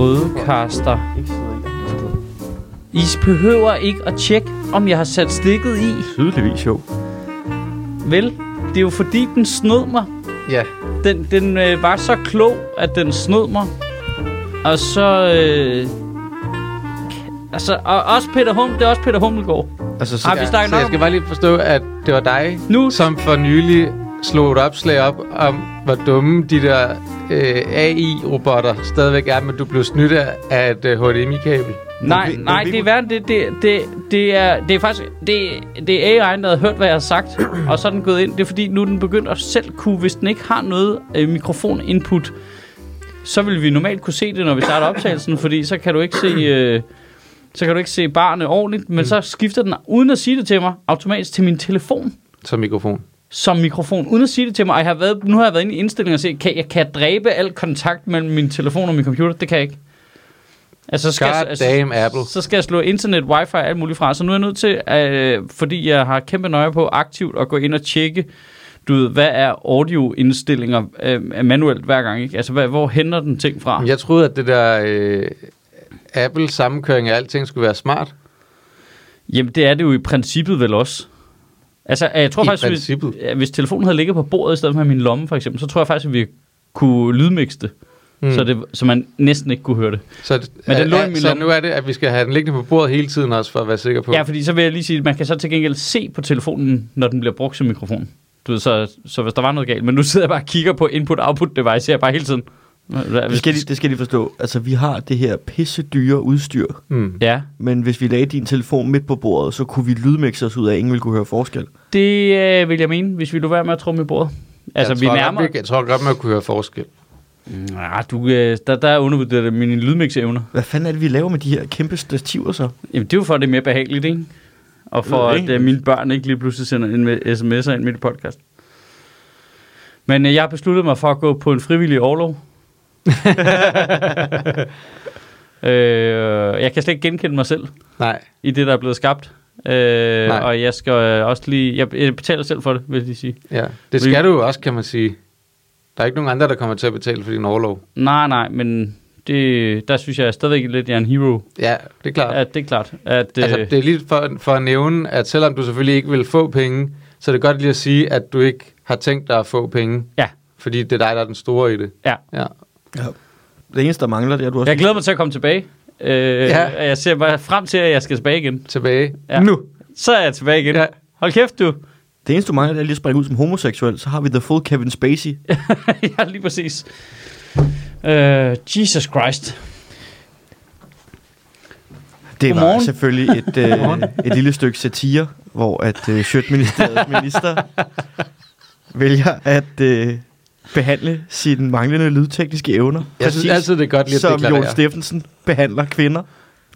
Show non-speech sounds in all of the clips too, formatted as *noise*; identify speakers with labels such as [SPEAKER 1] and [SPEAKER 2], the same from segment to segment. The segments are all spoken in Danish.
[SPEAKER 1] Rødekaster.
[SPEAKER 2] Ikke sidder i.
[SPEAKER 1] I behøver ikke at tjekke, om jeg har sat stikket i.
[SPEAKER 2] Tydeligvis jo.
[SPEAKER 1] Vel, det er jo fordi, den snød mig.
[SPEAKER 2] Ja.
[SPEAKER 1] Den, den øh, var så klog, at den snød mig. Og så... Øh, k- altså, og også Peter Hum, det er også Peter Hummelgaard.
[SPEAKER 3] Altså, så,
[SPEAKER 1] Ej, vi snakker
[SPEAKER 3] så
[SPEAKER 1] nok
[SPEAKER 3] jeg
[SPEAKER 1] om-
[SPEAKER 3] skal bare lige forstå, at det var dig,
[SPEAKER 1] Nu-
[SPEAKER 3] som for nylig slog et opslag op om, hvor dumme de der øh, AI-robotter stadigvæk er, men du blev snydt af- af et øh, HDMI-kabel.
[SPEAKER 1] Nej,
[SPEAKER 2] vi-
[SPEAKER 1] nej,
[SPEAKER 2] vi-
[SPEAKER 1] det er værd. Det, det, det, det, er, det er faktisk... Det, det er AI'en, der havde hørt, hvad jeg har
[SPEAKER 2] *clears throat*
[SPEAKER 1] sagt, og så er den gået ind. Det er fordi, nu er den begyndt at selv kunne... Hvis den ikke har noget øh, mikrofon-input, så vil vi normalt kunne se det, når vi starter optagelsen, fordi så kan du ikke se... Øh, så kan du ikke se barnet ordentligt, men mm. så skifter den, uden at sige det til mig, automatisk til min telefon
[SPEAKER 3] som mikrofon.
[SPEAKER 1] som mikrofon, uden at sige det til mig. Og Jeg har været, nu har jeg været inde i indstillingen og set, kan jeg, kan jeg dræbe al kontakt mellem min telefon og min computer? Det kan jeg ikke. Altså, så skal,
[SPEAKER 3] God
[SPEAKER 1] jeg- altså,
[SPEAKER 3] damn Apple.
[SPEAKER 1] så skal jeg slå internet, wifi og alt muligt fra. Så nu er jeg nødt til, øh, fordi jeg har kæmpe nøje på aktivt at gå ind og tjekke, du ved, hvad er audio-indstillinger øh, manuelt hver gang, ikke? Altså, hvad, hvor henter den ting fra?
[SPEAKER 3] Jeg troede, at det der øh, Apple-sammenkøring af alting skulle være smart.
[SPEAKER 1] Jamen, det er det jo i princippet vel også. Altså, jeg tror
[SPEAKER 3] I
[SPEAKER 1] faktisk,
[SPEAKER 3] princippet?
[SPEAKER 1] Hvis, ja, hvis telefonen havde ligget på bordet i stedet for i min lomme, for eksempel, så tror jeg faktisk, at vi kunne lydmixe det. Mm. Så, det, så man næsten ikke kunne høre det.
[SPEAKER 3] Hmm. Så, det-
[SPEAKER 1] Men den
[SPEAKER 3] er-
[SPEAKER 1] lå i
[SPEAKER 3] er-
[SPEAKER 1] min
[SPEAKER 3] så
[SPEAKER 1] lomme.
[SPEAKER 3] nu er det, at vi skal have den liggende på bordet hele tiden også, for at være sikker på.
[SPEAKER 1] Ja, fordi så vil jeg lige sige, at man kan så til gengæld se på telefonen, når den bliver brugt som mikrofon. Du ved, så, så hvis der var noget galt. Men nu sidder jeg bare og kigger på input-output-device her bare hele tiden. Hvad-
[SPEAKER 2] Det skal, de, det skal de forstå. Altså, vi har det her pisse dyre udstyr,
[SPEAKER 3] mm.
[SPEAKER 1] Ja,
[SPEAKER 2] men hvis vi lagde din telefon midt på bordet, så kunne vi lydmixe os ud af, at ingen ville kunne høre forskel.
[SPEAKER 1] det øh, vil jeg mene, hvis vi lå være med at trumme i bordet. Altså,
[SPEAKER 3] jeg
[SPEAKER 1] vi
[SPEAKER 3] tror
[SPEAKER 1] nærmer...
[SPEAKER 3] Godt, jeg tror godt, man kunne høre forskel.
[SPEAKER 1] Nej, du, øh, der, der undervurderer det mine lydmix-evner.
[SPEAKER 2] Hvad fanden er det, vi laver med de her kæmpe stativer så?
[SPEAKER 1] Jamen, det er jo for, at det er mere behageligt, ikke? Og for,
[SPEAKER 2] Det er
[SPEAKER 1] at
[SPEAKER 2] rigtigt.
[SPEAKER 1] øh, mine børn ikke lige pludselig sender en med- sms'er ind midt i podcast. Men øh, jeg har besluttet mig for at gå på en frivillig overlov.
[SPEAKER 3] *laughs*
[SPEAKER 1] øh, jeg kan slet ikke genkende mig selv
[SPEAKER 3] Nej.
[SPEAKER 1] i det, der er blevet skabt. Øh,
[SPEAKER 3] Nej.
[SPEAKER 1] og jeg skal øh, også lige... Jeg, jeg betaler selv for det, vil jeg lige sige.
[SPEAKER 3] Ja, det skal du jo også, kan man sige. Der er ikke nogen andre, der kommer til at betale for din overlov.
[SPEAKER 1] Nej, nej, men det, der synes jeg stadigvæk lidt, jeg er en hero.
[SPEAKER 3] Ja, det er klart.
[SPEAKER 1] Ja. At øh, det er klart. At,
[SPEAKER 3] det... Altså, det er lige for, for at nævne, at selvom du selvfølgelig ikke vil få penge, så er det godt lige at sige, at du ikke har tænkt dig at få penge.
[SPEAKER 1] Ja.
[SPEAKER 3] Fordi det er dig, der er den store i det.
[SPEAKER 1] Ja.
[SPEAKER 3] ja.
[SPEAKER 2] Det eneste, der mangler, det er, at du også...
[SPEAKER 1] Jeg glæder mig til at komme tilbage. Øh,
[SPEAKER 3] Ja.
[SPEAKER 1] ja. Jeg ser bare frem til, at jeg skal tilbage igen.
[SPEAKER 3] Tilbage.
[SPEAKER 1] Ja.
[SPEAKER 3] Nu.
[SPEAKER 1] Så er jeg tilbage igen. Ja.
[SPEAKER 3] Ja.
[SPEAKER 1] Hold kæft, du. *laughs*
[SPEAKER 2] Det eneste, du mangler, det er lige at springe ud som homoseksuel. Så har vi The Full Kevin Spacey.
[SPEAKER 1] ja, lige præcis. Øh, Jesus Christ.
[SPEAKER 2] Det var
[SPEAKER 1] Godmorgen.
[SPEAKER 2] selvfølgelig et, øh, et lille stykke satire, hvor at øh, Sjøtministeriets minister vælger at øh, behandle sine manglende lydtekniske evner.
[SPEAKER 3] Jeg synes altså, altid, det er godt lige at
[SPEAKER 2] som Jon
[SPEAKER 3] deklarere.
[SPEAKER 2] Steffensen behandler kvinder.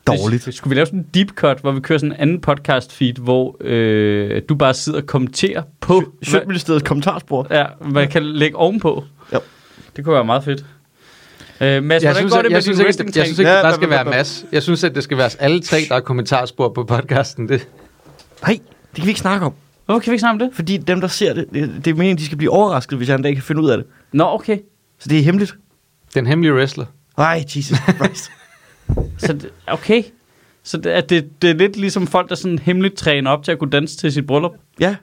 [SPEAKER 2] Dårligt.
[SPEAKER 1] Skulle vi lave sådan en deep cut, hvor vi kører sådan en anden podcast feed, hvor øh, du bare sidder og kommenterer på, hvad,
[SPEAKER 2] Sjøtministeriets kommentarspor.
[SPEAKER 1] ja, hvad jeg kan lægge ovenpå?
[SPEAKER 2] Ja.
[SPEAKER 1] Det kunne være meget fedt. Øh, Mads,
[SPEAKER 3] Jeg
[SPEAKER 1] hvordan
[SPEAKER 3] synes,
[SPEAKER 1] går det
[SPEAKER 3] jeg,
[SPEAKER 1] med
[SPEAKER 3] jeg synes
[SPEAKER 1] din
[SPEAKER 3] ikke, at- jeg synes
[SPEAKER 1] wrestling
[SPEAKER 3] ikke,
[SPEAKER 2] Ja,
[SPEAKER 3] at der
[SPEAKER 2] hvad-
[SPEAKER 3] skal
[SPEAKER 2] hvad-
[SPEAKER 3] være
[SPEAKER 2] hvad-
[SPEAKER 3] masse. Jeg synes, at det skal være os alle tre, der er kommentarspor på podcasten. Det.
[SPEAKER 2] Nej, det kan vi ikke snakke om.
[SPEAKER 1] Hvorfor kan vi ikke snakke om det?
[SPEAKER 2] Fordi dem, der ser det, det, det er meningen, de skal blive overrasket, hvis jeg en dag kan finde ud af det.
[SPEAKER 1] Nå, okay.
[SPEAKER 2] Så det er hemmeligt.
[SPEAKER 3] Den hemmelige wrestler.
[SPEAKER 2] Ej, *laughs* Jesus Christ.
[SPEAKER 1] Så det, okay. Så det, er- det, det er lidt ligesom folk, der sådan hemmeligt træner op til at kunne danse til sit bryllup.
[SPEAKER 2] ja,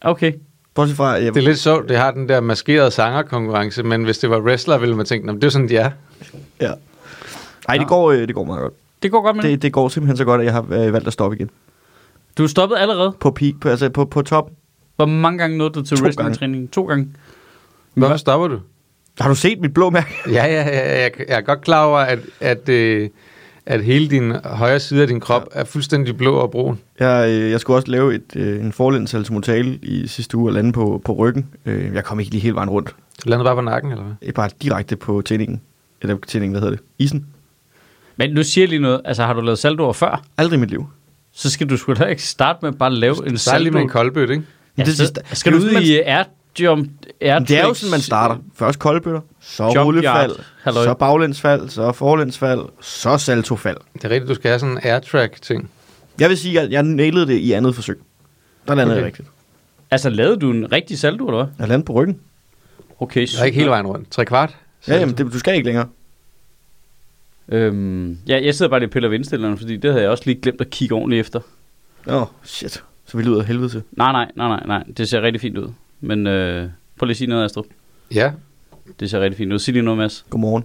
[SPEAKER 1] Okay.
[SPEAKER 2] bortset fra... Jeg,
[SPEAKER 3] Det er lidt sjovt, det har den der maskerede sangerkonkurrence, men hvis det var wrestler, ville man tænke, "Nå, men det er sådan, de er.
[SPEAKER 2] ja. Ej, det går, øh, det går meget godt.
[SPEAKER 1] Det går godt med det.
[SPEAKER 2] Det, det går simpelthen så godt, at jeg har øh, valgt at stoppe igen.
[SPEAKER 1] Du er stoppet allerede.
[SPEAKER 2] På peak, på, altså på, på top.
[SPEAKER 1] Hvor mange gange nåede du til
[SPEAKER 2] To
[SPEAKER 1] wrestling-træning? To gange.
[SPEAKER 3] Hvorfor stopper du?
[SPEAKER 2] Har du set mit blå mærke? *laughs*
[SPEAKER 3] Ja, ja, ja, ja, jeg, jeg er godt klar over, at, at, øh, at hele din højre side af din krop ja. er fuldstændig blå og brun.
[SPEAKER 2] Jeg, øh, jeg skulle også lave et, øh, en forlæns altså motale i sidste uge og lande på, på ryggen. Øh, jeg kom ikke lige hele vejen rundt.
[SPEAKER 3] Du lander bare på nakken, eller hvad?
[SPEAKER 2] Øh, Bare direkte på tændingen. Eller tændingen, hvad hedder det? Isen.
[SPEAKER 1] Men nu siger jeg lige noget. Altså, har du lavet saldoer før?
[SPEAKER 2] Aldrig i mit liv.
[SPEAKER 1] Så skal du sgu da ikke starte med bare at lave en
[SPEAKER 3] Særligt
[SPEAKER 1] saldo.
[SPEAKER 3] med en koldbøtte, ikke?
[SPEAKER 1] Ja,
[SPEAKER 2] Men det
[SPEAKER 1] så,
[SPEAKER 2] er sidst- det er
[SPEAKER 1] skal
[SPEAKER 2] jo
[SPEAKER 1] du ud
[SPEAKER 2] sådan,
[SPEAKER 1] i air jump, air
[SPEAKER 2] Men det er jo sådan, man starter. Først koldbøtter, så
[SPEAKER 1] Jump
[SPEAKER 2] rullefald,
[SPEAKER 1] yard, halløj.
[SPEAKER 2] så baglænsfald, så forlænsfald, så saltofald.
[SPEAKER 3] Det er rigtigt, du skal have sådan en airtrack-ting.
[SPEAKER 2] Jeg vil sige, at jeg nailede det i andet forsøg. Der landede okay. jeg
[SPEAKER 3] Okay.
[SPEAKER 2] rigtigt.
[SPEAKER 1] Altså, lavede du en rigtig saldo, eller hvad?
[SPEAKER 2] Jeg landede på ryggen.
[SPEAKER 1] Okay,
[SPEAKER 3] Jeg er ikke hele vejen rundt. Tre kvart?
[SPEAKER 2] Ja, jamen, det, du skal ikke længere.
[SPEAKER 1] Øhm, ja, jeg sidder bare lige og piller ved indstillerne, fordi det havde jeg også lige glemt at kigge ordentligt efter.
[SPEAKER 2] Åh, oh, shit. Så vi lyder af helvede til.
[SPEAKER 1] Nej, nej, nej, nej, nej. Det ser rigtig fint ud. Men øh, prøv lige at sige noget, Astrup.
[SPEAKER 3] Ja,
[SPEAKER 1] Det ser rigtig fint ud. Sig lige noget, Mads.
[SPEAKER 2] Godmorgen.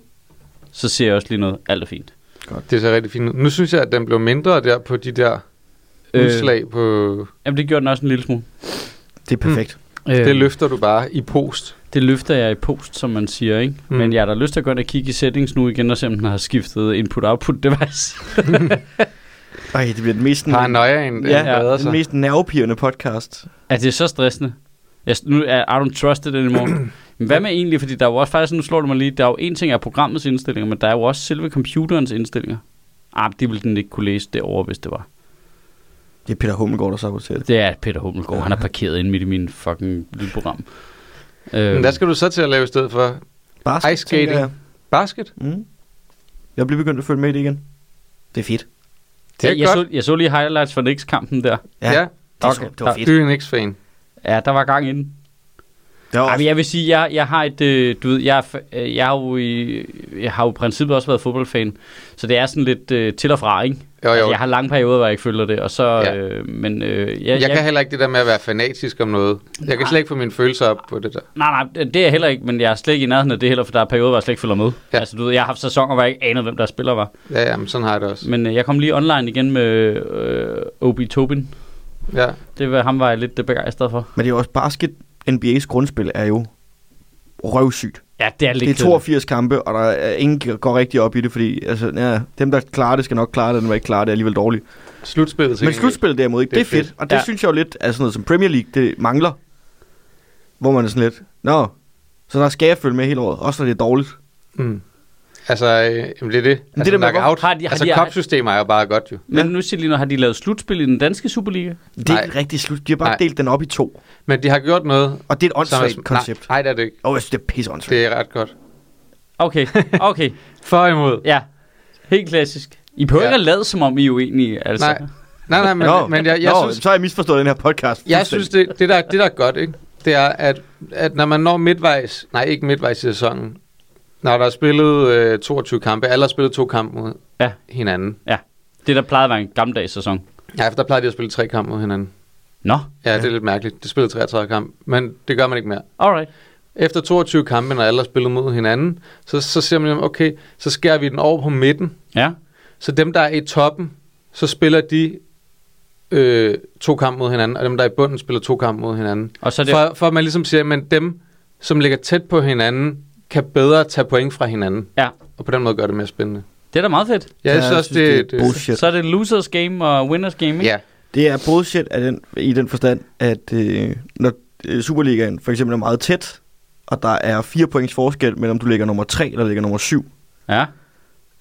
[SPEAKER 1] Så ser jeg også lige noget. Alt er fint.
[SPEAKER 3] det ser rigtig fint ud. Nu synes jeg, at den blev mindre der på de der øh. udslag på...
[SPEAKER 1] jamen, det gjorde den også en lille smule.
[SPEAKER 2] Det er perfekt. Mm.
[SPEAKER 1] Øh,
[SPEAKER 3] Det løfter du bare i post.
[SPEAKER 1] det løfter jeg i post, som man siger, ikke? Mm.
[SPEAKER 3] Mm.
[SPEAKER 1] Men jeg har da lyst til at gå ind og kigge i settings nu igen, og se om den har skiftet input-output device.
[SPEAKER 2] Ej, det bliver den mest,
[SPEAKER 3] Paranoiaen
[SPEAKER 2] ja,
[SPEAKER 3] ja, ja,
[SPEAKER 2] den
[SPEAKER 3] sig.
[SPEAKER 2] mest nervepirrende podcast.
[SPEAKER 1] *laughs* er det så stressende? Jeg, nu er I don't trust it anymore. Men hvad med egentlig, fordi der er jo også faktisk, nu slår det mig lige, der er jo en ting af programmets indstillinger, men der er jo også selve computerens indstillinger. Ah, det ville den ikke kunne læse derovre, hvis det var.
[SPEAKER 2] Det er Peter Hummelgaard, der saboterer det.
[SPEAKER 1] Det er Peter Hummelgaard, han er parkeret inde midt i min fucking lydprogram. Øhm,
[SPEAKER 3] Men hvad skal du så til at lave i stedet for?
[SPEAKER 2] Basket,
[SPEAKER 3] Ice skating.
[SPEAKER 2] tænker Jeg.
[SPEAKER 3] Basket?
[SPEAKER 2] Mm. jeg bliver begyndt at følge med i det igen. Det er fedt.
[SPEAKER 3] Det er
[SPEAKER 1] jeg, jeg,
[SPEAKER 3] godt.
[SPEAKER 1] så, jeg så lige highlights fra Knicks-kampen der.
[SPEAKER 3] Ja, ja
[SPEAKER 2] det, okay. det var fedt.
[SPEAKER 3] du er en X-fan.
[SPEAKER 1] Ja, der var gang inden.
[SPEAKER 2] Det var
[SPEAKER 1] Ej,
[SPEAKER 2] også,
[SPEAKER 1] men jeg vil sige, jeg, jeg har et, øh, du ved, jeg, er f- øh, jeg, har jo i, jeg har jo i princippet også været fodboldfan, så det er sådan lidt øh, til og fra, ikke?
[SPEAKER 3] Jo, jo.
[SPEAKER 1] Altså, jeg har lange perioder, hvor jeg ikke følger det, og så, ja.
[SPEAKER 3] Ja.
[SPEAKER 1] øh, men øh, jeg,
[SPEAKER 3] Jeg, jeg kan heller ikke det der med at være fanatisk om noget. Jeg kan
[SPEAKER 1] Nej.
[SPEAKER 3] slet ikke få mine følelser op på det der.
[SPEAKER 1] nej, nej, det det er jeg heller ikke, men jeg er slet ikke i nærheden af det heller, for der er perioder, hvor jeg slet ikke følger med. Ja.
[SPEAKER 3] Ja.
[SPEAKER 1] Altså, du ved, jeg har haft sæsoner, hvor jeg ikke anede, hvem der spiller var.
[SPEAKER 3] Ja, ja, men sådan har jeg det også.
[SPEAKER 1] Men øh, jeg kom lige online igen med øh, Obi Tobin.
[SPEAKER 3] Ja.
[SPEAKER 1] Det var, ham var jeg lidt øh, begejstret for.
[SPEAKER 2] men det er jo også basket. NBA's grundspil er jo røvsygt.
[SPEAKER 1] Ja, det er lidt
[SPEAKER 2] Det er
[SPEAKER 1] kedeligt.
[SPEAKER 2] 82 kampe, og der er ingen der går rigtig op i det, fordi altså, ja, dem, der klarer det, skal nok klare det, dem, der ikke klarer det, er alligevel dårligt.
[SPEAKER 3] Altså, Slutspillet til
[SPEAKER 2] Men
[SPEAKER 3] gengæld.
[SPEAKER 2] slutspillet derimod ikke, det er fedt. Og det
[SPEAKER 1] Ja.
[SPEAKER 2] synes jeg jo lidt, at sådan noget som Premier League, det mangler. Hvor man er sådan lidt, nå, så der skal jeg følge med hele året, også når det er dårligt.
[SPEAKER 3] Mm. Altså, øh, jamen, det er det. Altså,
[SPEAKER 2] det der med,
[SPEAKER 3] knockout.
[SPEAKER 1] hvor- har de- har
[SPEAKER 3] altså,
[SPEAKER 1] de-
[SPEAKER 3] kopsystemer er jo bare godt, jo.
[SPEAKER 1] Men nu siger lige, når har de lavet slutspil i den danske Superliga?
[SPEAKER 2] Det er
[SPEAKER 3] Nej.
[SPEAKER 2] ikke rigtig slut. De har bare
[SPEAKER 3] Nej.
[SPEAKER 2] delt den op i to.
[SPEAKER 3] Men de har gjort noget.
[SPEAKER 2] Og det er et
[SPEAKER 3] som er-
[SPEAKER 2] åndssvagt koncept.
[SPEAKER 3] Nej, nej, det er det ikke.
[SPEAKER 2] Åh, oh, jeg synes, det er pisse åndssvagt.
[SPEAKER 3] Det er ret godt. *laughs*
[SPEAKER 1] Okay, okay.
[SPEAKER 3] For og imod.
[SPEAKER 1] Ja, helt klassisk. I behøver
[SPEAKER 3] Ja.
[SPEAKER 1] ikke at lade, som om I er uenige, altså.
[SPEAKER 3] Nej, nej, nej men,
[SPEAKER 2] Nå,
[SPEAKER 3] men jeg, jeg,
[SPEAKER 2] nå,
[SPEAKER 3] synes,
[SPEAKER 2] så har jeg misforstået den her podcast.
[SPEAKER 3] jeg synes det, det, der, det der er godt, ikke? det er, at, at når man når midtvejs, nej ikke midtvejs i sæsonen, når der er spillet øh, 22 kampe, alle har spillet to kampe mod
[SPEAKER 1] Ja.
[SPEAKER 3] hinanden.
[SPEAKER 1] Det, der plejede at være en gammeldags sæson.
[SPEAKER 3] Ja, for der plejer de at spille tre kampe mod hinanden.
[SPEAKER 1] Nå,
[SPEAKER 3] Ja, det er lidt mærkeligt. Det spillede 33 kamp, men det gør man ikke mere.
[SPEAKER 1] alright.
[SPEAKER 3] Efter 22 kampe, når alle har spillet mod hinanden, så, så siger man, okay, så skærer vi den over på midten,
[SPEAKER 1] Ja,
[SPEAKER 3] Så dem, der er i toppen, så spiller de øh, to kampe mod hinanden, og dem, der er i bunden, spiller to kampe mod hinanden.
[SPEAKER 1] og så
[SPEAKER 3] Så
[SPEAKER 1] er
[SPEAKER 3] det...
[SPEAKER 1] det...
[SPEAKER 3] for, for at man ligesom siger, at dem, som ligger tæt på hinanden, kan bedre tage point fra hinanden,
[SPEAKER 1] Ja,
[SPEAKER 3] og på den måde gøre det mere spændende.
[SPEAKER 1] det er da meget fedt.
[SPEAKER 3] Ja, jeg synes også, det,
[SPEAKER 2] det er bullshit.
[SPEAKER 1] Så er det losers game og winners game, ikke?
[SPEAKER 3] ja,
[SPEAKER 2] Det er bullshit af den, i den forstand, at øh, når øh, Superligaen for eksempel er meget tæt, og der er fire points forskel mellem om du ligger nummer 3 eller ligger nummer 7,
[SPEAKER 1] Ja.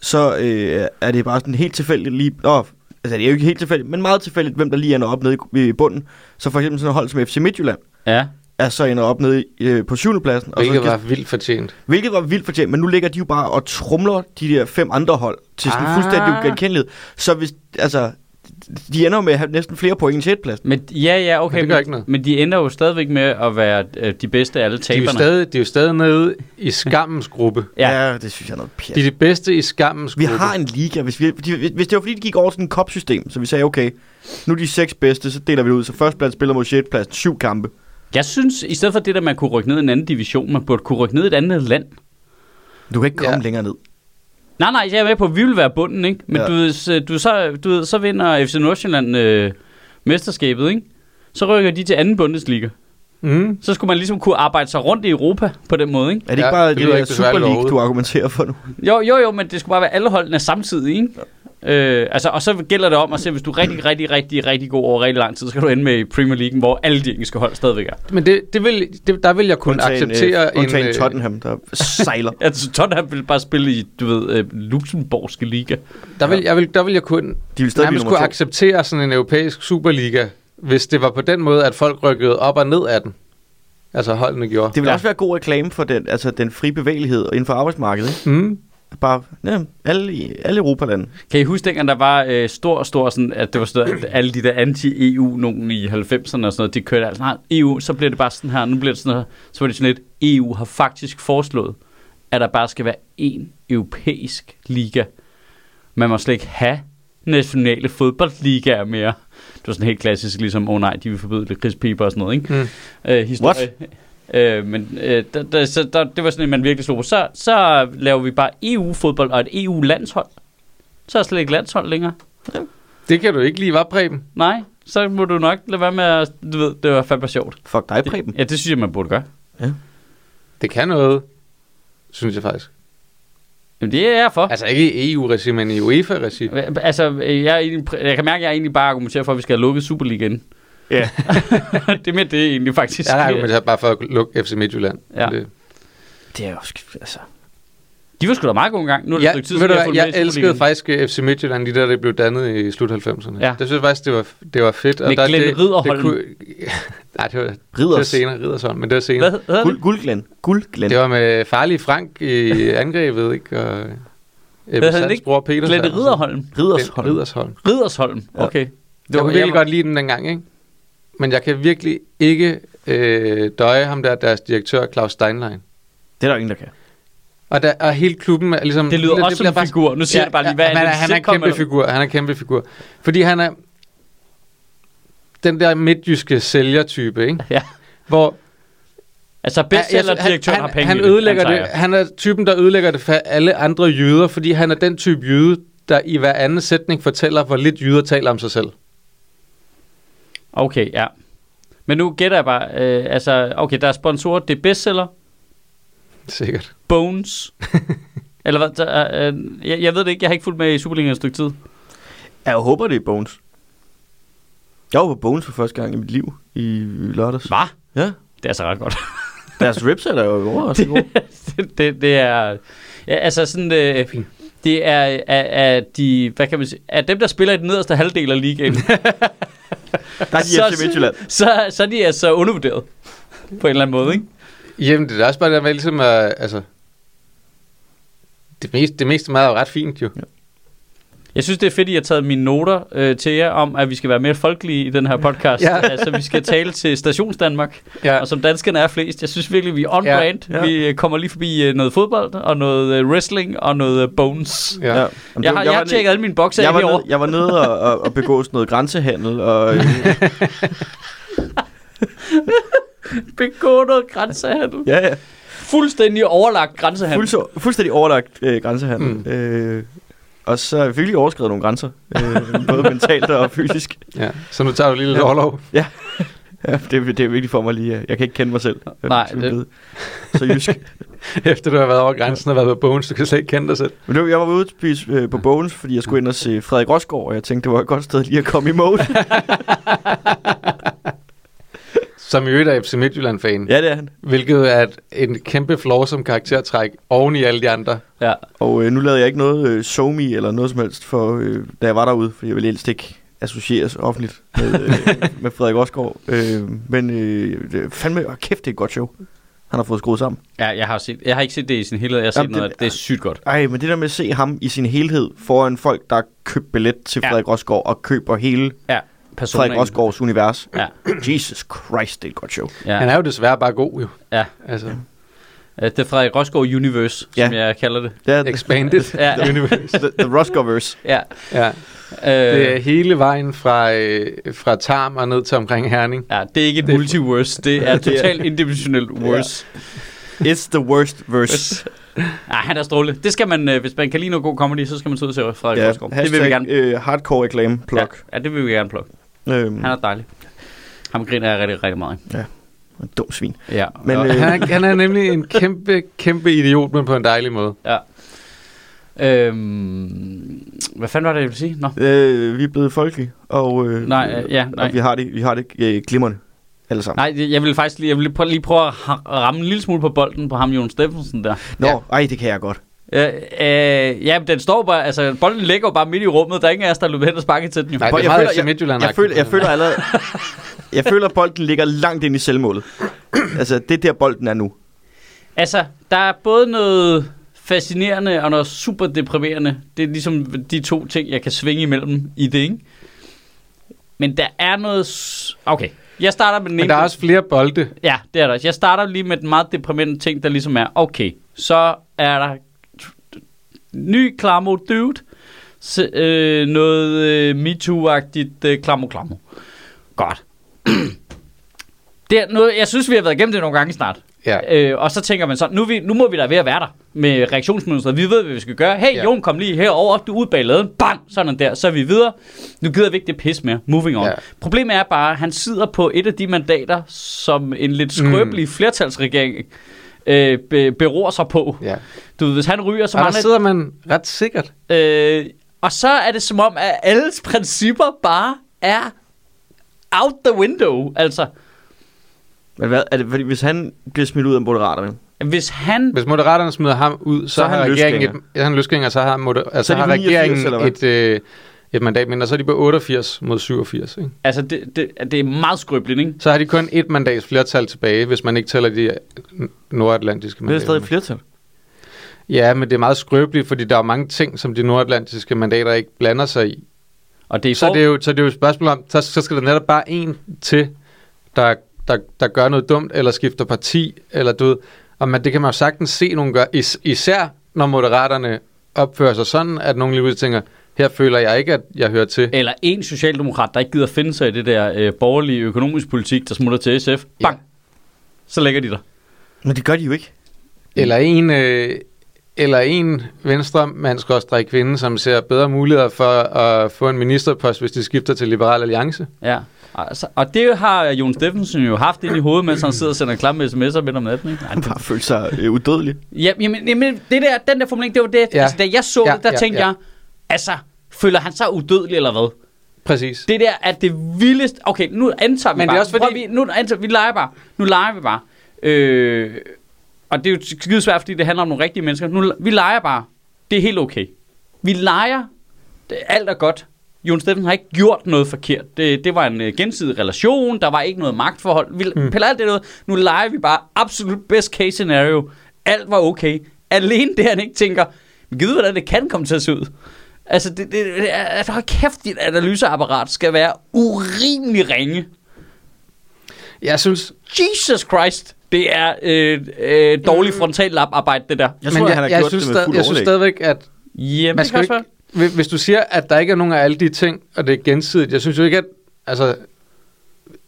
[SPEAKER 2] så øh, er det bare sådan helt tilfældigt lige... Nå, altså det er jo ikke helt tilfældigt, men meget tilfældigt, hvem der lige ender op nede i, i bunden. Så for eksempel sådan et hold som FC Midtjylland
[SPEAKER 1] Ja.
[SPEAKER 2] er så ender op nede i, øh, på syvende pladsen. Og
[SPEAKER 3] hvilket
[SPEAKER 2] så
[SPEAKER 3] var vildt fortjent.
[SPEAKER 2] Hvilket var vildt fortjent, men nu ligger de jo bare og trumler de der fem andre hold til sådan ah.
[SPEAKER 1] Ah.
[SPEAKER 2] fuldstændig ugenkendelighed. Så hvis, altså, de ender jo med at have næsten flere point end sjetpladsen.
[SPEAKER 1] Men, ja, ja, okay.
[SPEAKER 3] Men det gør ikke noget.
[SPEAKER 1] men de ender jo stadigvæk med at være øh, de bedste af alle
[SPEAKER 3] De er, jo
[SPEAKER 1] taberne.
[SPEAKER 3] stadig, de er jo stadig nede i skammens gruppe.
[SPEAKER 1] Ja.
[SPEAKER 2] ja, det synes jeg er noget pjat.
[SPEAKER 3] De er de bedste i skammens
[SPEAKER 2] Vi
[SPEAKER 3] gruppe.
[SPEAKER 2] har en liga. Hvis, vi, de, hvis det var fordi, de gik over til en kopsystem, så vi sagde, okay, nu er de seks bedste, så deler vi det ud. Så førsteplads spiller mod sjetpladsen syv kampe.
[SPEAKER 1] Jeg synes, i stedet for det der, man kunne rykke ned i en anden division, man burde kunne rykke ned i et andet land.
[SPEAKER 2] Du kan ikke komme ja.
[SPEAKER 3] Ja.
[SPEAKER 2] længere ned.
[SPEAKER 1] Nej, nej, jeg er med på, at vi vil være bunden, ikke? Men
[SPEAKER 2] Ja.
[SPEAKER 1] ja. du, ved, så- du, så, du ved, så vinder FC Nordsjælland øh, mesterskabet, ikke? Så rykker de til anden bundesliga.
[SPEAKER 3] Mm.
[SPEAKER 1] Så skulle man ligesom kunne arbejde sig rundt i Europa på den måde, ikke?
[SPEAKER 2] Er det
[SPEAKER 3] Ja,
[SPEAKER 2] ikke bare
[SPEAKER 3] det
[SPEAKER 2] det,
[SPEAKER 3] lyder
[SPEAKER 2] det der
[SPEAKER 3] ikke besværligt
[SPEAKER 2] Super League, du
[SPEAKER 3] overhovedet.
[SPEAKER 2] argumenterer for nu?
[SPEAKER 1] Jo, jo, jo, men det skulle bare være alle holdene samtidig, ikke? Øh, altså, og så gælder det om at se, hvis du er rigtig, rigtig, rigtig, rigtig god over rigtig lang tid, så skal du ende med i Premier League, hvor alle de engelske hold stadigvæk er.
[SPEAKER 3] Men det, det vil, det, der vil jeg kunne
[SPEAKER 2] Undtagen, øh,
[SPEAKER 3] acceptere
[SPEAKER 2] undtagen
[SPEAKER 3] øh,
[SPEAKER 2] Tottenham, der sejler.
[SPEAKER 1] Altså, Tottenham vil bare spille i, du ved, øh, Luxemburgske liga.
[SPEAKER 3] Der vil, jeg vil, der vil jeg kunne
[SPEAKER 2] De vil stadig blive
[SPEAKER 3] nærmest kunne
[SPEAKER 2] nummer to.
[SPEAKER 3] acceptere sådan en europæisk superliga, hvis det var på den måde, at folk rykkede op og ned af den. Altså holdene gjorde.
[SPEAKER 2] Det vil også være god reklame for den, altså den frie bevægelighed inden for arbejdsmarkedet. Ikke?
[SPEAKER 3] Mm.
[SPEAKER 2] Bare ja, alle, i- alle Europalande.
[SPEAKER 1] Kan I huske dengang, der var øh, stor, stor sådan, at det var sådan, at alle de der anti-EU, nogen i 90'erne og sådan noget, de kørte altså, nej, EU, så bliver det bare sådan her, nu bliver det sådan her, så var det sådan lidt, EU har faktisk foreslået, at der bare skal være én europæisk liga. Man må slet ikke have nationale fodboldligaer mere. Det var sådan helt klassisk, ligesom, åh oh, nej, de vil forbyde lidt krigspiber og sådan noget, ikke?
[SPEAKER 3] Mm.
[SPEAKER 1] Øh, historie. Øh, men øh, der, der, så, der, det var sådan, at man virkelig slog på. Så, så laver vi bare EU-fodbold og et EU-landshold. Så er der slet ikke landshold længere.
[SPEAKER 3] Det kan du ikke lige var Preben.
[SPEAKER 1] Nej, så må du nok lade være med at... Du ved, det var fandme sjovt.
[SPEAKER 2] Fuck dig, Preben.
[SPEAKER 1] Det, ja, det synes jeg, man burde gøre.
[SPEAKER 3] Det kan noget, synes jeg faktisk.
[SPEAKER 1] Jamen, det er jeg for.
[SPEAKER 3] Altså ikke i EU-regi, men i UEFA-regi.
[SPEAKER 1] Altså, altså øh, jeg, er egentlig, pr- jeg kan mærke, at jeg egentlig bare argumenterer for, at vi skal have lukket Superligaen.
[SPEAKER 2] Ja.
[SPEAKER 1] *laughs* det er mere det egentlig faktisk.
[SPEAKER 3] Jeg har argumenteret bare for at lukke FC Midtjylland.
[SPEAKER 1] Ja.
[SPEAKER 3] Det.
[SPEAKER 2] Det er jo sk- altså...
[SPEAKER 1] De var sgu da meget gode engang. Nu er det
[SPEAKER 3] Ja,
[SPEAKER 1] et stykke tid,
[SPEAKER 3] ved
[SPEAKER 1] siden,
[SPEAKER 3] du
[SPEAKER 1] jeg har
[SPEAKER 3] hvad,
[SPEAKER 1] fulgt
[SPEAKER 3] jeg
[SPEAKER 1] med i
[SPEAKER 3] elskede
[SPEAKER 1] Superligaen.
[SPEAKER 3] faktisk øh, FC Midtjylland, lige da det blev dannet i slut 90'erne.
[SPEAKER 1] Ja.
[SPEAKER 3] Ja. Det synes jeg faktisk, det var, det var fedt.
[SPEAKER 1] Med
[SPEAKER 3] der,
[SPEAKER 1] Glenn
[SPEAKER 3] det,
[SPEAKER 1] Ridderholm.
[SPEAKER 3] Det kunne, *laughs* nej, det var, det var
[SPEAKER 2] Ridders.
[SPEAKER 3] senere, Riddersholm, men det var senere.
[SPEAKER 1] Hvad, hvad hedder
[SPEAKER 2] Guld,
[SPEAKER 1] det?
[SPEAKER 2] guldglænd. Guldglænd.
[SPEAKER 3] Det var med farlige
[SPEAKER 1] *laughs*
[SPEAKER 3] Frank i angrebet, ikke? Og
[SPEAKER 1] Hvad
[SPEAKER 3] Ebbe
[SPEAKER 1] hed han
[SPEAKER 3] Sands
[SPEAKER 1] ikke?
[SPEAKER 3] bror Peter.
[SPEAKER 1] Glette Ridderholm.
[SPEAKER 2] Riddersholm.
[SPEAKER 3] Riddersholm.
[SPEAKER 1] Riddersholm.
[SPEAKER 2] Ja.
[SPEAKER 1] Okay.
[SPEAKER 3] Det var, jeg kunne
[SPEAKER 1] jeg
[SPEAKER 3] virkelig
[SPEAKER 1] var-
[SPEAKER 3] godt lide den dengang, ikke? Men jeg kan virkelig ikke øh, døje ham der, deres direktør, Claus Steinlein.
[SPEAKER 2] Det er der jo ingen, der kan.
[SPEAKER 3] Og, der, og hele klubben er ligesom...
[SPEAKER 1] Det lyder også som
[SPEAKER 3] bliver
[SPEAKER 1] en figur. Nu siger jeg det bare lige, hvad er
[SPEAKER 3] han
[SPEAKER 1] det,
[SPEAKER 3] er,
[SPEAKER 1] en
[SPEAKER 3] han er en
[SPEAKER 1] sitcom,
[SPEAKER 3] kæmpe
[SPEAKER 1] eller?
[SPEAKER 3] figur. Han er en kæmpe figur. Fordi han er den der midtjyske sælgertype, ikke?
[SPEAKER 1] Ja.
[SPEAKER 3] Hvor
[SPEAKER 1] Altså
[SPEAKER 3] Ja, jeg synes,
[SPEAKER 1] bestsellerdirektøren
[SPEAKER 3] han,
[SPEAKER 1] har penge
[SPEAKER 3] han,
[SPEAKER 1] i
[SPEAKER 3] han ødelægger
[SPEAKER 1] antager
[SPEAKER 3] det.
[SPEAKER 1] jeg.
[SPEAKER 3] Han er typen, der ødelægger det for alle andre jøder, fordi han er den type jøde, der i hver anden sætning fortæller, hvor lidt jøder taler om sig selv.
[SPEAKER 1] Okay, ja. Men nu gætter jeg bare, øh, altså, okay, der er sponsorer, det er bestseller,
[SPEAKER 3] Sikkert. *laughs*
[SPEAKER 1] Bones, eller hvad, der, er, øh, jeg, jeg ved det ikke, jeg har ikke fulgt med i Superligaen et stykke tid.
[SPEAKER 2] Ja, Jeg håber, det er Bones. Jeg var på Bones for første gang i mit liv i lørdags.
[SPEAKER 1] Hvad?
[SPEAKER 2] Ja.
[SPEAKER 1] Det er altså ret godt. *laughs*
[SPEAKER 2] Deres ribs er der jo *laughs* overraskende gode.
[SPEAKER 1] det, det, det er, ja, altså sådan, øh, det er af de, hvad kan man sige, af dem, der spiller i den nederste halvdel af
[SPEAKER 3] *laughs*
[SPEAKER 1] ligaen,
[SPEAKER 2] Der er de
[SPEAKER 1] Så-
[SPEAKER 2] FC Midtjylland.
[SPEAKER 1] så, så er de altså undervurderet på en eller anden måde, ikke?
[SPEAKER 3] Jamen, det er også bare det med ligesom, at, altså, det meste, det meste meget er jo ret fint, jo.
[SPEAKER 1] Jeg synes, det er fedt, at I har taget mine noter øh, til jer om, at vi skal være mere folkelige i den her
[SPEAKER 2] *laughs*
[SPEAKER 1] podcast. ja.
[SPEAKER 3] Ja.
[SPEAKER 1] Altså, vi skal tale til Stations Danmark, ja.
[SPEAKER 3] Ja.
[SPEAKER 1] og som danskerne er flest. Jeg synes virkelig, vi er on
[SPEAKER 3] Ja.
[SPEAKER 1] brand. Ja.
[SPEAKER 2] Ja.
[SPEAKER 1] Vi øh, kommer lige forbi øh, noget fodbold, og noget øh, wrestling, og noget øh, bones.
[SPEAKER 3] Ja. ja.
[SPEAKER 2] Jamen,
[SPEAKER 1] Jeg
[SPEAKER 2] det-
[SPEAKER 1] har, jeg har
[SPEAKER 2] var-
[SPEAKER 1] tjekket alle mine bokser
[SPEAKER 2] jeg
[SPEAKER 1] af
[SPEAKER 2] var,
[SPEAKER 1] herovre.
[SPEAKER 2] nede, jeg var nede og, og, og begå sådan noget grænsehandel, *laughs* og øh,
[SPEAKER 1] Begå noget grænsehandel.
[SPEAKER 2] ja, ja.
[SPEAKER 1] Fuldstændig overlagt grænsehandel.
[SPEAKER 2] Fulds, fuldstændig overlagt øh, grænsehandel.
[SPEAKER 3] Mm.
[SPEAKER 2] Mm. Øh, og så har jeg virkelig overskrevet nogle grænser, øh, både mentalt og fysisk.
[SPEAKER 3] ja. Så nu tager du lige lidt
[SPEAKER 2] Ja.
[SPEAKER 3] overlov. *laughs*
[SPEAKER 2] Ja, det, det er vigtigt for mig lige, at- jeg kan ikke kende mig selv. øh, Jeg
[SPEAKER 1] Nej,
[SPEAKER 2] er sådan
[SPEAKER 1] det-
[SPEAKER 2] blevet Så jysk.
[SPEAKER 3] Efter du har været over grænsen og været på Bones, du kan slet ikke kende dig selv.
[SPEAKER 2] Men det var, jeg var ude at spise øh, på Bones, fordi jeg skulle ind og se Frederik Rosgaard, og jeg tænkte, det var et godt sted lige at komme i
[SPEAKER 1] *laughs*
[SPEAKER 2] mode.
[SPEAKER 3] Som i øvrigt er FC Midtjylland-fan.
[SPEAKER 2] ja, det er han.
[SPEAKER 3] Hvilket er et- en kæmpe flaw som karaktertræk oven i alle de andre.
[SPEAKER 1] Ja.
[SPEAKER 2] Og øh, nu lavede jeg ikke noget øh, somi eller noget som helst, for, øh, da jeg var derude, fordi jeg ville helst ikke associeres offentligt med,
[SPEAKER 1] *laughs*
[SPEAKER 2] øh, med Frederik Rosgaard. Øh, men øh, det, er fandme, oh, kæft, det er et godt show. Han har fået skruet sammen.
[SPEAKER 1] ja, jeg har, set, jeg har ikke set det i sin helhed. Jeg har set
[SPEAKER 2] Jamen,
[SPEAKER 1] Jamen, noget,
[SPEAKER 2] det-
[SPEAKER 1] det, det er sygt godt.
[SPEAKER 2] Ej, men det der med at se ham i sin helhed foran folk, der har købt billet til
[SPEAKER 1] Ja.
[SPEAKER 2] Frederik Rosgaard og køber hele
[SPEAKER 1] Ja,
[SPEAKER 2] Frederik Rosgaards univers.
[SPEAKER 1] Ja.
[SPEAKER 2] Jesus Christ, det er et godt show.
[SPEAKER 1] Ja.
[SPEAKER 3] Han er jo desværre bare god, jo.
[SPEAKER 1] Ja.
[SPEAKER 3] Altså,
[SPEAKER 1] Øh, Det er Frederik Rosgaard Universe,
[SPEAKER 2] Ja.
[SPEAKER 1] som jeg kalder det.
[SPEAKER 2] Det er the,
[SPEAKER 3] expanded
[SPEAKER 1] Ja.
[SPEAKER 3] *laughs* universe.
[SPEAKER 2] the, the Rosgaardverse.
[SPEAKER 1] Ja.
[SPEAKER 3] Ja. Det er
[SPEAKER 1] Øh,
[SPEAKER 3] hele vejen fra, øh, fra Tarm og ned til omkring Herning.
[SPEAKER 1] ja, det er ikke et
[SPEAKER 3] det er-
[SPEAKER 1] multiverse. Det er
[SPEAKER 2] det er-
[SPEAKER 1] totalt indimensionelt worse.
[SPEAKER 2] It's the worst verse.
[SPEAKER 1] Nej, han er strålende. Det skal man, øh, hvis man kan lide noget god comedy, så skal man tage ud til Frederik ja, Rosgaard. Det vil vi
[SPEAKER 2] hashtag,
[SPEAKER 1] gerne.
[SPEAKER 2] Øh, hardcore acclaim plug.
[SPEAKER 1] Ja, ja, det vil vi gerne plukke.
[SPEAKER 2] Ja. Øhm,
[SPEAKER 1] Han er dejlig. Ham griner jeg rigtig, rigtig meget. af.
[SPEAKER 2] Dum svin.
[SPEAKER 1] Ja.
[SPEAKER 2] Men,
[SPEAKER 1] og,
[SPEAKER 2] øh,
[SPEAKER 3] Han er, han er nemlig en kæmpe, kæmpe idiot, men på en dejlig måde.
[SPEAKER 1] ja. øh, Øhm, Hvad fanden var det, jeg ville sige? Nå.
[SPEAKER 2] Øh, vi er blevet folkelige, og, øh,
[SPEAKER 1] Nej, øh, ja, nej.
[SPEAKER 2] og vi har det, vi har det øh, glimrende alle sammen.
[SPEAKER 1] Nej, det- jeg vil faktisk lige, jeg vil lige prøve at ha- ramme en lille smule på bolden på ham, Jon Steffensen der.
[SPEAKER 2] Nå,
[SPEAKER 3] Ja.
[SPEAKER 2] ej, det kan jeg godt.
[SPEAKER 1] Øh, øh, ja, men den står bare, altså bolden ligger jo bare midt i rummet. Der er ingen af os, der løber hen og sparker til den jo.
[SPEAKER 3] Nej,
[SPEAKER 2] Prøv,
[SPEAKER 3] det er
[SPEAKER 2] jeg
[SPEAKER 3] meget
[SPEAKER 2] føler-
[SPEAKER 3] FC Midtjylland
[SPEAKER 2] Jeg føler, jeg føler allerede... Jeg føler, bolden ligger langt ind i selvmålet. Altså, det er der, bolden er nu.
[SPEAKER 1] Altså, der er både noget fascinerende og noget super deprimerende. Det er ligesom de to ting, jeg kan svinge imellem i det, ikke? Men der er noget... s- Okay, jeg starter med den
[SPEAKER 3] Men
[SPEAKER 1] ene.
[SPEAKER 3] der er også flere bolde.
[SPEAKER 1] Ja, det er der også. Jeg starter lige med den meget deprimerende ting, der ligesom er, okay, så er der ny klamo dude, S- øh, noget øh, MeToo-agtigt øh, klamo klamo. Godt. *clears throat* Det er noget, jeg synes, vi har været igennem det nogle gange snart.
[SPEAKER 3] Ja.
[SPEAKER 1] Øh, og så tænker man så, nu, er vi, nu må vi da være ved at være der med reaktionsmønstret. Vi ved, hvad vi skal gøre. Hey,
[SPEAKER 3] Ja.
[SPEAKER 1] ja. Jon, kom lige herover. Du er ude bag laden. Bang! Sådan der. Så er vi videre. Nu gider vi ikke det pis mere. Moving on.
[SPEAKER 3] Ja.
[SPEAKER 1] Ja. Problemet er bare, at han sidder på et af de mandater, som en lidt skrøbelig mm. flertalsregering øh, be, beror sig på.
[SPEAKER 3] ja.
[SPEAKER 1] Du ved, hvis han ryger, så
[SPEAKER 3] Og der
[SPEAKER 1] mangler
[SPEAKER 3] sidder man ret sikkert.
[SPEAKER 1] Øh, og så er det som om, at alles principper bare er out the window. Altså,
[SPEAKER 2] Men hvad, er det, fordi hvis han bliver smidt ud af moderaterne,
[SPEAKER 1] hvis han...
[SPEAKER 3] Hvis moderaterne smider ham ud, så,
[SPEAKER 2] Så er han
[SPEAKER 3] har regeringen
[SPEAKER 2] løsgænger.
[SPEAKER 3] et, ja, han er løsgænger, så har, moder, altså,
[SPEAKER 2] Så
[SPEAKER 3] så
[SPEAKER 2] er de
[SPEAKER 3] har
[SPEAKER 2] på 89,
[SPEAKER 3] regeringen
[SPEAKER 2] eller
[SPEAKER 3] et, øh, et mandat mindre, så er de på 88 mod 87. Ikke?
[SPEAKER 1] Altså, det, det, det er meget skrøbeligt, ikke?
[SPEAKER 3] Så har de kun et mandats flertal tilbage, hvis man ikke tæller de øh, nordatlantiske
[SPEAKER 2] det er stadig
[SPEAKER 3] mandater.
[SPEAKER 2] et flertal.
[SPEAKER 3] Ja, men det er meget skrøbeligt, fordi der er mange ting, som de nordatlantiske mandater ikke blander sig i.
[SPEAKER 1] Og det er,
[SPEAKER 3] Så
[SPEAKER 1] for...
[SPEAKER 3] det er jo, så det er jo et spørgsmål om, så, så skal der netop bare en til, der, der, der gør noget dumt, eller skifter parti, eller du ved. Og man, det kan man jo sagtens se nogen gøre, is, især når moderaterne opfører sig sådan, at nogen lige pludselig tænker, her føler jeg ikke, at jeg hører til.
[SPEAKER 1] Eller en socialdemokrat, der ikke gider finde sig i det der øh, borgerlige økonomiske politik, der smutter til SF. Bang!
[SPEAKER 3] Ja.
[SPEAKER 1] Ja. Så lægger de der.
[SPEAKER 2] Men det gør de jo ikke.
[SPEAKER 3] Eller en, øh, eller en venstre mandskostrej kvinde, som ser bedre muligheder for at få en ministerpost, hvis de skifter til Liberal Alliance.
[SPEAKER 1] Ja. Altså, og det har Jon Steffensen jo haft ind i hovedet, mens han sidder og sender klamme sms'er midt om natten. Ikke? Ej,
[SPEAKER 2] Han
[SPEAKER 1] det...
[SPEAKER 2] *laughs* bare føler sig øh, udødelig.
[SPEAKER 1] ja, jamen, jamen, det der, den der formulering, det var det.
[SPEAKER 3] Ja.
[SPEAKER 1] Ja. Altså, da jeg så
[SPEAKER 3] Ja,
[SPEAKER 1] ja, det, der
[SPEAKER 3] ja,
[SPEAKER 1] ja, tænkte
[SPEAKER 3] ja.
[SPEAKER 1] ja. jeg, altså, føler han sig udødelig eller hvad?
[SPEAKER 3] Præcis.
[SPEAKER 1] Det der er det vildeste... Okay, nu antager vi
[SPEAKER 3] Men det er
[SPEAKER 1] bare...
[SPEAKER 3] også fordi-
[SPEAKER 1] Prøv, vi, nu antager, vi leger bare. Nu leger vi bare. Øh, og det er jo skide svært, fordi det handler om nogle rigtige mennesker. Nu, vi leger bare. Det er helt okay. Vi leger. Det, alt er godt. Jon Steffensen har ikke gjort noget forkert. Det, det var en øh, gensidig relation. Der var ikke noget magtforhold. Vi mm. piller alt det ud. Nu leger vi bare absolut best case scenario. Alt var okay. Alene det, han ikke tænker, "Men gid hvordan det kan komme til at se ud. Altså, det, det, det er, altså, hold kæft, dit analyseapparat skal være urimelig ringe.
[SPEAKER 3] Jeg synes,
[SPEAKER 1] Jesus Christ, det er øh, øh, dårlig frontallap-arbejde, det der.
[SPEAKER 2] Jeg tror,
[SPEAKER 3] men
[SPEAKER 2] han har
[SPEAKER 3] Mm. jeg,
[SPEAKER 2] gjort
[SPEAKER 3] synes,
[SPEAKER 2] det med
[SPEAKER 3] stad-
[SPEAKER 2] fuld
[SPEAKER 3] jeg synes
[SPEAKER 2] overlæg.
[SPEAKER 3] stadigvæk, at
[SPEAKER 1] Jamen,
[SPEAKER 3] Man
[SPEAKER 1] det kan
[SPEAKER 3] skal
[SPEAKER 1] også
[SPEAKER 3] jo
[SPEAKER 1] være.
[SPEAKER 3] ikke, hvis hvis du siger, at der ikke er nogen af alle de ting, og det er gensidigt, jeg synes jo ikke, at... Altså,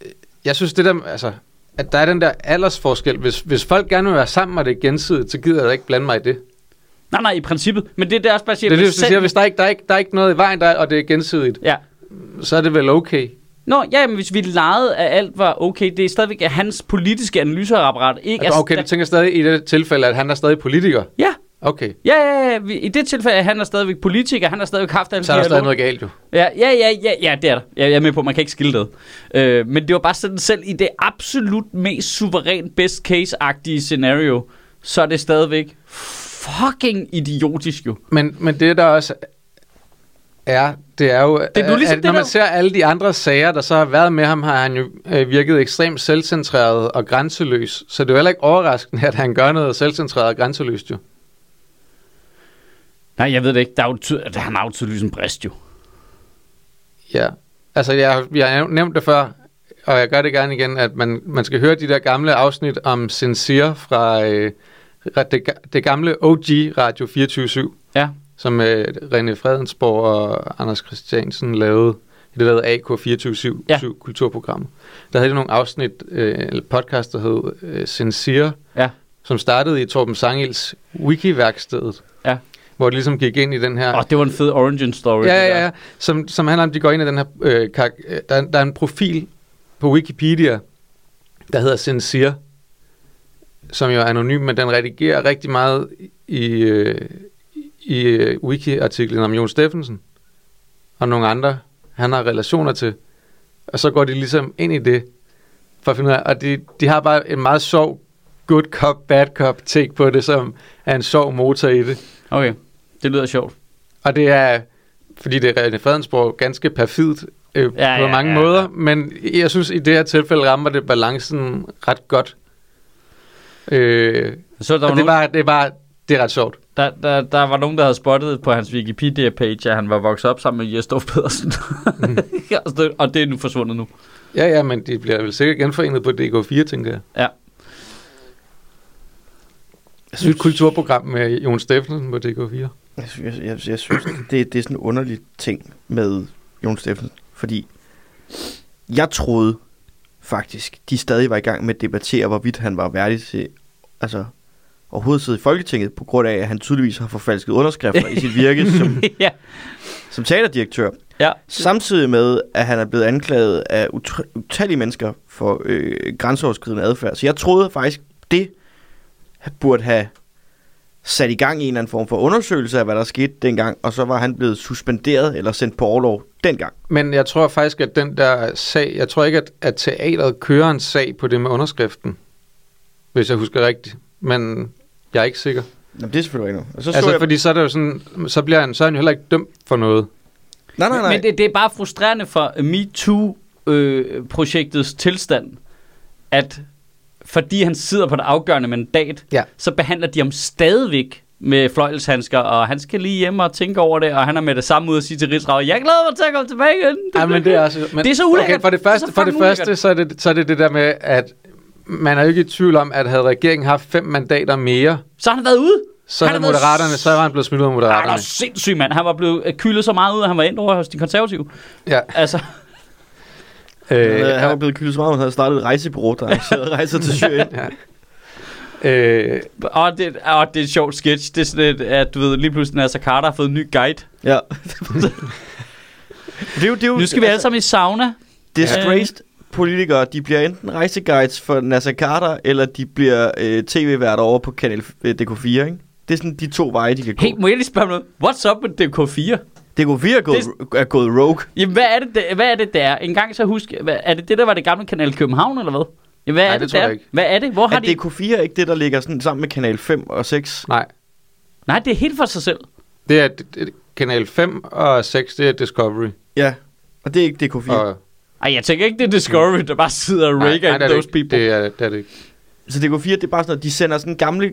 [SPEAKER 3] øh, jeg synes det der... Altså, at der er den der aldersforskel. Hvis, hvis folk gerne vil være sammen, og det er gensidigt, så gider jeg da ikke blande mig i det. Det
[SPEAKER 1] Nej, nej, i princippet. Men det er det, jeg også bare siger.
[SPEAKER 3] er det,
[SPEAKER 1] hvis
[SPEAKER 3] hvis du siger, hvis der ikke, der, er ikke, der er ikke noget i vejen, der, er- og det er gensidigt,
[SPEAKER 1] Ja.
[SPEAKER 3] så er det vel okay.
[SPEAKER 1] Nå, ja, men hvis vi legede, at alt var okay, det er stadigvæk, at hans politiske analyseapparat ikke
[SPEAKER 3] Altså,
[SPEAKER 1] er...
[SPEAKER 3] okay, du tænker stadig i det tilfælde, at han er stadig politiker.
[SPEAKER 1] Ja,
[SPEAKER 3] Okay,
[SPEAKER 1] ja, ja, ja. Vi- I det tilfælde, at han er stadigvæk politiker, han har stadigvæk haft... alle
[SPEAKER 3] så er
[SPEAKER 1] de
[SPEAKER 3] der
[SPEAKER 1] her
[SPEAKER 3] stadig
[SPEAKER 1] lort-
[SPEAKER 3] noget galt jo.
[SPEAKER 1] Ja, ja, ja, ja, ja, det er der. Jeg jeg er med på, at man kan ikke skille det. Øh, men det var bare sådan selv i det absolut mest suveræn best case-agtige scenario, så er det stadigvæk fucking idiotisk jo.
[SPEAKER 3] Men, men det, der også er, det er jo,
[SPEAKER 1] er nu ligesom
[SPEAKER 3] at,
[SPEAKER 1] det
[SPEAKER 3] når
[SPEAKER 1] der-
[SPEAKER 3] man ser alle de andre sager, der så har været med ham, har han jo øh, virket ekstremt selvcentreret og grænseløs. Så det er jo heller ikke overraskende, at han gør noget selvcentreret og grænseløst jo.
[SPEAKER 1] Nej, jeg ved det ikke. Der er jo ty- at han har jo tydeligvis en brist jo.
[SPEAKER 3] Ja. Altså, jeg, jeg har nævnt det før, og jeg gør det gerne igen, at man, man skal høre de der gamle afsnit om Sincere fra øh, det, ga- det gamle OG Radio 24
[SPEAKER 1] Ja.
[SPEAKER 3] som øh, René Fredensborg og Anders Christiansen lavede i det, der hedder AK247
[SPEAKER 1] Ja.
[SPEAKER 3] ja. kulturprogrammet. Der havde de nogle afsnit, øh, eller podcast, der hed øh, Sincere,
[SPEAKER 1] Ja.
[SPEAKER 3] som startede i Torben Sangels wiki-værkstedet,
[SPEAKER 1] Ja.
[SPEAKER 3] hvor de ligesom gik ind i den her...
[SPEAKER 1] Og det var en fed origin story.
[SPEAKER 3] Ja,
[SPEAKER 1] det
[SPEAKER 3] ja,
[SPEAKER 1] der.
[SPEAKER 3] ja. Som, som handler om, at de går ind i den her... Øh, kar- øh, der, er- der er en profil på Wikipedia, der hedder Sincere, som jo er anonym, men den redigerer rigtig meget i, øh, i øh, wiki-artiklen om Jon Steffensen. og nogle andre, han har relationer til. Og så går de ligesom ind i det, for at finde ud af, og de, de har bare en meget sjov good cop, bad cop take på det, som er en sjov motor i det.
[SPEAKER 1] Okay, det lyder sjovt.
[SPEAKER 3] Og det er, fordi det er René Fredensborg, ganske perfidt øh,
[SPEAKER 1] Ja,
[SPEAKER 3] ja, på
[SPEAKER 1] ja,
[SPEAKER 3] mange
[SPEAKER 1] ja,
[SPEAKER 3] ja, måder,
[SPEAKER 1] ja.
[SPEAKER 3] ja. men jeg synes, i det her tilfælde rammer det balancen ret godt. Øh,
[SPEAKER 1] Så der
[SPEAKER 3] og
[SPEAKER 1] var,
[SPEAKER 3] det,
[SPEAKER 1] nogen,
[SPEAKER 3] var, det, var, det er ret sjovt.
[SPEAKER 1] der, der, der var nogen, der havde spottet på hans Wikipedia-page, at han var vokset op sammen med Jesdorf Pedersen.
[SPEAKER 3] Mm.
[SPEAKER 1] *laughs* Og det- og det er nu forsvundet nu.
[SPEAKER 3] Ja, ja, men de bliver vel sikkert genforenet på DK4, tænker jeg.
[SPEAKER 1] Ja.
[SPEAKER 3] Jeg synes, et kulturprogram med Jon Steffensen på DK4.
[SPEAKER 2] Jeg, sy- jeg, jeg, jeg synes, det, det er sådan en underlig ting med Jon Steffensen, fordi jeg troede faktisk, de stadig var i gang med at debattere, hvorvidt han var værdig til altså, overhovedet sidde i Folketinget, på grund af, at han tydeligvis har forfalsket underskrifter i sit *laughs* virke som,
[SPEAKER 1] *laughs* ja.
[SPEAKER 2] som teaterdirektør.
[SPEAKER 1] ja.
[SPEAKER 2] Samtidig med, at han er blevet anklaget af utr- utallige mennesker for øh, grænseoverskridende adfærd. Så jeg troede faktisk, det burde have sat i gang i en eller anden form for undersøgelse af, hvad der skete dengang, og så var han blevet suspenderet eller sendt på overlov dengang.
[SPEAKER 3] Men jeg tror faktisk, at den der sag, jeg tror ikke, at, at teateret kører en sag på det med underskriften, hvis jeg husker rigtigt. Men jeg er ikke sikker.
[SPEAKER 2] Jamen, det er selvfølgelig ikke noget. Og så så
[SPEAKER 3] Altså,
[SPEAKER 2] jeg...
[SPEAKER 3] fordi så er det jo sådan, så bliver han, så er han jo heller ikke dømt for noget.
[SPEAKER 2] Nej, nej, nej.
[SPEAKER 1] Men det, det er bare frustrerende for MeToo-projektets tilstand, at fordi han sidder på det afgørende mandat,
[SPEAKER 3] Ja.
[SPEAKER 1] så behandler de ham stadigvæk med fløjelshandsker, og han skal lige hjem og tænke over det, og han er med det samme ud og sige til Rigsrav, jeg glæder mig til at komme tilbage igen.
[SPEAKER 3] Ja, men det er også... Men,
[SPEAKER 1] Det er så ulækkert.
[SPEAKER 3] Okay, for det
[SPEAKER 1] Det er
[SPEAKER 3] første,
[SPEAKER 1] så
[SPEAKER 3] for det
[SPEAKER 1] fucking
[SPEAKER 3] første
[SPEAKER 1] ulækkert.
[SPEAKER 3] så, er det, så er det det der med, at man er jo ikke i tvivl om, at havde regeringen haft fem mandater mere,
[SPEAKER 1] Så har han været ude.
[SPEAKER 3] så
[SPEAKER 1] Han
[SPEAKER 3] havde
[SPEAKER 1] har været
[SPEAKER 3] moderaterne, så var han blevet smidt ud af
[SPEAKER 1] Ej, Han er
[SPEAKER 3] moderaterne.
[SPEAKER 1] sindssyg, mand. Han var blevet øh, kylet så meget ud, at han var endt over hos de konservative.
[SPEAKER 3] Ja,
[SPEAKER 1] Altså,
[SPEAKER 2] Øh, han var
[SPEAKER 3] øh,
[SPEAKER 2] blevet kyldet så meget, at han havde startet et rejsebureau, der arrangerede rejser *laughs* til Syrien.
[SPEAKER 3] øh,
[SPEAKER 1] og det, og det er et sjovt sketch. Det er sådan et, at du ved, lige pludselig Nasser Carter har fået en ny guide.
[SPEAKER 2] Ja. det er jo, det er jo, altså,
[SPEAKER 1] Nu skal vi altså alle sammen i sauna.
[SPEAKER 2] Disgraced politikere, de bliver enten rejseguides for Nasser Carter, eller de bliver øh, tv-vært over på Kanal øh, DK4, ikke? Det er sådan de to veje, de kan gå.
[SPEAKER 1] Hey, må jeg lige spørge om noget? What's up med DK4?
[SPEAKER 2] DK4 er gået, er gået rogue.
[SPEAKER 1] Jamen, hvad er det, det, hvad er det der? En gang så husk, hvad, er det det, der var det gamle kanal København, eller hvad? Jamen, hvad
[SPEAKER 3] Nej,
[SPEAKER 1] er det,
[SPEAKER 3] det tror
[SPEAKER 1] der?
[SPEAKER 3] jeg ikke.
[SPEAKER 1] Hvad er det? Hvor har
[SPEAKER 2] Er
[SPEAKER 1] de...
[SPEAKER 2] DK4 ikke det, der ligger sådan sammen med Kanal 5 og 6?
[SPEAKER 3] nej.
[SPEAKER 1] Nej, det er helt for sig selv.
[SPEAKER 3] Det er det, det, kanal 5 og 6, det er Discovery.
[SPEAKER 2] Ja, og det er ikke DK4.
[SPEAKER 3] Og,
[SPEAKER 1] Ej, jeg tænker ikke, det er Discovery, der bare sidder og rager
[SPEAKER 3] det er
[SPEAKER 1] in
[SPEAKER 3] det
[SPEAKER 1] those
[SPEAKER 3] ikke.
[SPEAKER 1] people.
[SPEAKER 3] Det er, det er det ikke.
[SPEAKER 2] Så DK4, det er bare sådan noget, de sender sådan gamle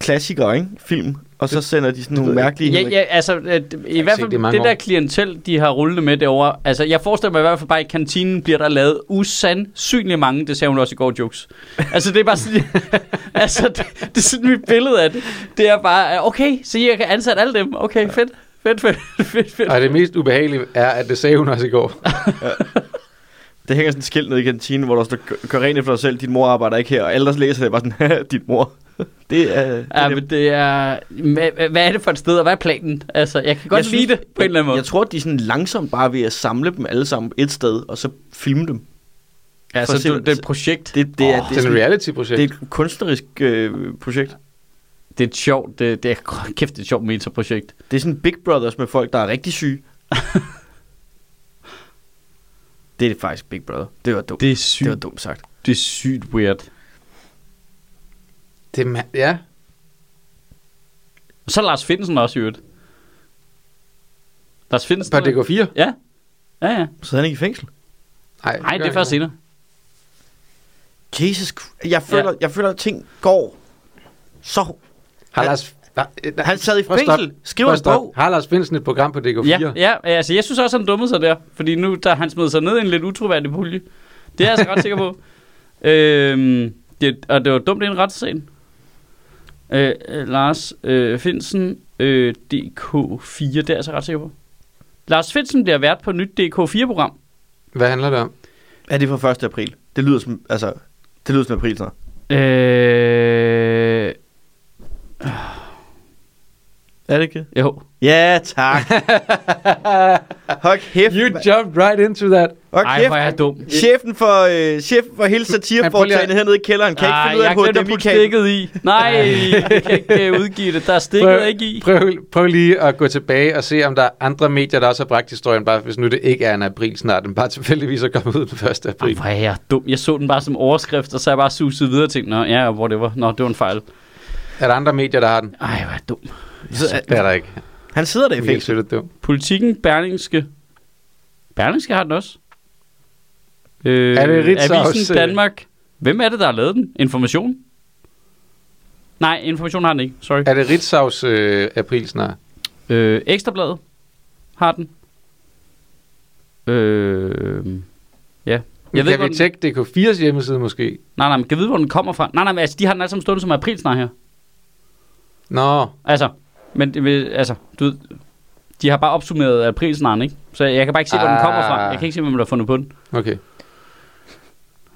[SPEAKER 2] klassikere, ikke? Film, og så sender de sådan nogle
[SPEAKER 3] ved jeg
[SPEAKER 2] mærkelige...
[SPEAKER 1] Ja, ja, altså, øh, d- i
[SPEAKER 3] ikke
[SPEAKER 1] hvert fald
[SPEAKER 3] set det i
[SPEAKER 1] det,
[SPEAKER 3] mange
[SPEAKER 1] det der
[SPEAKER 3] år.
[SPEAKER 1] klientel, de har rullende med derovre. Altså, jeg forestiller mig i hvert fald bare, at i kantinen bliver der lavet usandsynlig mange, det sagde hun også i går, jokes. Altså, det er bare sådan, *laughs* altså, det, det er sådan mit billede af det. Det er bare, øh, okay, så jeg kan ansætte alle dem. Okay, fedt, fedt, fedt, fedt, fedt.
[SPEAKER 3] Og det mest ubehagelige er, at det sagde hun også i går.
[SPEAKER 2] Det hænger sådan et skilt ned i kantinen, hvor der står, "Gør- gør rent efter dig selv, din mor arbejder ikke her, og alle der læser det er bare sådan, *laughs* din mor. Det er... det
[SPEAKER 1] Ja,
[SPEAKER 2] er
[SPEAKER 1] men det er... hva- Hvad er det for et sted, og hvad er planen? Altså, jeg kan godt
[SPEAKER 2] Jeg
[SPEAKER 1] lide
[SPEAKER 2] synes-
[SPEAKER 1] det på en eller anden måde.
[SPEAKER 2] Jeg tror, de er sådan langsomt bare ved at samle dem alle sammen et sted, og så filme dem.
[SPEAKER 1] Ja,
[SPEAKER 2] for
[SPEAKER 1] så du,
[SPEAKER 2] simpelthen-
[SPEAKER 1] Altså, det er et projekt. Det,
[SPEAKER 2] Det, det, er, det, er,
[SPEAKER 3] Det er
[SPEAKER 2] sådan,
[SPEAKER 3] en
[SPEAKER 2] det
[SPEAKER 3] reality-projekt.
[SPEAKER 2] er et kunstnerisk øh, projekt.
[SPEAKER 1] det er et sjovt... Det, det er kæft, det er et sjovt metaprojekt.
[SPEAKER 2] Det er sådan Big Brothers med folk, der er rigtig *laughs* syge. det er det faktisk Big Brother. Det var dumt. Det,
[SPEAKER 1] Det er
[SPEAKER 2] det var
[SPEAKER 1] sygt,
[SPEAKER 2] dumt sagt.
[SPEAKER 1] det er sygt weird.
[SPEAKER 3] Det, er ma- ja,
[SPEAKER 1] Og så er Lars Finsen også i øvrigt. Lars Finsen...
[SPEAKER 3] på DK4.
[SPEAKER 1] Ja. Ja, ja.
[SPEAKER 2] Så er han ikke i fængsel.
[SPEAKER 1] Nej, det er først senere.
[SPEAKER 2] Jesus Christ. Jeg føler, jeg føler at ting går så...
[SPEAKER 3] Har Lars... Nej, nej,
[SPEAKER 2] Han sad i
[SPEAKER 3] prøv at stoppe.
[SPEAKER 2] fængsel, skriver
[SPEAKER 3] Prøv
[SPEAKER 2] en
[SPEAKER 3] at stoppe.
[SPEAKER 2] bog.
[SPEAKER 3] Har Lars Finsen et program på DK4?
[SPEAKER 1] Ja, ja, altså jeg synes også, han dummede sig der. Fordi nu, da han smed sig ned i en lidt utroværdig pulje. Det er jeg altså ret sikker på. Øhm, det, og det var dumt i en retsscene. Øh, øh, Lars øh, Finsen, øh, DK4, det er jeg altså ret sikker på. Lars Finsen bliver vært på et nyt DK4-program.
[SPEAKER 3] Hvad
[SPEAKER 1] *laughs*
[SPEAKER 3] handler det om?
[SPEAKER 2] Er det fra 1. april? Det lyder som... Altså, det lyder som april snart.
[SPEAKER 1] Øh,
[SPEAKER 2] Er Er det ikke det?
[SPEAKER 1] Jo.
[SPEAKER 2] Ja, *laughs* tak. Hold kæft,
[SPEAKER 3] You
[SPEAKER 2] mand.
[SPEAKER 3] jumped right into that.
[SPEAKER 2] Hold
[SPEAKER 1] Ej,
[SPEAKER 2] kæft.
[SPEAKER 1] hvor er jeg dum.
[SPEAKER 2] Chefen for, øh, chefen for hele satireforetagendet hernede i kælderen kan ikke
[SPEAKER 1] Ej,
[SPEAKER 2] finde ud af,
[SPEAKER 1] jeg
[SPEAKER 2] hvor
[SPEAKER 1] glemte
[SPEAKER 2] det
[SPEAKER 1] at putte
[SPEAKER 2] Michael.
[SPEAKER 1] stikket i. Nej, jeg kan ikke øh, udgive det. Der er stikket ikke i.
[SPEAKER 3] prøv, prøv lige at gå tilbage og se, om der er andre medier, der også har bragt historien, bare hvis nu det ikke er en april snart, den bare tilfældigvis er kommet ud den 1.
[SPEAKER 1] Ej,
[SPEAKER 3] april.
[SPEAKER 1] hvor er jeg dum. Jeg så den bare som overskrift, og så er jeg bare suset videre og tænkte, nå, ja, whatever. Nå, det var en fejl.
[SPEAKER 3] Er der andre medier, der har den?
[SPEAKER 1] Ej, hvor er jeg dum.
[SPEAKER 2] Så,
[SPEAKER 3] Det er der ikke.
[SPEAKER 2] han sidder der i
[SPEAKER 3] Michael
[SPEAKER 2] fængsel.
[SPEAKER 3] Sødt er dum.
[SPEAKER 1] Politikken, Berlingske. Berlingske har den også. Øh,
[SPEAKER 3] Er det Ritzau også,
[SPEAKER 1] Avisen
[SPEAKER 3] øh?
[SPEAKER 1] Danmark. Hvem er det, der har lavet den? Information? Nej, information har den ikke. Sorry.
[SPEAKER 3] Er det Ritzau's øh, april snart?
[SPEAKER 1] Øh, Ekstrabladet har den. Øh, ja.
[SPEAKER 3] Jeg kan
[SPEAKER 1] hvor
[SPEAKER 3] vi
[SPEAKER 1] den-
[SPEAKER 3] tjekke DK4's hjemmeside måske?
[SPEAKER 1] Nej, nej, men kan jeg vide, hvor den kommer fra? Nej, nej, men altså, de har den alle sammen stående som aprilsnar her.
[SPEAKER 3] Nå,
[SPEAKER 1] Altså, men det vil- altså, du ved, de har bare opsummeret aprilsnaren, ikke? Så jeg kan bare ikke se, hvor den kommer fra.
[SPEAKER 3] Ah.
[SPEAKER 1] Jeg kan ikke se, hvem der har fundet på den.
[SPEAKER 3] okay.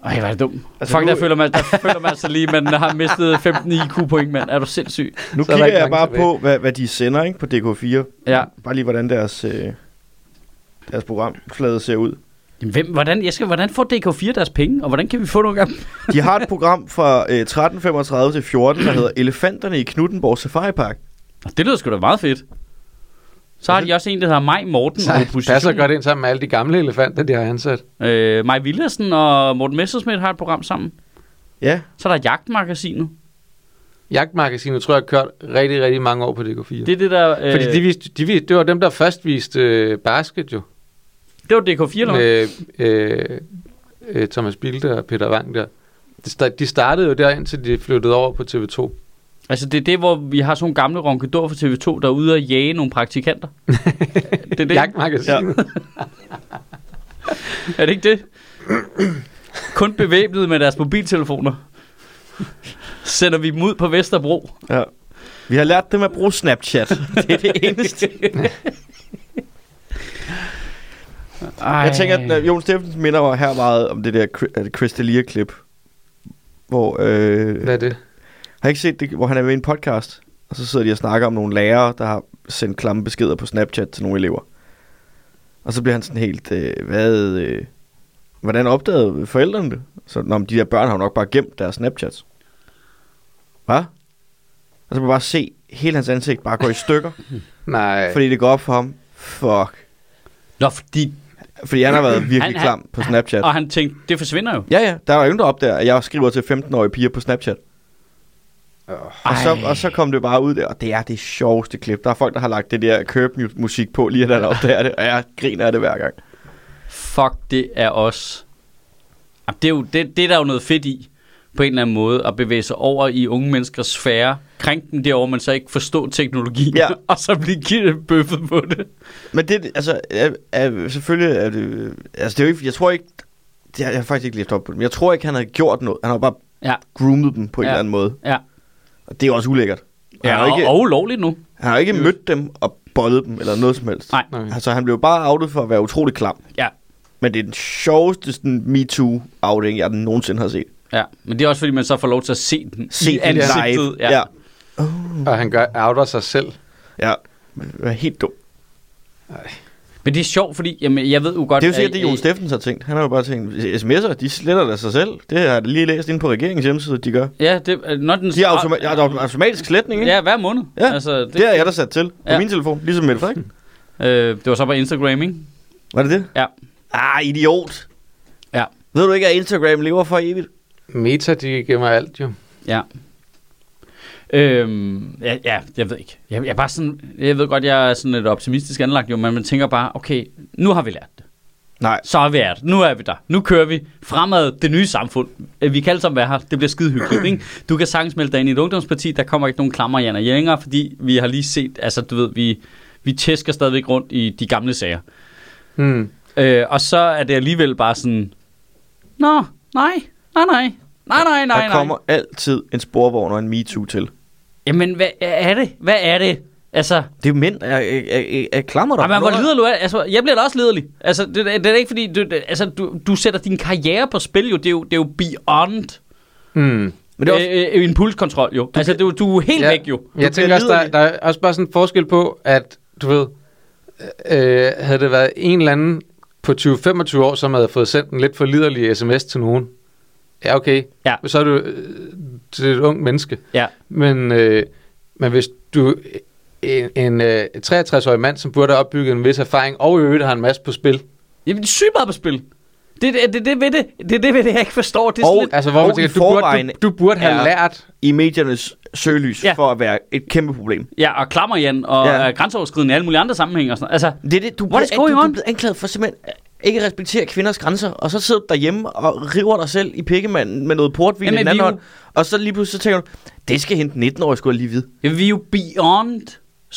[SPEAKER 1] Ej, hvor er det dum.
[SPEAKER 2] Altså,
[SPEAKER 1] Altså, Fuck,
[SPEAKER 2] nu-
[SPEAKER 1] der føler man, der føler man sig lige, man har mistet 15 IQ-point, mand. Er du sindssyg?
[SPEAKER 2] Nu
[SPEAKER 3] Så er der
[SPEAKER 2] kigger
[SPEAKER 3] ikke
[SPEAKER 2] jeg
[SPEAKER 3] mange
[SPEAKER 2] bare
[SPEAKER 3] tilbage.
[SPEAKER 2] på, hvad, hvad de sender ikke, på DK4.
[SPEAKER 1] Ja.
[SPEAKER 2] Bare lige, hvordan deres, øh, deres programflade ser ud.
[SPEAKER 1] Jamen, hvem, hvordan, jeg skal, hvordan får DK4 deres penge, og hvordan kan vi få nogle af dem?
[SPEAKER 2] De har et *laughs* program fra øh, 13.35 til 14, der hedder Elefanterne i Knuttenborg Safari Park.
[SPEAKER 1] Og Det lyder sgu da meget fedt. Så har de også en, der hedder Maj Morten
[SPEAKER 3] Så
[SPEAKER 1] og
[SPEAKER 3] han
[SPEAKER 1] opposition.
[SPEAKER 3] passer godt ind sammen med alle de gamle elefanter, de har ansat.
[SPEAKER 1] Øh, Maj Villersen og Morten Messerschmidt har et program sammen.
[SPEAKER 2] Ja,
[SPEAKER 1] Så er der Jagtmagasinet.
[SPEAKER 3] Jagtmagasinet tror jeg har kørt rigtig, rigtig mange år på DK4.
[SPEAKER 1] Det
[SPEAKER 3] Det,
[SPEAKER 1] er det der... Øh,
[SPEAKER 3] Fordi de viste, de viste, det var dem, der først viste øh, basket jo.
[SPEAKER 1] det var DK4, eller hvad?
[SPEAKER 3] Med øh, øh, Thomas Bilde og Peter Wang der. De sta- De startede jo der, indtil de flyttede over på TV2.
[SPEAKER 1] Altså, det er det, hvor vi har sådan nogle gamle ronkedor fra TV2, der er ude og jage nogle
[SPEAKER 2] *laughs*
[SPEAKER 1] praktikanter. det er, det.
[SPEAKER 3] Jagtmagasinet. Ja.
[SPEAKER 1] er det ikke det? Kun bevæbnet med deres mobiltelefoner. Sender vi dem ud på Vesterbro.
[SPEAKER 2] ja. Vi har lært dem at bruge Snapchat. Det er det eneste.
[SPEAKER 1] Ej.
[SPEAKER 2] Jeg tænker, at øh, Jon Steffensen minder mig her meget om det der Chri- øh, Chris D'Elia-klip. Hvor, øh,
[SPEAKER 3] Hvad er det?
[SPEAKER 2] har I ikke set det, hvor han er med i en podcast? Og så sidder de og snakker om nogle lærere, der har sendt klamme beskeder på Snapchat til nogle elever. Og så bliver han sådan helt, øh, hvad, øh, hvordan opdagede forældrene det? Så når de der børn har jo nok bare gemt deres Snapchats. Hvad? Og så kan man bare se hele hans ansigt bare gå i
[SPEAKER 1] *laughs*
[SPEAKER 2] stykker,
[SPEAKER 3] Nej. Fordi
[SPEAKER 2] fordi det går op for ham. Fuck.
[SPEAKER 1] Nå, fordi...
[SPEAKER 2] Fordi han har været
[SPEAKER 1] *clears throat*
[SPEAKER 2] virkelig
[SPEAKER 1] Han- han-
[SPEAKER 2] klam på Snapchat.
[SPEAKER 1] Og han tænkte, det forsvinder jo.
[SPEAKER 2] Ja, ja. Der er jo ingen, der opdager, at jeg skriver til 15-årige piger på Snapchat. Og så, og så kom det bare ud der, og det er det sjoveste klip. Der er folk, der har lagt det der Curb-musik på, lige da der opdager det, og jeg griner af det hver gang.
[SPEAKER 1] Fuck, det er os. Jamen, Det er, jo, det, det er der jo noget fedt i, på en eller anden måde, at bevæge sig over i unge menneskers sfære, krænke dem derovre, man så ikke forstår teknologi,
[SPEAKER 2] Ja.
[SPEAKER 1] *laughs* og så blive givet bøffet på det.
[SPEAKER 2] Men det, altså, er, er, selvfølgelig er det, altså, det er jo ikke, jeg tror ikke, det har jeg har faktisk ikke læst op på det, men jeg tror ikke, han havde gjort noget. Han har bare
[SPEAKER 1] Ja.
[SPEAKER 2] groomet dem på en
[SPEAKER 1] Ja.
[SPEAKER 2] eller anden måde.
[SPEAKER 1] Ja.
[SPEAKER 2] Og det er jo også ulækkert. Og
[SPEAKER 1] Ja,
[SPEAKER 2] han har jo
[SPEAKER 1] og,
[SPEAKER 2] ikke,
[SPEAKER 1] og ulovligt nu.
[SPEAKER 2] han har jo ikke mødt dem og boldet dem, eller noget som helst.
[SPEAKER 1] Nej.
[SPEAKER 2] Altså, han blev bare outet for at være utrolig klam.
[SPEAKER 1] Mm. Ja.
[SPEAKER 2] Men det er den sjoveste sådan, MeToo-outing, jeg nogensinde har set.
[SPEAKER 1] ja. Men det er også, fordi man så får lov til at se den
[SPEAKER 2] Se
[SPEAKER 1] i
[SPEAKER 2] det live.
[SPEAKER 1] ansigtet. Ja.
[SPEAKER 2] ja.
[SPEAKER 1] ja.
[SPEAKER 3] og han gør, outer sig selv.
[SPEAKER 2] Ja, det var helt dumt.
[SPEAKER 1] Men det er sjovt, fordi jamen, jeg ved jo godt...
[SPEAKER 2] Det er
[SPEAKER 1] at- øh,
[SPEAKER 2] jo sikkert det, Jon
[SPEAKER 1] at-
[SPEAKER 2] Steffens har tænkt. Han har jo bare tænkt, sms'er, de sletter da sig selv. Det har jeg da lige læst inde på regeringens hjemmeside, de gør.
[SPEAKER 1] Ja, det, når den,
[SPEAKER 2] De har automa- ja, der er automatisk sletning, ikke?
[SPEAKER 1] Ja, hver måned.
[SPEAKER 2] Ja,
[SPEAKER 1] Altså, det,
[SPEAKER 2] Det har jeg da sat til på
[SPEAKER 1] Ja.
[SPEAKER 2] min telefon, ligesom Mette Frederiksen.
[SPEAKER 1] øh, det var så på Instagram, ikke?
[SPEAKER 2] Var det det?
[SPEAKER 1] Mm. Ja.
[SPEAKER 2] Ah, idiot.
[SPEAKER 1] Ja.
[SPEAKER 2] Ved du ikke, at Instagram lever for evigt?
[SPEAKER 3] Meta, de gemmer alt jo.
[SPEAKER 1] Ja. Øhm, ja, ja, jeg ved ikke. Jeg, jeg, er bare sådan, jeg ved godt, jeg er sådan lidt optimistisk anlagt, jo, men man tænker bare, okay, nu har vi lært det.
[SPEAKER 2] Nej.
[SPEAKER 1] Så har vi lært det. Nu er vi der. Nu kører vi fremad det nye samfund. Øh, Vi kan alle sammen være her. Det bliver skide hyggeligt, ikke? Du kan sagtens melde dig ind i et ungdomsparti. Der kommer ikke nogen klammer Jan og Jænger, fordi vi har lige set, altså du ved, vi, vi tæsker stadigvæk rundt i de gamle sager.
[SPEAKER 3] Hmm.
[SPEAKER 1] Øh, og så er det alligevel bare sådan, nå, nej, nej, nej, nej, nej, nej, nej.
[SPEAKER 2] Der kommer altid en sporvogn og en MeToo til.
[SPEAKER 1] Jamen, hvad er det? Hvad er det? Altså,
[SPEAKER 2] Det er mænd, jeg, jeg, jeg, jeg, jeg klamrer dig.
[SPEAKER 1] jamen, hvor lider du af altså, Jeg bliver da også liderlig. Altså, det, det er da ikke fordi, du, det, altså, du, du sætter din karriere på spil jo. Det er jo, det er jo beyond.
[SPEAKER 3] Mm.
[SPEAKER 1] Men det er også... øh, øh, impulskontrol, jo. Du altså, du, du er helt ja. væk, jo.
[SPEAKER 3] Jeg tænker også, der, der er også bare sådan en forskel på, at du ved, øh, havde det været en eller anden på 20-25 år, som havde fået sendt en lidt for liderlig sms til nogen. Ja, okay.
[SPEAKER 1] Ja.
[SPEAKER 3] Så er du, øh, det er et ung menneske.
[SPEAKER 1] Ja.
[SPEAKER 3] Men, øh, men hvis du øh, en, en øh, 63-årig mand, som burde have opbygget en vis erfaring, og i øvrigt har en masse på spil.
[SPEAKER 1] Jamen, det er sygt meget på spil. Det er det, det, det ved det. Det er det ved det, jeg ikke forstår. Det er
[SPEAKER 2] Og-
[SPEAKER 1] sådan lidt...
[SPEAKER 3] Altså, hvor
[SPEAKER 2] Og
[SPEAKER 3] man
[SPEAKER 2] i
[SPEAKER 3] tænker, du burde,
[SPEAKER 2] forvejen
[SPEAKER 3] du, du burde have
[SPEAKER 2] er-
[SPEAKER 3] lært.
[SPEAKER 2] i mediernes søgelys
[SPEAKER 1] Ja.
[SPEAKER 2] ja. for at være et kæmpe problem.
[SPEAKER 1] Ja, og klammer Jan, og
[SPEAKER 2] Ja.
[SPEAKER 1] ja. grænseoverskridende i alle mulige andre sammenhænge. Og sådan. noget. Altså,
[SPEAKER 2] Det er det, du,
[SPEAKER 1] What is
[SPEAKER 2] du-
[SPEAKER 1] going
[SPEAKER 2] du, du
[SPEAKER 1] on?
[SPEAKER 2] er blevet anklaget for simpelthen ikke at respektere kvinders grænser, og så sidder du derhjemme og river dig selv i pikkemanden med noget portvin i
[SPEAKER 1] Jamen,
[SPEAKER 2] den
[SPEAKER 1] vi
[SPEAKER 2] anden
[SPEAKER 1] er jo-
[SPEAKER 2] hånd, og så lige pludselig så tænker du, det skal hente 19 år, skulle lige vide.
[SPEAKER 1] Jamen, vi er jo beyond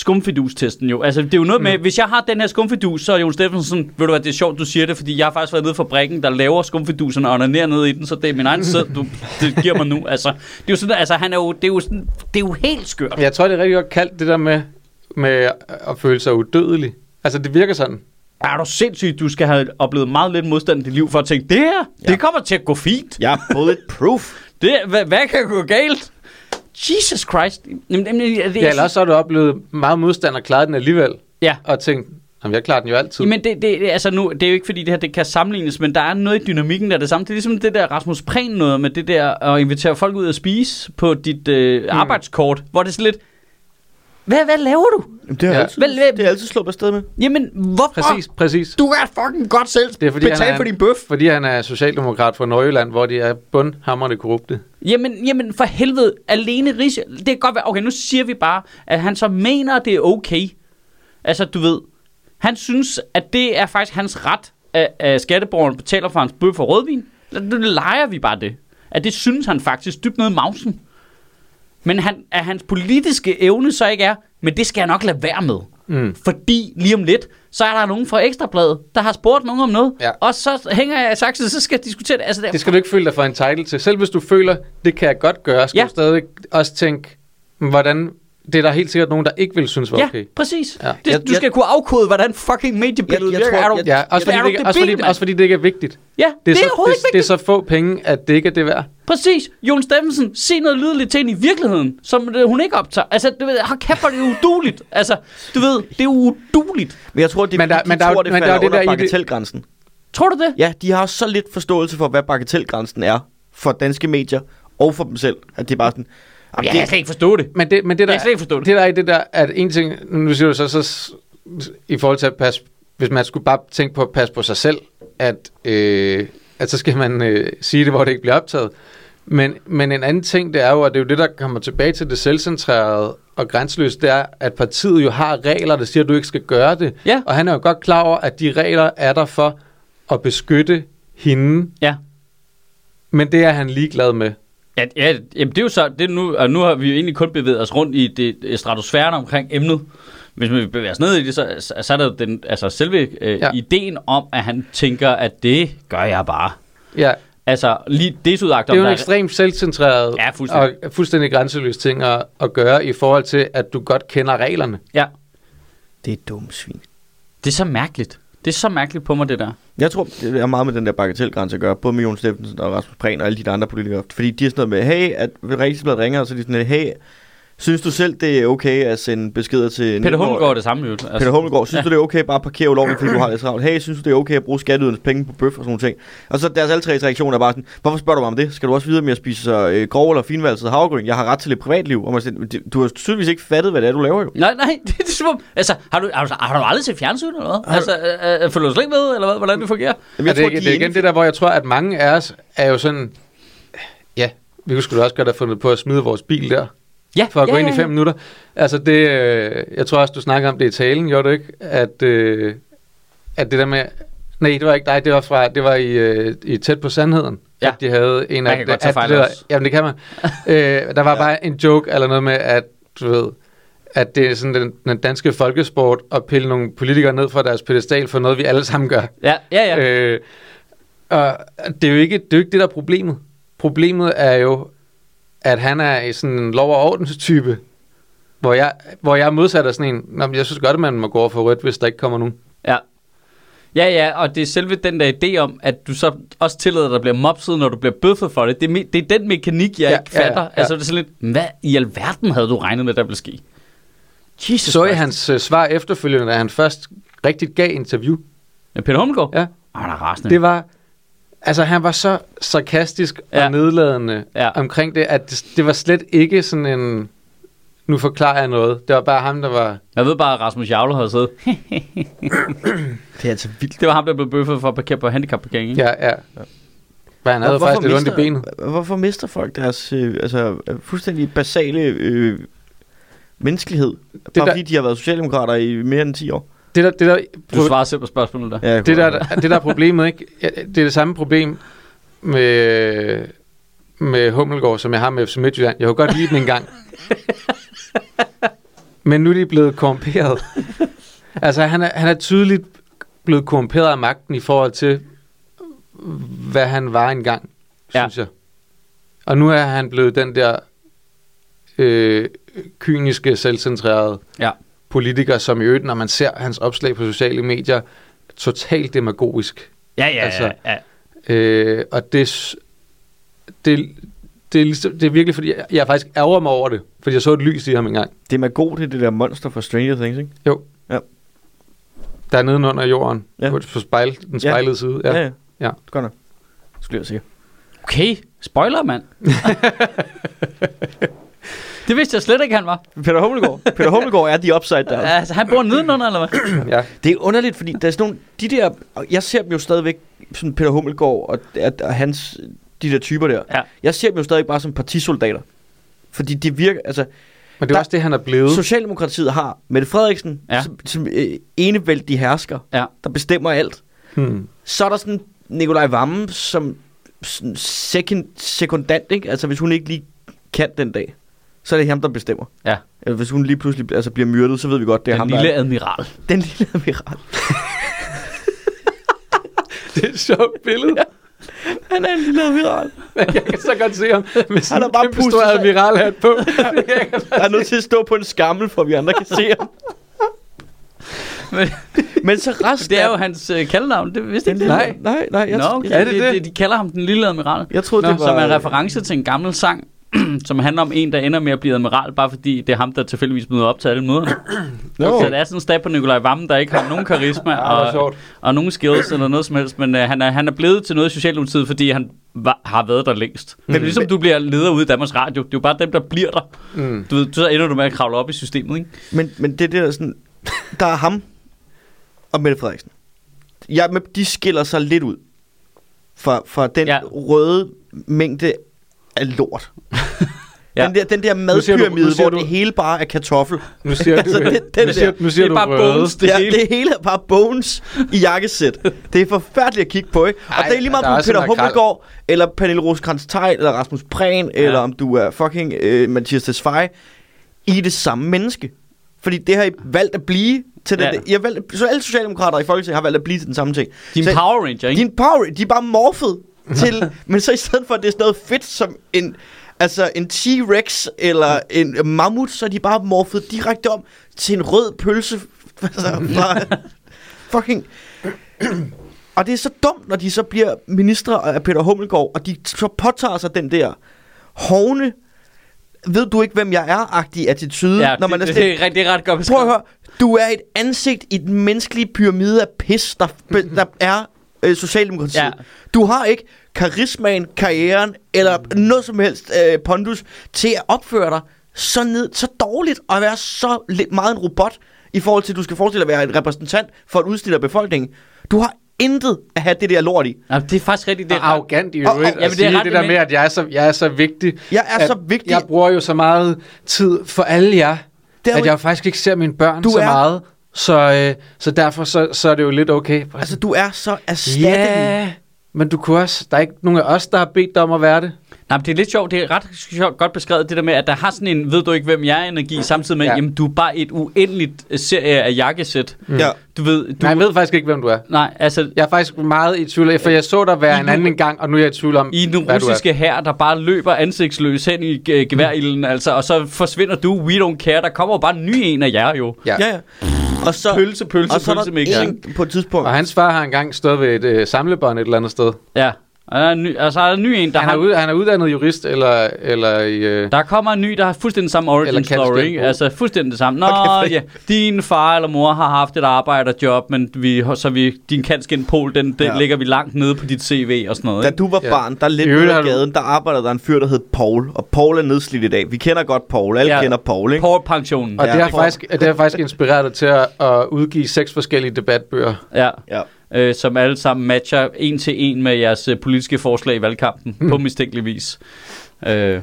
[SPEAKER 1] skumfidustesten jo. Altså, det er jo noget
[SPEAKER 3] Mm.
[SPEAKER 1] med, hvis jeg har den her skumfidus, så er Jon Steffensen sådan, ved du hvad, det er sjovt, du siger det, fordi jeg har faktisk været nede for brækken, der laver skumfiduserne og onanerer nede i den, så det er min egen sæd, du det giver mig nu. Altså, det er jo sådan, altså, han er jo, det er jo sådan, det er jo helt skørt.
[SPEAKER 3] Jeg tror, det er rigtig godt kaldt, det der med, med at føle sig udødelig. Altså, det virker sådan.
[SPEAKER 1] Er du sindssygt, du skal have oplevet meget lidt modstand i dit liv for at tænke, det her, ja.
[SPEAKER 2] Ja.
[SPEAKER 1] det kommer til at gå fint.
[SPEAKER 2] Jeg er bulletproof.
[SPEAKER 1] Det, hvad, hvad kan gå galt? Jesus Christ. Jamen, jamen, det,
[SPEAKER 3] Ja, eller også så har du oplevet meget modstand og klaret den alligevel.
[SPEAKER 1] Ja.
[SPEAKER 3] Og tænkt, jamen, jeg klarer den jo altid.
[SPEAKER 1] Jamen, det, det, altså nu, det er jo ikke fordi, det her det kan sammenlignes, men der er noget i dynamikken, der er det samme. Det er ligesom det der Rasmus Prehn noget med det der at invitere folk ud at spise på dit øh, arbejdskort, hvor det er sådan lidt, hvad, hvad laver du?
[SPEAKER 2] Jamen, det har
[SPEAKER 3] Ja.
[SPEAKER 2] jeg altid,
[SPEAKER 1] Vel, vel.
[SPEAKER 2] det har jeg altid slået afsted med.
[SPEAKER 1] Jamen, hvorfor?
[SPEAKER 3] Præcis, præcis.
[SPEAKER 1] Du er fucking godt selv
[SPEAKER 3] Det er, fordi han
[SPEAKER 1] betalt
[SPEAKER 3] er,
[SPEAKER 1] for din bøf.
[SPEAKER 3] Fordi han er socialdemokrat fra Nordjylland, hvor de er bundhammerende korrupte.
[SPEAKER 1] Jamen, jamen for helvede, alene Ries, det kan godt være, okay, nu siger vi bare, at han så mener, at det er okay. Altså, du ved, han synes, at det er faktisk hans ret, at, at skatteborgeren betaler for hans bøf og rødvin. Nu leger vi bare det. At det synes han faktisk dybt ned i mausen. Men han, at hans politiske evne så ikke er, men det skal jeg nok lade være med.
[SPEAKER 3] Mm.
[SPEAKER 1] Fordi lige om lidt, så er der nogen fra Ekstrabladet, der har spurgt nogen om noget.
[SPEAKER 3] Ja.
[SPEAKER 1] Og så hænger jeg i saksen, så skal jeg diskutere det. Altså, det, er
[SPEAKER 3] Det skal du ikke føle dig for entitled til. Selv hvis du føler, det kan jeg godt gøre, skal
[SPEAKER 1] Ja.
[SPEAKER 3] ja. du stadig også tænke, hvordan... Det er der helt sikkert nogen, der ikke vil synes var
[SPEAKER 1] Ja,
[SPEAKER 3] okay.
[SPEAKER 1] præcis. Ja.
[SPEAKER 3] Ja.
[SPEAKER 1] Det,
[SPEAKER 2] Jeg-
[SPEAKER 1] du skal kunne afkode, hvordan fucking mediebilledet
[SPEAKER 2] Jeg- jeg
[SPEAKER 1] virker.
[SPEAKER 2] tror-
[SPEAKER 1] er du,
[SPEAKER 2] jeg-
[SPEAKER 3] Ja, også
[SPEAKER 1] er
[SPEAKER 3] fordi,
[SPEAKER 1] du
[SPEAKER 3] det, ikke, også, fordi,
[SPEAKER 1] debil, mand?
[SPEAKER 3] også fordi det ikke er vigtigt.
[SPEAKER 1] ja, det er, det er
[SPEAKER 3] så,
[SPEAKER 1] overhovedet
[SPEAKER 3] det,
[SPEAKER 1] ikke
[SPEAKER 3] det er
[SPEAKER 1] vigtigt.
[SPEAKER 3] så få penge, at det ikke er det værd.
[SPEAKER 1] Præcis. Jon Steffensen, se noget lydeligt til hende i virkeligheden, som øh, hun ikke optager. Altså, du ved, har kæft, hvor er det uduligt. Altså, du ved, det er uduligt.
[SPEAKER 2] Men jeg tror, det er,
[SPEAKER 3] Men der-
[SPEAKER 2] fordi,
[SPEAKER 3] men
[SPEAKER 2] de
[SPEAKER 3] der er jo-
[SPEAKER 2] tror, det
[SPEAKER 3] men der er
[SPEAKER 2] falder
[SPEAKER 3] jo det
[SPEAKER 2] under
[SPEAKER 3] der i det-
[SPEAKER 2] bagatelgrænsen.
[SPEAKER 1] Tror du det?
[SPEAKER 2] Ja, de har så lidt forståelse for, hvad bagatelgrænsen er for danske medier og for dem selv. At det er bare sådan, jamen,
[SPEAKER 1] Jeg kan
[SPEAKER 2] det,
[SPEAKER 1] slet ikke forstå det.
[SPEAKER 3] Men det, men det der,
[SPEAKER 1] Jeg kan slet ikke forstå det.
[SPEAKER 3] det der er i det der, at en ting, nu siger du så, så s- i forhold til at passe, hvis man skulle bare tænke på at passe på sig selv, at, øh, at så skal man øh, sige det, hvor det ikke bliver optaget. Men, men en anden ting, det er jo, og det er jo det, der kommer tilbage til det selvcentrerede og grænseløse, det er, at partiet jo har regler, der siger, at du ikke skal gøre det.
[SPEAKER 1] Ja.
[SPEAKER 3] Og han er jo godt klar over, at de regler er der for at beskytte hende,
[SPEAKER 1] Ja.
[SPEAKER 3] men det er han ligeglad med.
[SPEAKER 1] Ja, ja jamen det er jo så, det er nu, og nu har vi jo egentlig kun bevæget os rundt i det øh, stratosfæren omkring emnet. Hvis man bevæger os ned i det, så, så- så er der jo den, altså selve øh, ja.
[SPEAKER 3] Ja.
[SPEAKER 1] ideen om, at han tænker, at det gør jeg bare.
[SPEAKER 3] Ja,
[SPEAKER 1] Altså, lige desudagt om
[SPEAKER 3] Det er jo
[SPEAKER 1] der
[SPEAKER 3] en ekstremt selvcentreret
[SPEAKER 1] Ja, fuldstændig.
[SPEAKER 3] og fuldstændig grænseløs ting at, at gøre i forhold til, at du godt kender reglerne.
[SPEAKER 1] Ja,
[SPEAKER 2] det er dumt svin.
[SPEAKER 1] det er så mærkeligt. Det er så mærkeligt på mig, det der.
[SPEAKER 2] Jeg tror, det er meget med den der bagatelgrænse at gøre, både med Jon Steffensen og Rasmus Prehn og alle de der andre politikere. Fordi de er sådan noget med, hey, at Rigsbladet ringer, og så er de sådan lidt, hey, synes du selv, det er okay at sende beskeder til...
[SPEAKER 1] Peter
[SPEAKER 2] 19-årige?
[SPEAKER 1] Hummelgaard er det samme, jo. Altså,
[SPEAKER 2] Peter Hummelgaard, synes ja. du det er okay bare at parkere
[SPEAKER 3] *clears throat*
[SPEAKER 2] ulovligt, fordi du har det travlt? Hey, synes du det er okay at bruge skatteydernes penge på bøf og sådan nogle ting? Og så deres alle tre reaktioner er bare sådan, hvorfor spørger du mig om det? Skal du også videre med at spise så, øh, grov eller finvalset havregryn? Jeg har ret til et privatliv. Og man siger, "Det- du har tydeligvis ikke fattet, hvad det er, du laver jo.
[SPEAKER 1] Nej, nej, *laughs* det, det er som om- Altså, har du, har, du, har du aldrig set fjernsyn eller hvad? Altså, øh, øh, følger du slet ikke med, eller hvad, hvordan det fungerer?
[SPEAKER 2] Jamen,
[SPEAKER 3] er det, ikke,
[SPEAKER 2] de
[SPEAKER 3] det er igen det der, hvor jeg tror, at mange af os er jo sådan, ja, vi kunne sgu da også godt have fundet på at smide vores bil der,
[SPEAKER 1] Ja,
[SPEAKER 3] for at
[SPEAKER 1] ja,
[SPEAKER 3] gå ind
[SPEAKER 1] ja,
[SPEAKER 3] i fem minutter. Altså det, øh, jeg tror også, du snakker om det i talen, gjorde du ikke? At, øh, at det der med, nej, det var ikke dig, det var, fra, det var i, øh, i Tæt på Sandheden,
[SPEAKER 1] Ja.
[SPEAKER 3] ja. at de havde en
[SPEAKER 1] Man
[SPEAKER 3] af...
[SPEAKER 1] kan godt tage
[SPEAKER 3] at
[SPEAKER 1] fejl
[SPEAKER 3] det der,
[SPEAKER 1] også.
[SPEAKER 3] Jamen det
[SPEAKER 1] *laughs*
[SPEAKER 3] kan man. øh, der
[SPEAKER 2] Ja.
[SPEAKER 3] var ja. bare en joke eller noget med, at du ved, at det er sådan den, den danske folkesport at pille nogle politikere ned fra deres pedestal for noget, vi alle sammen gør.
[SPEAKER 1] Ja, ja, ja.
[SPEAKER 3] Øh, og det er, jo ikke, det er jo ikke det, der er problemet. Problemet er jo, at han er sådan en lov- og ordenstype, hvor jeg, hvor jeg er modsat af sådan en, Nå, men jeg synes godt, at man må gå over for rødt, hvis der ikke kommer nogen.
[SPEAKER 1] Ja. Ja, ja, og det er selve den der idé om, at du så også tillader dig at blive mopset, når du bliver bøffet for det. Det er, me- det er den mekanik, jeg ja,
[SPEAKER 3] Ja,
[SPEAKER 1] ikke
[SPEAKER 3] ja, ja,
[SPEAKER 1] fatter. Ja, ja.
[SPEAKER 3] ja.
[SPEAKER 1] Altså, det er sådan lidt, hvad i alverden havde du regnet med, der ville ske? Jesus
[SPEAKER 3] Så i
[SPEAKER 1] Christ.
[SPEAKER 3] hans øh, svar efterfølgende, da han først rigtig gav interview,
[SPEAKER 1] Ja, Peter Hummelgaard?
[SPEAKER 3] ja,
[SPEAKER 1] Ah, han er rasende.
[SPEAKER 3] det var... Altså, han var så sarkastisk og
[SPEAKER 1] Ja.
[SPEAKER 3] nedladende
[SPEAKER 1] Ja.
[SPEAKER 3] omkring det, at det, det var slet ikke sådan en... Nu forklarer jeg noget. Det var bare ham, der var...
[SPEAKER 1] Jeg ved bare, at Rasmus Javler havde
[SPEAKER 2] *laughs*
[SPEAKER 1] siddet.
[SPEAKER 2] Det er altså vildt.
[SPEAKER 1] Det var ham, der blev bøffet for at parkere på handicapparkering, ikke?
[SPEAKER 3] Ja, ja. Men han havde
[SPEAKER 2] Hvorfor
[SPEAKER 3] faktisk lidt ondt i
[SPEAKER 2] mister-
[SPEAKER 3] benet.
[SPEAKER 2] H- Hvorfor mister folk deres øh, altså, øh, fuldstændig basale øh, menneskelighed? Det bare
[SPEAKER 3] der-
[SPEAKER 2] fordi de har været socialdemokrater i mere end 10 år.
[SPEAKER 3] Det der, det der,
[SPEAKER 1] Du svarer selv på spørgsmålet der.
[SPEAKER 2] Ja, jeg
[SPEAKER 3] det,
[SPEAKER 2] kunne-
[SPEAKER 3] der, det der er problemet, ikke? Ja, Det er det samme problem med, med Hummelgaard, som jeg har med FC Midtjylland. Jeg kunne godt lide dem engang. Men nu er de blevet korrumperet. Altså, han er, han er tydeligt blevet korrumperet af magten i forhold til, hvad han var engang,
[SPEAKER 1] Ja.
[SPEAKER 3] synes jeg. Og nu er han blevet den der øh, kyniske, selvcentrerede
[SPEAKER 1] Ja.
[SPEAKER 3] politiker, som i øvrigt, når man ser hans opslag på sociale medier, totalt demagogisk.
[SPEAKER 1] Ja, ja,
[SPEAKER 3] Altså,
[SPEAKER 1] ja, ja.
[SPEAKER 3] Øh, og det, s- det, det, er ligesom, det er virkelig, fordi jeg, jeg faktisk ærger mig over det, fordi jeg så et lys i ham engang.
[SPEAKER 2] Det er Magog, det er det der monster fra Stranger Things, ikke?
[SPEAKER 3] Der er nede under jorden,
[SPEAKER 2] Ja.
[SPEAKER 3] ja. på, på spejl, den
[SPEAKER 2] Ja.
[SPEAKER 3] spejlede ja. side. Ja. Ja.
[SPEAKER 2] ja. ja. Godt nok. Skulle jeg sige.
[SPEAKER 1] Okay, spoiler,
[SPEAKER 2] *laughs*
[SPEAKER 1] mand. det vidste jeg slet ikke, han var.
[SPEAKER 2] Peter Hummelgaard. Peter Hummelgaard er de upside der.
[SPEAKER 1] Altså, han bor nedenunder, eller hvad?
[SPEAKER 3] ja.
[SPEAKER 2] Det er underligt, fordi der er sådan nogle, de der, og jeg ser dem jo stadigvæk, sådan Peter Hummelgaard og, at- og hans, de der typer der.
[SPEAKER 1] Ja.
[SPEAKER 2] Jeg ser dem jo stadig bare som partisoldater. Fordi de virker, altså,
[SPEAKER 3] Men det er
[SPEAKER 2] Der-
[SPEAKER 3] også det, han er blevet.
[SPEAKER 2] Socialdemokratiet har Mette Frederiksen,
[SPEAKER 1] Ja.
[SPEAKER 2] ja. som, som øh, enevældig hersker,
[SPEAKER 1] Ja.
[SPEAKER 2] der bestemmer alt.
[SPEAKER 3] Hmm.
[SPEAKER 2] Så er der sådan Nikolaj Vammen som sådan second, sekundant, ikke? Altså, hvis hun ikke lige kan den dag, så er det ham, der bestemmer.
[SPEAKER 1] Ja.
[SPEAKER 2] Eller hvis hun lige pludselig altså, bliver myrdet, så ved vi godt, det er
[SPEAKER 1] Den
[SPEAKER 2] ham,
[SPEAKER 1] lille
[SPEAKER 2] der er.
[SPEAKER 1] admiral.
[SPEAKER 2] Den lille admiral.
[SPEAKER 3] Det er et sjovt billede. ja.
[SPEAKER 2] Han er en lille admiral.
[SPEAKER 3] Jeg kan så godt se ham med
[SPEAKER 2] Han
[SPEAKER 3] sådan
[SPEAKER 2] er
[SPEAKER 3] en
[SPEAKER 2] bare
[SPEAKER 3] kæmpe
[SPEAKER 2] pustet
[SPEAKER 3] stor
[SPEAKER 2] sig.
[SPEAKER 3] admiralhat på. Det kan jeg godt-
[SPEAKER 2] Der er nødt til at stå på en skammel, for vi andre kan se ham.
[SPEAKER 1] Men-
[SPEAKER 2] Men så resten
[SPEAKER 1] Det er jo
[SPEAKER 2] af-
[SPEAKER 1] hans øh, kaldnavn, det vidste
[SPEAKER 2] Den
[SPEAKER 1] jeg ikke.
[SPEAKER 2] lille-
[SPEAKER 3] Nej.
[SPEAKER 2] nej, nej. Jeg,
[SPEAKER 1] Nå, okay.
[SPEAKER 2] jeg,
[SPEAKER 3] Er det det?
[SPEAKER 1] De, de kalder ham den lille admiral.
[SPEAKER 2] jeg troede,
[SPEAKER 3] Nå,
[SPEAKER 2] det var...
[SPEAKER 1] Som er en reference til en gammel sang, *clears throat* som handler om en, der ender med at blive admiral, bare fordi det er ham, der tilfældigvis møder op til alle møderne.
[SPEAKER 2] Nå.
[SPEAKER 1] Så det er sådan en stat på Nikolaj Vammen, der ikke har nogen karisma
[SPEAKER 3] Ja, det var
[SPEAKER 1] og,
[SPEAKER 3] sjovt.
[SPEAKER 1] og nogen skills eller noget som helst, men øh, han, er, han er blevet til noget i Socialdemokratiet, fordi han var, har været der længst. Men mm. ligesom du bliver leder ude i Danmarks Radio, det er jo bare dem, der bliver der.
[SPEAKER 3] Mm.
[SPEAKER 1] Du ved, så ender du med at kravle op i systemet, ikke?
[SPEAKER 2] Men, men det der sådan... Der er ham og Mette Frederiksen. Ja, men de skiller sig lidt ud fra, fra den
[SPEAKER 1] Ja.
[SPEAKER 2] ja. røde mængde af
[SPEAKER 3] *laughs*
[SPEAKER 2] lort.
[SPEAKER 1] Ja.
[SPEAKER 2] ja. den, der, den der
[SPEAKER 3] siger du- nu
[SPEAKER 2] madpyramide,
[SPEAKER 3] siger
[SPEAKER 2] hvor
[SPEAKER 3] du-
[SPEAKER 2] det hele bare er kartoffel.
[SPEAKER 3] Nu siger du,
[SPEAKER 2] Altså, det- den
[SPEAKER 3] nu siger,
[SPEAKER 2] der.
[SPEAKER 3] nu siger
[SPEAKER 1] Det
[SPEAKER 3] du
[SPEAKER 1] er bare
[SPEAKER 3] røde.
[SPEAKER 1] bones, det
[SPEAKER 2] ja,
[SPEAKER 1] hele.
[SPEAKER 2] det hele er bare bones i jakkessæt. Det er forfærdeligt at kigge på, ikke? Og
[SPEAKER 3] Ej,
[SPEAKER 2] Ej, det er lige meget,
[SPEAKER 3] der
[SPEAKER 2] om du
[SPEAKER 3] er
[SPEAKER 2] er
[SPEAKER 3] også en
[SPEAKER 2] Peter
[SPEAKER 3] makrel.
[SPEAKER 2] Hummelgaard, eller Pernille rosenkrantz Tejl eller Rasmus Prehn, ja. eller om du er fucking øh, Mathias Tesfaye. I er det samme menneske. Fordi det har I valgt at blive til den.
[SPEAKER 1] Ja.
[SPEAKER 2] Ja. I har valgt, at- så alle socialdemokrater i Folketinget har valgt at blive til den samme ting.
[SPEAKER 1] Din
[SPEAKER 2] så,
[SPEAKER 1] Power Ranger, ikke?
[SPEAKER 2] din power, de er bare morfet
[SPEAKER 1] *laughs*
[SPEAKER 2] til, men så i stedet for, at det er sådan noget fedt som en, altså en T-Rex eller en mammut, så er de bare morfet direkte om til en rød pølse. *laughs* Altså,
[SPEAKER 1] *laughs*
[SPEAKER 2] fra, fucking... Og det er så dumt, når de så bliver ministre af Peter Hummelgaard, og de så påtager sig den der hovne, ved du ikke, hvem jeg er-agtig attitude,
[SPEAKER 1] Ja,
[SPEAKER 2] når man
[SPEAKER 1] det,
[SPEAKER 2] er
[SPEAKER 1] det, det,
[SPEAKER 2] sådan,
[SPEAKER 1] er, rigtig- det er ret godt
[SPEAKER 2] Prøv at
[SPEAKER 1] beskrevet.
[SPEAKER 2] høre, du er et ansigt i den menneskelige pyramide af pis, der, der er øh, Socialdemokratiet.
[SPEAKER 1] Ja.
[SPEAKER 2] Ja. Du har ikke karismaen, karrieren eller noget som helst øh, pondus til at opføre dig så, ned, så dårligt og være så lidt, meget en robot i forhold til, at du skal forestille dig at være en repræsentant for et udsnit af befolkningen. Du har intet at have det der lort i.
[SPEAKER 1] Nå, det er faktisk rigtigt, det
[SPEAKER 3] Det
[SPEAKER 1] er
[SPEAKER 3] er arrogant i
[SPEAKER 2] Og- og-
[SPEAKER 3] øvrigt
[SPEAKER 1] jamen,
[SPEAKER 3] at
[SPEAKER 1] det
[SPEAKER 3] sige
[SPEAKER 1] er ret
[SPEAKER 3] det, der
[SPEAKER 1] dement.
[SPEAKER 3] med, at jeg er så, jeg er så vigtig.
[SPEAKER 2] Jeg er
[SPEAKER 3] at
[SPEAKER 2] så vigtig.
[SPEAKER 3] Jeg bruger jo så meget tid for alle jer,
[SPEAKER 2] Det er
[SPEAKER 3] at
[SPEAKER 2] jo-
[SPEAKER 3] jeg faktisk ikke ser mine børn
[SPEAKER 2] Du
[SPEAKER 3] så
[SPEAKER 2] er-
[SPEAKER 3] meget. Så, øh, så derfor så, så er det jo lidt okay.
[SPEAKER 2] Altså, du er så erstattelig.
[SPEAKER 3] ja, men du kunne også... Der er ikke nogen af os, der har bedt dig om at være det.
[SPEAKER 1] Nej, men det er lidt sjovt. Det er ret sjovt godt beskrevet, det der med, at der har sådan en, ved du ikke, hvem jeg er energi, samtidig med, ja.
[SPEAKER 3] Ja.
[SPEAKER 1] jamen, du er bare et uendeligt øh, serie af jakkesæt.
[SPEAKER 2] Mm. Ja.
[SPEAKER 1] Du ved,
[SPEAKER 3] Du...
[SPEAKER 1] du...
[SPEAKER 3] Nej, jeg ved faktisk ikke, hvem du er.
[SPEAKER 1] Nej, altså,
[SPEAKER 3] Jeg er faktisk meget i tvivl, for jeg så dig være en anden gang, og nu er jeg i tvivl om,
[SPEAKER 1] i den
[SPEAKER 3] hvad du er.
[SPEAKER 1] russiske her, der bare løber ansigtsløs hen i øh, geværilden, altså, og så forsvinder du, we don't care, der kommer jo bare en ny en af jer jo.
[SPEAKER 3] Ja.
[SPEAKER 2] Ja, ja. Og så,
[SPEAKER 1] pølse, pølse,
[SPEAKER 2] og så er
[SPEAKER 1] pølse med
[SPEAKER 2] der en på et tidspunkt.
[SPEAKER 3] Og hans far har engang stået ved et øh, samlebånd et eller andet sted.
[SPEAKER 1] Ja. Og der er en ny, altså, der er en ny en, der,
[SPEAKER 3] Han er,
[SPEAKER 1] har,
[SPEAKER 3] ud, han er uddannet jurist, eller... eller øh,
[SPEAKER 1] der kommer en ny, der har fuldstændig samme origin
[SPEAKER 3] Eller kan det
[SPEAKER 1] story.
[SPEAKER 3] ske?
[SPEAKER 1] Ikke? Altså fuldstændig det samme. Nå,
[SPEAKER 2] Okay, for-
[SPEAKER 1] ja, din far eller mor har haft et arbejderjob, men vi, så vi, din kantskindpol, den, den
[SPEAKER 2] Ja.
[SPEAKER 1] ja. ligger vi langt nede på dit CV og sådan noget.
[SPEAKER 2] Da
[SPEAKER 1] Ikke?
[SPEAKER 2] du var
[SPEAKER 3] Ja.
[SPEAKER 2] barn, der lidt
[SPEAKER 3] I øvrigt
[SPEAKER 2] ude
[SPEAKER 3] har
[SPEAKER 2] af
[SPEAKER 3] du-
[SPEAKER 2] gaden, der arbejdede der en fyr, der hed Paul. Og Paul er nedslidt i dag. Vi kender godt Paul. Alle
[SPEAKER 1] Ja.
[SPEAKER 2] kender Paul, ikke?
[SPEAKER 1] På pensionen.
[SPEAKER 3] og
[SPEAKER 2] Ja,
[SPEAKER 3] det, har
[SPEAKER 2] for-
[SPEAKER 3] faktisk, det har faktisk inspireret dig til at, at udgive seks forskellige debatbøger.
[SPEAKER 1] Ja.
[SPEAKER 2] Ja.
[SPEAKER 1] øh, som alle sammen matcher en til en med jeres øh, politiske forslag i valgkampen,
[SPEAKER 3] Hmm.
[SPEAKER 1] på mistænkelig vis. Øh,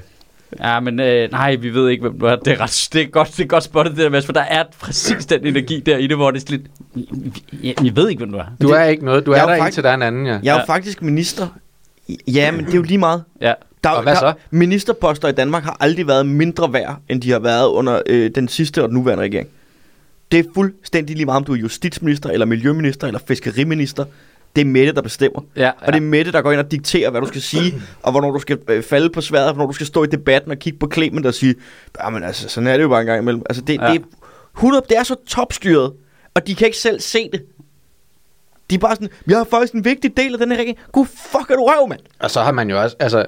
[SPEAKER 1] ja, men øh, nej, vi ved ikke, hvem du er. Det er, ret, det er, godt, det er godt spottet, det der, Mads, for der er præcis den energi der i det, hvor det er sådan lidt... "Vi- vi- Jeg ved ikke, hvem du er.
[SPEAKER 3] Du
[SPEAKER 2] Det-
[SPEAKER 3] er ikke noget. Du
[SPEAKER 2] Jeg
[SPEAKER 3] er
[SPEAKER 2] er jo
[SPEAKER 3] der
[SPEAKER 2] faktisk-
[SPEAKER 3] indtil der er en anden, ja.
[SPEAKER 2] Jeg er jo
[SPEAKER 1] Ja.
[SPEAKER 2] faktisk minister. Ja, men det er jo lige meget.
[SPEAKER 1] Ja.
[SPEAKER 2] Der,
[SPEAKER 3] Og hvad
[SPEAKER 2] der,
[SPEAKER 3] så?
[SPEAKER 2] Ministerposter i Danmark har aldrig været mindre værd, end de har været under øh, den sidste og den nuværende regering. Det er fuldstændig lige meget, om du er justitsminister, eller miljøminister, eller fiskeriminister. Det er Mette, der bestemmer.
[SPEAKER 1] Ja,
[SPEAKER 2] Og det er Mette, der går ind og dikterer, hvad du skal sige, *clears throat* og hvornår du skal øh, falde på sværet, og hvornår du skal stå i debatten og kigge på Clement og sige, men altså, sådan er det jo bare en gang imellem. Altså, det, ja.
[SPEAKER 1] Ja.
[SPEAKER 2] det, er, 100, det er så topstyret, og de kan ikke selv se det. De er bare sådan, jeg er faktisk en vigtig del af den her regering. Gud, fuck, er du røv, mand.
[SPEAKER 3] Og så har man jo også, altså,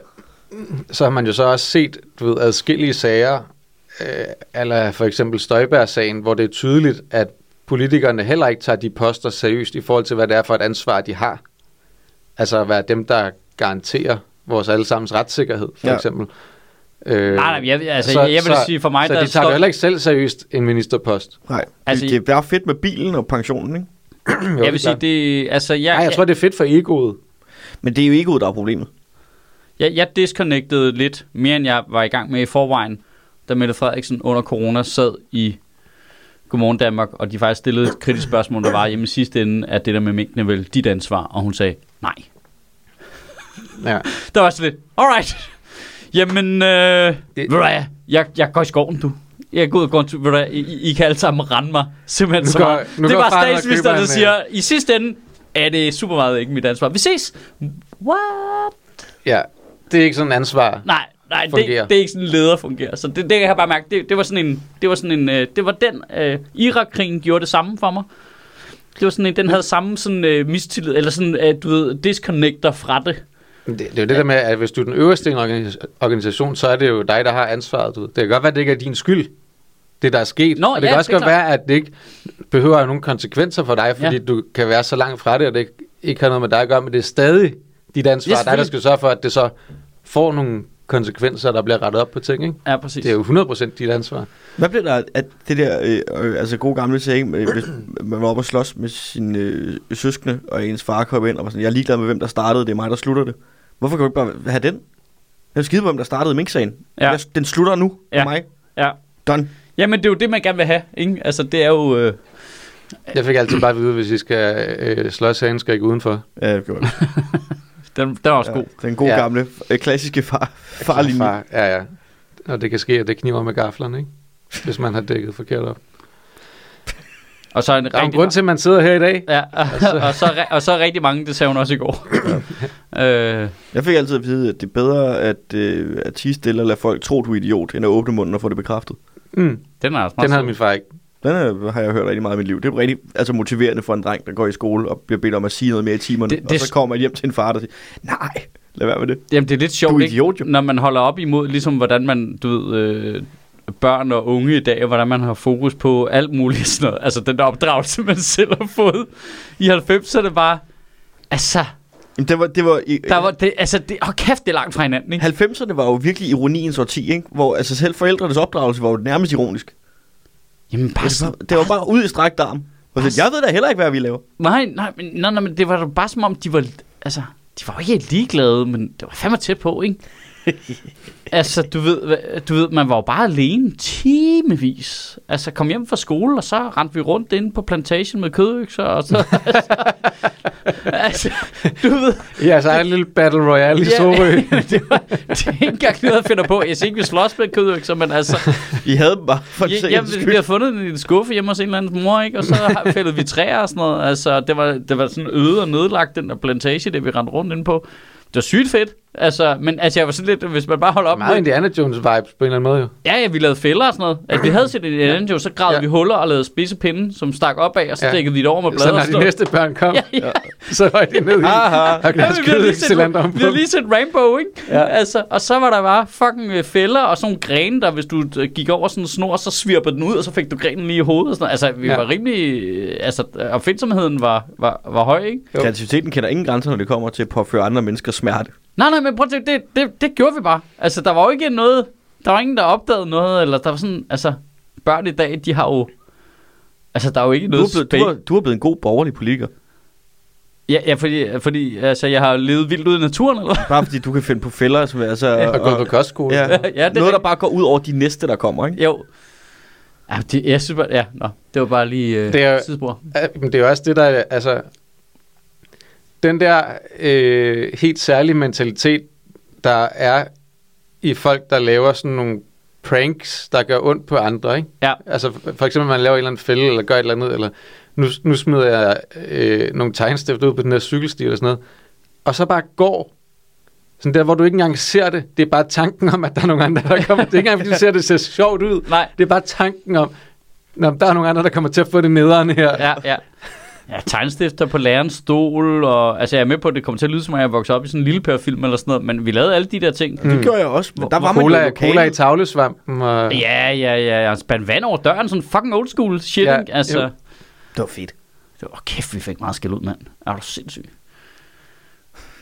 [SPEAKER 3] så har man jo så også set, du ved, adskillige sager, øh, eller for eksempel Støjbær-sagen, hvor det er tydeligt, at politikerne heller ikke tager de poster seriøst i forhold til, hvad det er for et ansvar, de har. Altså at være dem, der garanterer vores allesammens retssikkerhed, for
[SPEAKER 2] Ja.
[SPEAKER 3] ja. eksempel. Øh,
[SPEAKER 1] Nej, nej, jeg, altså, jeg, jeg vil sige, for mig,
[SPEAKER 3] så
[SPEAKER 1] der
[SPEAKER 3] de
[SPEAKER 1] står-
[SPEAKER 3] tager jo heller ikke selv seriøst en ministerpost.
[SPEAKER 2] Nej,
[SPEAKER 1] Altså,
[SPEAKER 2] altså, det, det er bare fedt med bilen og pensionen, ikke?
[SPEAKER 3] Jo,
[SPEAKER 1] jeg vil sige,
[SPEAKER 3] det...
[SPEAKER 1] det, altså, jeg,
[SPEAKER 3] er klart. Ej, jeg tror, det er fedt for egoet.
[SPEAKER 2] Men det er jo ikke ud, der er problemet.
[SPEAKER 1] Jeg, jeg disconnectede lidt mere, end jeg var i gang med i forvejen, da Mette Frederiksen under corona sad i Godmorgen Danmark, og de faktisk stillede et kritisk spørgsmål, der var hjemme i sidste ende, at det der med minkene vel dit ansvar, og hun sagde nej.
[SPEAKER 3] Ja.
[SPEAKER 1] Der var jeg sådan lidt, alright, jamen, øh, ved du hvad, jeg, jeg går i skoven, du. Jeg går ud og går en tur, ved du hvad, I, I kan alle sammen rende mig, simpelthen
[SPEAKER 3] Nu
[SPEAKER 1] så
[SPEAKER 3] går-
[SPEAKER 1] meget.
[SPEAKER 3] nu
[SPEAKER 1] det
[SPEAKER 3] går
[SPEAKER 1] var
[SPEAKER 3] faren og
[SPEAKER 1] statsministeren,
[SPEAKER 3] køber
[SPEAKER 1] der
[SPEAKER 3] en,
[SPEAKER 1] siger,
[SPEAKER 3] øh,
[SPEAKER 1] i sidste ende er det super meget ikke mit ansvar. Vi ses. What?
[SPEAKER 3] ja, det er ikke sådan et ansvar.
[SPEAKER 1] Nej, nej det,
[SPEAKER 3] fungerer.
[SPEAKER 1] det er ikke sådan, en leder fungerer. Så det, det kan jeg bare mærke, det, det var sådan en, det var sådan en, øh, det var den, øh, Irak-krigen gjorde det samme for mig. Det var sådan en, den havde samme sådan øh, mistillid, eller sådan, øh, du ved, disconnecter fra det.
[SPEAKER 3] Det, det er jo det der med, at hvis du er den øverste i en organis- organisation, så er det jo dig, der har ansvaret. Du. ved. Det kan godt være, at det ikke er din skyld, det der er sket.
[SPEAKER 1] Nå,
[SPEAKER 3] og det
[SPEAKER 1] ja,
[SPEAKER 3] kan også
[SPEAKER 1] det er
[SPEAKER 3] godt være, at det ikke behøver at have nogen konsekvenser for dig, fordi
[SPEAKER 1] Ja.
[SPEAKER 3] ja. du kan være så langt fra det, og det ikke, ikke har noget med dig at gøre, men det er stadig dit ansvar.
[SPEAKER 1] Ja,
[SPEAKER 3] Ja, dig, der
[SPEAKER 1] selvfølgelig.
[SPEAKER 3] skal sørge for, at det så får nogle konsekvenser, og der bliver rettet op på ting. Ikke?
[SPEAKER 1] Ja, præcis.
[SPEAKER 3] Det er jo 100% dit ansvar.
[SPEAKER 2] Hvad blev der at det der, øh, øh, altså gode gamle ting, øh, hvis man var oppe og slås med sine øh, søskende, og ens far kom ind og var sådan, jeg er ligeglad med, hvem der startede, det er mig, der slutter det. Hvorfor kan du ikke bare have den? Jeg vil skide på, hvem der startede minksagen.
[SPEAKER 1] Ja.
[SPEAKER 2] Ja. Den slutter nu for
[SPEAKER 1] Ja.
[SPEAKER 2] mig.
[SPEAKER 1] Ja.
[SPEAKER 2] Done.
[SPEAKER 1] Jamen, det er jo det, man gerne vil have, ikke? Altså, det er jo... Øh,
[SPEAKER 3] Jeg fik altid bare at vide, hvis I skal øh, slås herinde, skal I ikke udenfor.
[SPEAKER 2] Ja, det gjorde jeg.
[SPEAKER 1] den, den er også ja. god.
[SPEAKER 2] Ja, den gode
[SPEAKER 3] Ja.
[SPEAKER 2] gamle, øh, klassiske far, farlinje.
[SPEAKER 3] Altså, Far, ja, ja. Og det kan ske, at det kniver med gaflerne, ikke? hvis man har dækket forkert op.
[SPEAKER 1] Og så en
[SPEAKER 3] Der er jo en
[SPEAKER 1] rigtig...
[SPEAKER 3] grund til, Altså- at man sidder her i dag.
[SPEAKER 1] Ja, *laughs* og så, ri- og så rigtig mange, det sagde hun også i går. øh,
[SPEAKER 2] Jeg fik altid at vide, at det er bedre at, øh, at tige stille og lade folk tro, du er idiot, end at åbne munden og få det bekræftet.
[SPEAKER 3] Mm.
[SPEAKER 1] den er også meget
[SPEAKER 3] Den havde
[SPEAKER 1] sød.
[SPEAKER 3] min far ikke.
[SPEAKER 2] Den øh, har jeg hørt rigtig meget i mit liv. Det er rigtig altså, motiverende for en dreng, der går i skole og bliver bedt om at sige noget mere i timerne.
[SPEAKER 1] Det-
[SPEAKER 2] Det,
[SPEAKER 1] det
[SPEAKER 2] det, og
[SPEAKER 1] s-
[SPEAKER 2] så kommer man hjem til en far, der siger, nej, lad være med det.
[SPEAKER 1] Jamen, det er lidt sjovt,
[SPEAKER 2] Du er
[SPEAKER 1] ikke?
[SPEAKER 2] idiot, jo.
[SPEAKER 1] Når man holder op imod, ligesom hvordan man, du ved, øh, børn og unge i dag, og hvordan man har fokus på alt muligt sådan noget. Altså, den der opdragelse, *laughs* man selv har fået i 90'erne, var... Altså,
[SPEAKER 2] Jamen, det var, det var, i,
[SPEAKER 1] der var det, altså det, åh, kæft, det er langt fra hinanden, ikke?
[SPEAKER 2] 90'erne var jo virkelig ironiens årti, ikke? hvor altså, selv forældrenes opdragelse var jo nærmest ironisk.
[SPEAKER 1] Jamen, bare
[SPEAKER 2] Altså,
[SPEAKER 1] sådan,
[SPEAKER 2] det var bare ud i strakt arm. Og så, jeg ved da heller ikke, hvad vi laver.
[SPEAKER 1] nej, nej, men, nej, nej, men det var da bare som om, de var, altså, de var jo ikke helt ligeglade, men det var fandme tæt på, ikke? altså, du ved, hvad- du ved, man var jo bare alene timevis. Altså, kom hjem fra skole, og så rendte vi rundt inde på plantation med kødøkser, og så... *laughs* altså, du ved...
[SPEAKER 3] Ja, så er en lille Battle Royale i
[SPEAKER 1] *laughs*
[SPEAKER 3] Sorø.
[SPEAKER 1] det, var, det er ikke engang noget, jeg finder på. Jeg siger ikke, vi slås med kødøkser, men altså...
[SPEAKER 2] I havde dem bare for
[SPEAKER 1] Ja,
[SPEAKER 2] ja,
[SPEAKER 1] ja,
[SPEAKER 2] jamen,
[SPEAKER 1] vi, vi har fundet den i en skuffe hjemme hos en eller anden mor, ikke? og så
[SPEAKER 3] *laughs*
[SPEAKER 1] har- fældede vi træer og sådan noget. Altså, det var, det var sådan øde og nedlagt, den der plantage, det vi rendte rundt inde på. Det var sygt fedt. Altså, men altså, jeg var sådan lidt, hvis man bare holder op
[SPEAKER 3] Meget
[SPEAKER 1] med...
[SPEAKER 3] Indiana Jones-vibes på en eller anden måde jo.
[SPEAKER 1] Ja, ja, vi lavede fælder og sådan noget. Altså, vi havde set et Indiana Jones, så gravede
[SPEAKER 3] Ja.
[SPEAKER 1] vi huller og lavede spidse pinde, som stak op af, og så
[SPEAKER 3] Ja.
[SPEAKER 1] dækkede vi det over med
[SPEAKER 3] Så
[SPEAKER 1] blade
[SPEAKER 3] når
[SPEAKER 1] og
[SPEAKER 3] de
[SPEAKER 1] stod.
[SPEAKER 3] næste børn kom,
[SPEAKER 1] Ja, ja.
[SPEAKER 3] så var de nede i.
[SPEAKER 2] Aha.
[SPEAKER 3] Og kunne
[SPEAKER 1] Ja, men vi, har
[SPEAKER 3] skyde
[SPEAKER 1] lige
[SPEAKER 3] et cylinder om
[SPEAKER 1] set, vi har lige set Rainbow, ikke? Ja. Altså, og så var der bare fucking øh, fælder og sådan nogle grene, der hvis du øh, gik over sådan en snor, så svirpede den ud, og så fik du grenen lige i hovedet. Og sådan noget. Altså, vi ja.
[SPEAKER 3] Ja.
[SPEAKER 1] var rimelig... øh, Altså, opfindsomheden var, var, var høj, ikke?
[SPEAKER 3] Jo.
[SPEAKER 2] Kreativiteten kender ingen grænser, når det kommer til at påføre andre mennesker smerte.
[SPEAKER 1] Nej, nej, men prøv at tænke, det, det, det gjorde vi bare. Altså, der var jo ikke noget... Der var ingen, der opdagede noget, eller der var sådan... Altså, børn i dag, de har jo... Altså, der er jo ikke
[SPEAKER 2] Du
[SPEAKER 1] noget
[SPEAKER 2] er, blevet, du, er, du er blevet en god borgerlig politiker.
[SPEAKER 1] Ja, ja fordi, fordi altså, jeg har jo levet vildt ude i naturen, eller hvad?
[SPEAKER 2] Bare fordi du kan finde på fælder, som er altså...
[SPEAKER 3] Og gået på kostskole.
[SPEAKER 2] ja.
[SPEAKER 1] Ja, det er
[SPEAKER 2] Ja, Noget, der
[SPEAKER 1] rigtigt.
[SPEAKER 2] bare går ud over de næste, der kommer, ikke?
[SPEAKER 1] Jo. Ja, det, jeg synes bare, ja, nå, det var bare lige øh,
[SPEAKER 3] Det
[SPEAKER 1] det
[SPEAKER 3] er
[SPEAKER 1] er,
[SPEAKER 3] jo-
[SPEAKER 1] sidespor.
[SPEAKER 3] Ja, men det er jo også det, der er- altså... Den der øh, helt særlige mentalitet, der er i folk, der laver sådan nogle pranks, der gør ondt på andre, ikke?
[SPEAKER 1] Ja.
[SPEAKER 3] Altså for- for eksempel, man laver en eller anden fælde, eller gør et eller andet, eller nu, nu smider jeg øh, nogle tegnstifter ud på den her cykelsti, eller sådan noget, og så bare går. Sådan der, hvor du ikke engang ser det. Det er bare tanken om, at der er nogle andre, der kommer. Det er ikke engang, fordi du ser, at det ser sjovt ud.
[SPEAKER 1] Nej.
[SPEAKER 3] Det er bare tanken om, Nå, men der er nogle andre, der kommer til at få det nederen her.
[SPEAKER 1] Ja, ja. Ja, tegnstifter på lærerens stol, og altså jeg er med på, at det kommer til at lyde som om, jeg voksede op i sådan en lille pærfilm eller sådan noget, men vi lavede alle de der ting.
[SPEAKER 2] Det gjorde jeg også, men der var man jo
[SPEAKER 3] Cola,
[SPEAKER 2] lokal.
[SPEAKER 3] cola i tavlesvampen. Og...
[SPEAKER 1] Ja, ja, ja, jeg spand vand over døren, sådan fucking old school shit,
[SPEAKER 3] Ja,
[SPEAKER 1] ja, altså.
[SPEAKER 3] jo.
[SPEAKER 1] Jo.
[SPEAKER 2] Det var fedt.
[SPEAKER 1] Det var kæft, vi fik meget skæld ud, mand. Er du sindssyg?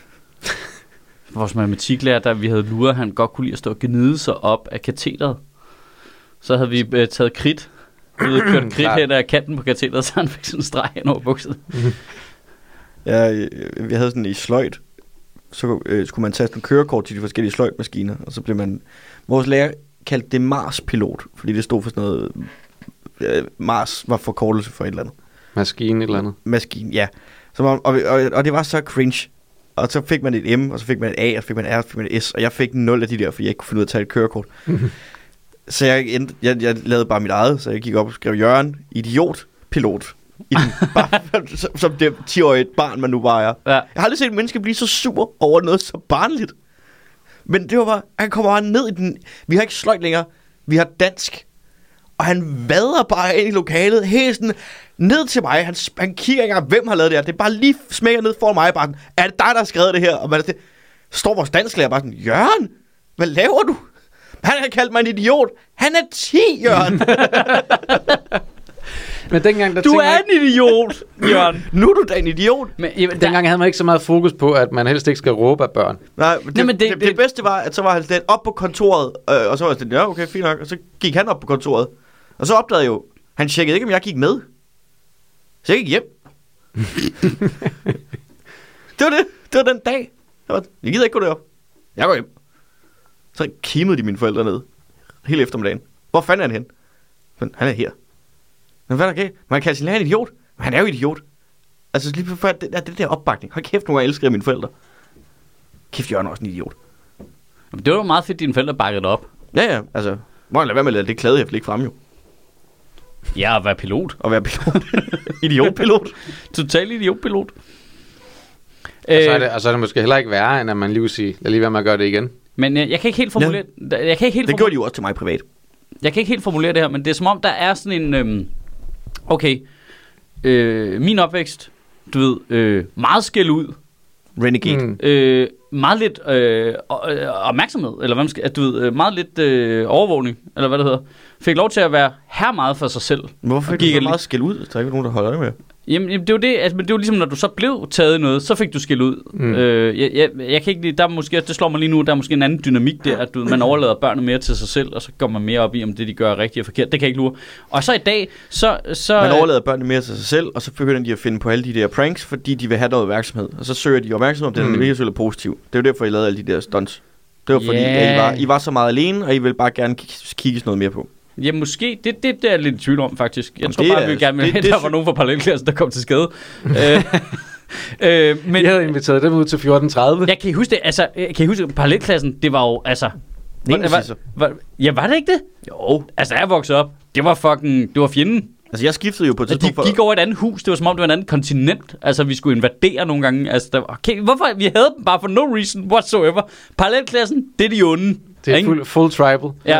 [SPEAKER 1] *laughs* Vores matematiklærer, der vi havde luret, han godt kunne lide at stå og gnide sig op af katheteret. Så havde vi øh, taget kridt, Vi havde kørt kridt
[SPEAKER 3] Klart.
[SPEAKER 1] hen af kanten på katheteret, *laughs* så han fik sådan en streg hen over bukset.
[SPEAKER 2] Jeg, øh, jeg havde sådan i sløjt, så øh, skulle man tage sådan en kørekort til de forskellige sløjtmaskiner, og så blev man... Vores lærer kaldte det Mars-pilot, fordi det stod for sådan noget... Øh, Mars var forkortelse for et eller andet.
[SPEAKER 3] Maskine et eller andet.
[SPEAKER 2] Maskine, ja. Så man, og, og, og, det var så cringe. Og så fik man et M, og så fik man et A, og så fik man et R, og så fik man et S, og jeg fik 0 af de der, fordi jeg ikke kunne finde ud af at tage et kørekort. så jeg, endte, jeg, jeg lavede bare mit eget, så jeg gik op og skrev Jørgen, idiot, pilot. I den, bare, som- som det 10-årige barn, man nu bare er.
[SPEAKER 1] Ja.
[SPEAKER 2] Jeg har aldrig set et menneske blive så sur over noget så barnligt. Men det var bare, han kommer bare ned i den... Vi har ikke sløjt længere. Vi har dansk. Og han vader bare ind i lokalet, helt sådan ned til mig. Han, s- han kigger ikke engang, hvem har lavet det her. Det er bare lige smækker ned for mig. Bare sådan, er det dig, der har skrevet det her? Og man er sådan, står vores dansklærer bare sådan, Jørgen, hvad laver du? Han har kaldt mig en idiot. Han er 10, Jørgen.
[SPEAKER 3] Men dengang,
[SPEAKER 1] *laughs*
[SPEAKER 3] der
[SPEAKER 1] Du
[SPEAKER 3] tænkte
[SPEAKER 1] er
[SPEAKER 3] man,
[SPEAKER 1] en idiot, Jørgen.
[SPEAKER 2] nu er du da en idiot.
[SPEAKER 1] Men, jamen, der,
[SPEAKER 3] dengang havde man ikke så meget fokus på, at man helst ikke skal råbe af børn.
[SPEAKER 2] Nej, men det,
[SPEAKER 1] Nej,
[SPEAKER 2] Nej,
[SPEAKER 1] men det-
[SPEAKER 2] men det, det,
[SPEAKER 1] det-
[SPEAKER 2] det, bedste var, at så var han slet op på kontoret, øh, og så var jeg sådan, ja, okay, fint nok. Og så gik han op på kontoret. Og så opdagede jeg jo, han tjekkede ikke, om jeg gik med. Så jeg gik hjem. det var det. Det var den dag. Jeg, var, jeg gider ikke gå derop. Jeg går hjem. Så kimede de mine forældre ned. Hele eftermiddagen. Hvor fanden er han hen? Men han er her. Men hvad er der galt? Man kan sige, han er en idiot. Men han er jo idiot. Altså lige før, det, det der opbakning. Hold kæft, nogle gange elsker jeg mine forældre. Kæft, Jørgen er også en idiot.
[SPEAKER 1] jamen, det var jo meget fedt, at dine forældre bakkede det op.
[SPEAKER 2] Ja, ja, altså. Må jeg lade være med at lade det kladehæfte ligge frem jo.
[SPEAKER 1] Ja, at være pilot.
[SPEAKER 2] Og være *laughs* pilot. Idiotpilot.
[SPEAKER 1] Total idiotpilot.
[SPEAKER 3] Og så, er det, og så er det måske heller ikke værre, end at man lige vil sige, lad lige være med at gøre det igen.
[SPEAKER 1] Øh. Men øh, jeg kan ikke helt formulere... Jeg kan ikke helt
[SPEAKER 2] Det gjorde de jo også til mig privat.
[SPEAKER 1] jeg kan ikke helt formulere det her, men det er som om, der er sådan en... Øhm, okay, øh, min opvækst, du ved, øh, meget skæld ud,
[SPEAKER 2] Renegade. Mm.
[SPEAKER 3] Mm.
[SPEAKER 1] øh, meget lidt øh, og- øh, opmærksomhed, eller hvad man skal, at du ved, øh, meget lidt øh, overvågning, eller hvad det hedder, fik lov til at være her meget for sig selv.
[SPEAKER 2] Hvorfor
[SPEAKER 1] gik
[SPEAKER 2] gik
[SPEAKER 1] jeg
[SPEAKER 2] det
[SPEAKER 1] lige-
[SPEAKER 2] meget skæld ud? Der er ikke nogen, der holder øje med.
[SPEAKER 1] Jamen, jamen det er jo det, altså, men det er jo ligesom, når du så blev taget i noget, så fik du skæld ud. Mm.
[SPEAKER 3] Mm.
[SPEAKER 1] Øh, jeg, jeg, jeg, kan ikke lide, der er måske, det slår mig lige nu, der er måske en anden dynamik der, at du,
[SPEAKER 2] *laughs*
[SPEAKER 1] ved, man overlader børnene mere til sig selv, og så går man mere op i, om det de gør er rigtigt og forkert. Det kan jeg ikke lure. Og så i dag, så... så
[SPEAKER 2] Man overlader børnene mere til sig selv, og så begynder de at finde på alle de der pranks, fordi de vil have noget opmærksomhed. Og så søger de opmærksomhed om det, mm.
[SPEAKER 3] Mm.
[SPEAKER 2] der virkelig er positiv. Det er jo derfor, I lavede alle de der stunts. Det var fordi,
[SPEAKER 1] Ja.
[SPEAKER 2] yeah. at I, var, I var så meget alene, og I ville bare gerne k- kigges noget mere på.
[SPEAKER 1] Ja, øh, måske. Det, det, det er jeg lidt i tvivl om, faktisk. Jeg
[SPEAKER 2] Jamen,
[SPEAKER 1] tror
[SPEAKER 2] det
[SPEAKER 1] bare,
[SPEAKER 2] er-
[SPEAKER 1] vi gerne ville
[SPEAKER 2] det-
[SPEAKER 1] have, at
[SPEAKER 2] det
[SPEAKER 1] der
[SPEAKER 2] sy-
[SPEAKER 1] var nogen fra parallelklassen, der kom til
[SPEAKER 2] *laughs*
[SPEAKER 1] skade. øh, øh, men
[SPEAKER 3] Men, jeg havde inviteret dem ud til 14.30.
[SPEAKER 1] jeg kan I huske det, altså, øh, kan I huske, at parallelklassen, det var jo, altså...
[SPEAKER 2] Neonazisser.
[SPEAKER 1] var, var, ja, var det ikke det?
[SPEAKER 2] Jo.
[SPEAKER 1] Altså, da jeg voksede op, det var fucking, det var fjenden.
[SPEAKER 2] Altså, jeg skiftede jo på et
[SPEAKER 1] Altså, de
[SPEAKER 2] tidspunkt
[SPEAKER 1] gik over et andet hus, det var som om det var et andet kontinent. Altså, vi skulle invadere nogle gange. Altså, der var, okay, hvorfor? Vi havde dem bare for no reason whatsoever. Parallelklassen, det er de onde.
[SPEAKER 3] Det er
[SPEAKER 1] ikke?
[SPEAKER 3] fuld, full tribal.
[SPEAKER 1] Ja.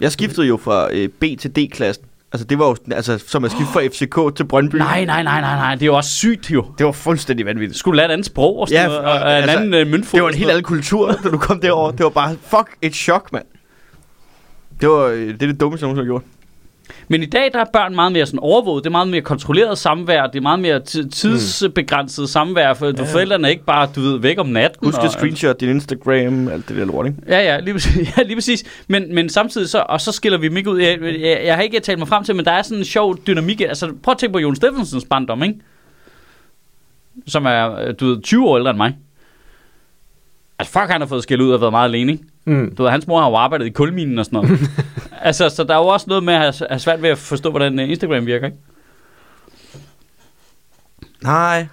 [SPEAKER 2] Jeg skiftede jo fra øh, B til D-klassen. Altså, det var jo altså, som at skifte fra FCK til Brøndby.
[SPEAKER 1] Nej, nej, nej, nej, nej. Det er jo også sygt, jo.
[SPEAKER 2] Det var fuldstændig vanvittigt.
[SPEAKER 1] Skulle lære et andet sprog og sådan
[SPEAKER 2] Ja,
[SPEAKER 1] ja, noget, og,
[SPEAKER 2] og-
[SPEAKER 1] og en
[SPEAKER 2] altså,
[SPEAKER 1] anden øh, møntfod.
[SPEAKER 2] Det var
[SPEAKER 1] og
[SPEAKER 2] en
[SPEAKER 1] sådan
[SPEAKER 2] helt
[SPEAKER 1] noget.
[SPEAKER 2] anden kultur, *laughs* da du kom derover. Det var bare, fuck, et chok, mand. Det var øh, det, er det dummeste, jeg nogensinde har gjort.
[SPEAKER 1] Men i dag der er børn meget mere sådan overvåget. Det er meget mere kontrolleret samvær. Det er meget mere
[SPEAKER 2] Hmm.
[SPEAKER 1] ti- tidsbegrænset samvær. For ja. forældrene er ikke bare, du ved, væk om natten.
[SPEAKER 2] Husk
[SPEAKER 1] og-
[SPEAKER 2] at screenshot din Instagram, alt det der lort, ikke?
[SPEAKER 1] Ja, ja, lige præcis. *laughs* Ja, lige præcis. Men, men samtidig så, og så skiller vi mig ud. Jeg, jeg, jeg, har ikke talt mig frem til, men der er sådan en sjov dynamik. Altså, prøv at tænke på Jon Steffensens barndom, ikke? Som er, øh, du ved, 20 år ældre end mig. Altså, fuck, han har fået skæld ud og været meget alene, ikke?
[SPEAKER 3] Mm.
[SPEAKER 1] Du ved, hans mor har jo arbejdet i kulminen og sådan *laughs* noget. altså, så der er jo også noget med at have- have svært ved at forstå, hvordan øh, Instagram virker, ikke?
[SPEAKER 2] Nej.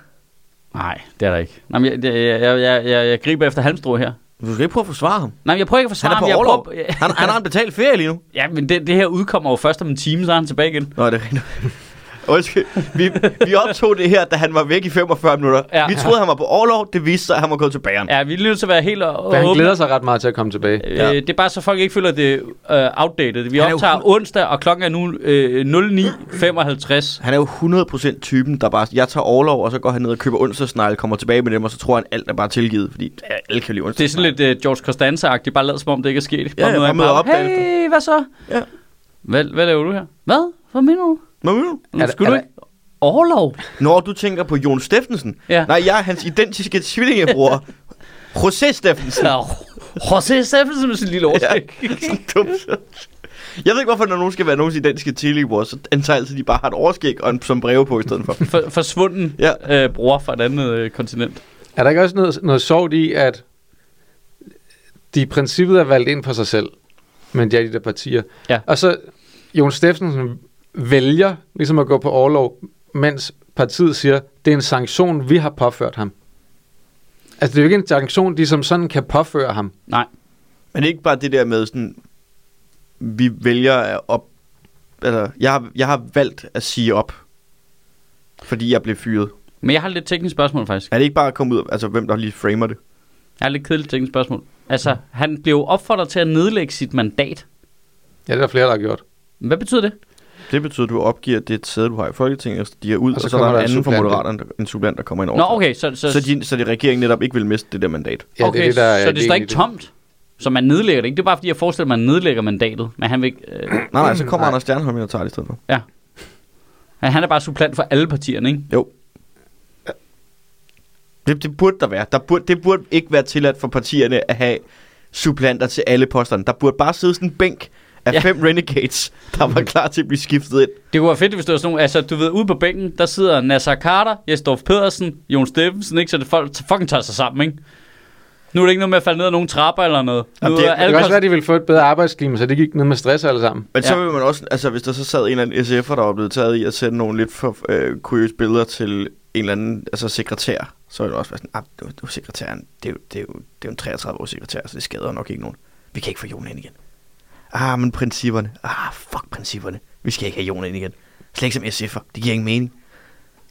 [SPEAKER 1] Nej, det er der ikke. Nej, men jeg, jeg, jeg, jeg, jeg, jeg griber efter halmstrå her.
[SPEAKER 2] Du skal ikke prøve at forsvare ham.
[SPEAKER 1] Nej, men jeg prøver ikke at forsvare
[SPEAKER 2] Han er på
[SPEAKER 1] ham.
[SPEAKER 2] overlov.
[SPEAKER 1] Jeg prøver...
[SPEAKER 2] Han, han har en betalt ferie lige nu.
[SPEAKER 1] Ja, men det, det her udkommer jo først om en time, så er han tilbage igen.
[SPEAKER 2] Nå, det er rigtigt. *laughs* Undskyld. Vi, vi optog det her, da han var væk i 45 minutter.
[SPEAKER 1] Ja.
[SPEAKER 2] Ja. Vi troede, han var på overlov. Det viste sig, at han var gået til bageren. Ja.
[SPEAKER 1] Ja, vi er nødt til at være helt og
[SPEAKER 3] Men han
[SPEAKER 1] åbne.
[SPEAKER 3] glæder sig ret meget til at komme tilbage.
[SPEAKER 1] Øh, det er bare så folk ikke føler det øh, outdated. Vi
[SPEAKER 2] Han er jo
[SPEAKER 1] optager
[SPEAKER 2] hu-
[SPEAKER 1] onsdag, og klokken er nu øh, 09.55.
[SPEAKER 2] Han er jo 100% typen, der bare... Jeg tager overlov, og så går han ned og køber onsdagsnegle, kommer tilbage med dem, og så tror han, alt er bare tilgivet. Fordi ja, alle kan lide onsdag.
[SPEAKER 1] Det er sådan lidt øh, George Costanza-agtigt, bare lad som om det ikke er sket.
[SPEAKER 2] Ja, ja,
[SPEAKER 1] møder
[SPEAKER 2] bare
[SPEAKER 1] han
[SPEAKER 2] møder op
[SPEAKER 1] Hey,
[SPEAKER 2] bagefter.
[SPEAKER 1] hvad så?
[SPEAKER 2] Ja.
[SPEAKER 1] Hvad, hvad laver du her? Hvad? Hvad mener du?
[SPEAKER 2] Nå, men-
[SPEAKER 1] Er,
[SPEAKER 3] der-
[SPEAKER 1] Skulle
[SPEAKER 3] er
[SPEAKER 1] du ikke? Overlov?
[SPEAKER 2] Når du tænker på Jon Steffensen.
[SPEAKER 1] Ja.
[SPEAKER 2] Nej, jeg er hans identiske tvillingebror.
[SPEAKER 1] *laughs*
[SPEAKER 2] José Steffensen.
[SPEAKER 1] Så, José Steffensen med sin lille overskæg. Ja.
[SPEAKER 2] Dum. Jeg ved ikke, hvorfor når nogen skal være nogens identiske tvillingebror, så antager jeg altid, at de bare har et overskæg og en som breve på i stedet for.
[SPEAKER 1] For, forsvunden
[SPEAKER 2] Ja.
[SPEAKER 1] øh, bror fra et andet øh, kontinent.
[SPEAKER 3] Er der ikke også noget, noget sjovt i, at de i princippet er valgt ind for sig selv, men de er de der partier?
[SPEAKER 1] Ja.
[SPEAKER 3] Og så Jon Steffensen vælger ligesom at gå på overlov, mens partiet siger, det er en sanktion, vi har påført ham. Altså, det er jo ikke en sanktion, de som sådan kan påføre ham.
[SPEAKER 1] Nej.
[SPEAKER 2] Men ikke bare det der med sådan, vi vælger at op... Altså, jeg har, jeg har valgt at sige op, fordi jeg blev fyret.
[SPEAKER 1] Men jeg har et lidt teknisk spørgsmål, faktisk.
[SPEAKER 2] Er det ikke bare at komme ud, altså hvem der lige framer det?
[SPEAKER 1] Jeg har et lidt kedeligt teknisk spørgsmål. Altså, han blev opfordret til at nedlægge sit mandat.
[SPEAKER 3] Ja, det er der flere, der har gjort.
[SPEAKER 1] Hvad betyder det?
[SPEAKER 2] Det betyder, at du opgiver det sæde, du har i Folketinget, og så de er ud, og så, og så er
[SPEAKER 3] kommer
[SPEAKER 2] der en
[SPEAKER 3] der en
[SPEAKER 2] anden fra
[SPEAKER 3] suppleant.
[SPEAKER 2] Moderaterne, en suppleant, der kommer ind over.
[SPEAKER 1] Nå, okay, så, så,
[SPEAKER 2] Så, de, så de regeringen netop ikke vil miste det der mandat.
[SPEAKER 3] Ja,
[SPEAKER 1] okay,
[SPEAKER 3] det er det, der er
[SPEAKER 1] så det står
[SPEAKER 3] ideen i
[SPEAKER 1] ikke tomt. Så man nedlægger det ikke. Det er bare fordi, jeg forestiller mig, at man nedlægger mandatet. Men han, vil, ikke, øh,
[SPEAKER 2] Nej, nej, så kommer
[SPEAKER 3] Nej.
[SPEAKER 2] Anders Stjernholm ind og tager det i stedet for.
[SPEAKER 1] han er bare supplant for alle partierne, ikke?
[SPEAKER 2] Jo. Det, det burde der være. Der burde, det burde ikke være tilladt for partierne at have supplanter til alle posterne. Der burde bare sidde sådan en bænk af
[SPEAKER 1] Ja.
[SPEAKER 2] ja. fem renegades, der var klar til at blive skiftet ind.
[SPEAKER 1] Det kunne være fedt, hvis det var sådan nogle, altså du ved, ude på bænken, der sidder Nasser Carter, Jesdorf Pedersen, Jon Steffensen, ikke? Så det folk t- fucking tager sig sammen, ikke? Nu er det ikke noget med at falde ned ad nogle trapper eller noget.
[SPEAKER 2] Jamen,
[SPEAKER 1] nu
[SPEAKER 2] det-
[SPEAKER 1] er
[SPEAKER 2] det
[SPEAKER 3] Det
[SPEAKER 1] alle
[SPEAKER 3] kan også være,
[SPEAKER 1] kost-
[SPEAKER 3] at de ville få et bedre arbejdsklima, så de gik ned med stress alle sammen.
[SPEAKER 2] Men så
[SPEAKER 1] Ja.
[SPEAKER 2] vil man også, altså hvis der så sad en eller anden SF'er, der var blevet taget i at sende nogle lidt for øh, kuriøse billeder til en eller anden altså sekretær, så ville det også være sådan, ah, det er jo sekretæren, det er jo, det er jo, det er jo en 33-årig sekretær, så det skader nok ikke nogen. Vi kan ikke få Jon ind igen. Ah, men principperne. Ah, fuck principperne. Vi skal ikke have Jon ind igen. Slet ikke som SF'er. Det giver ingen mening.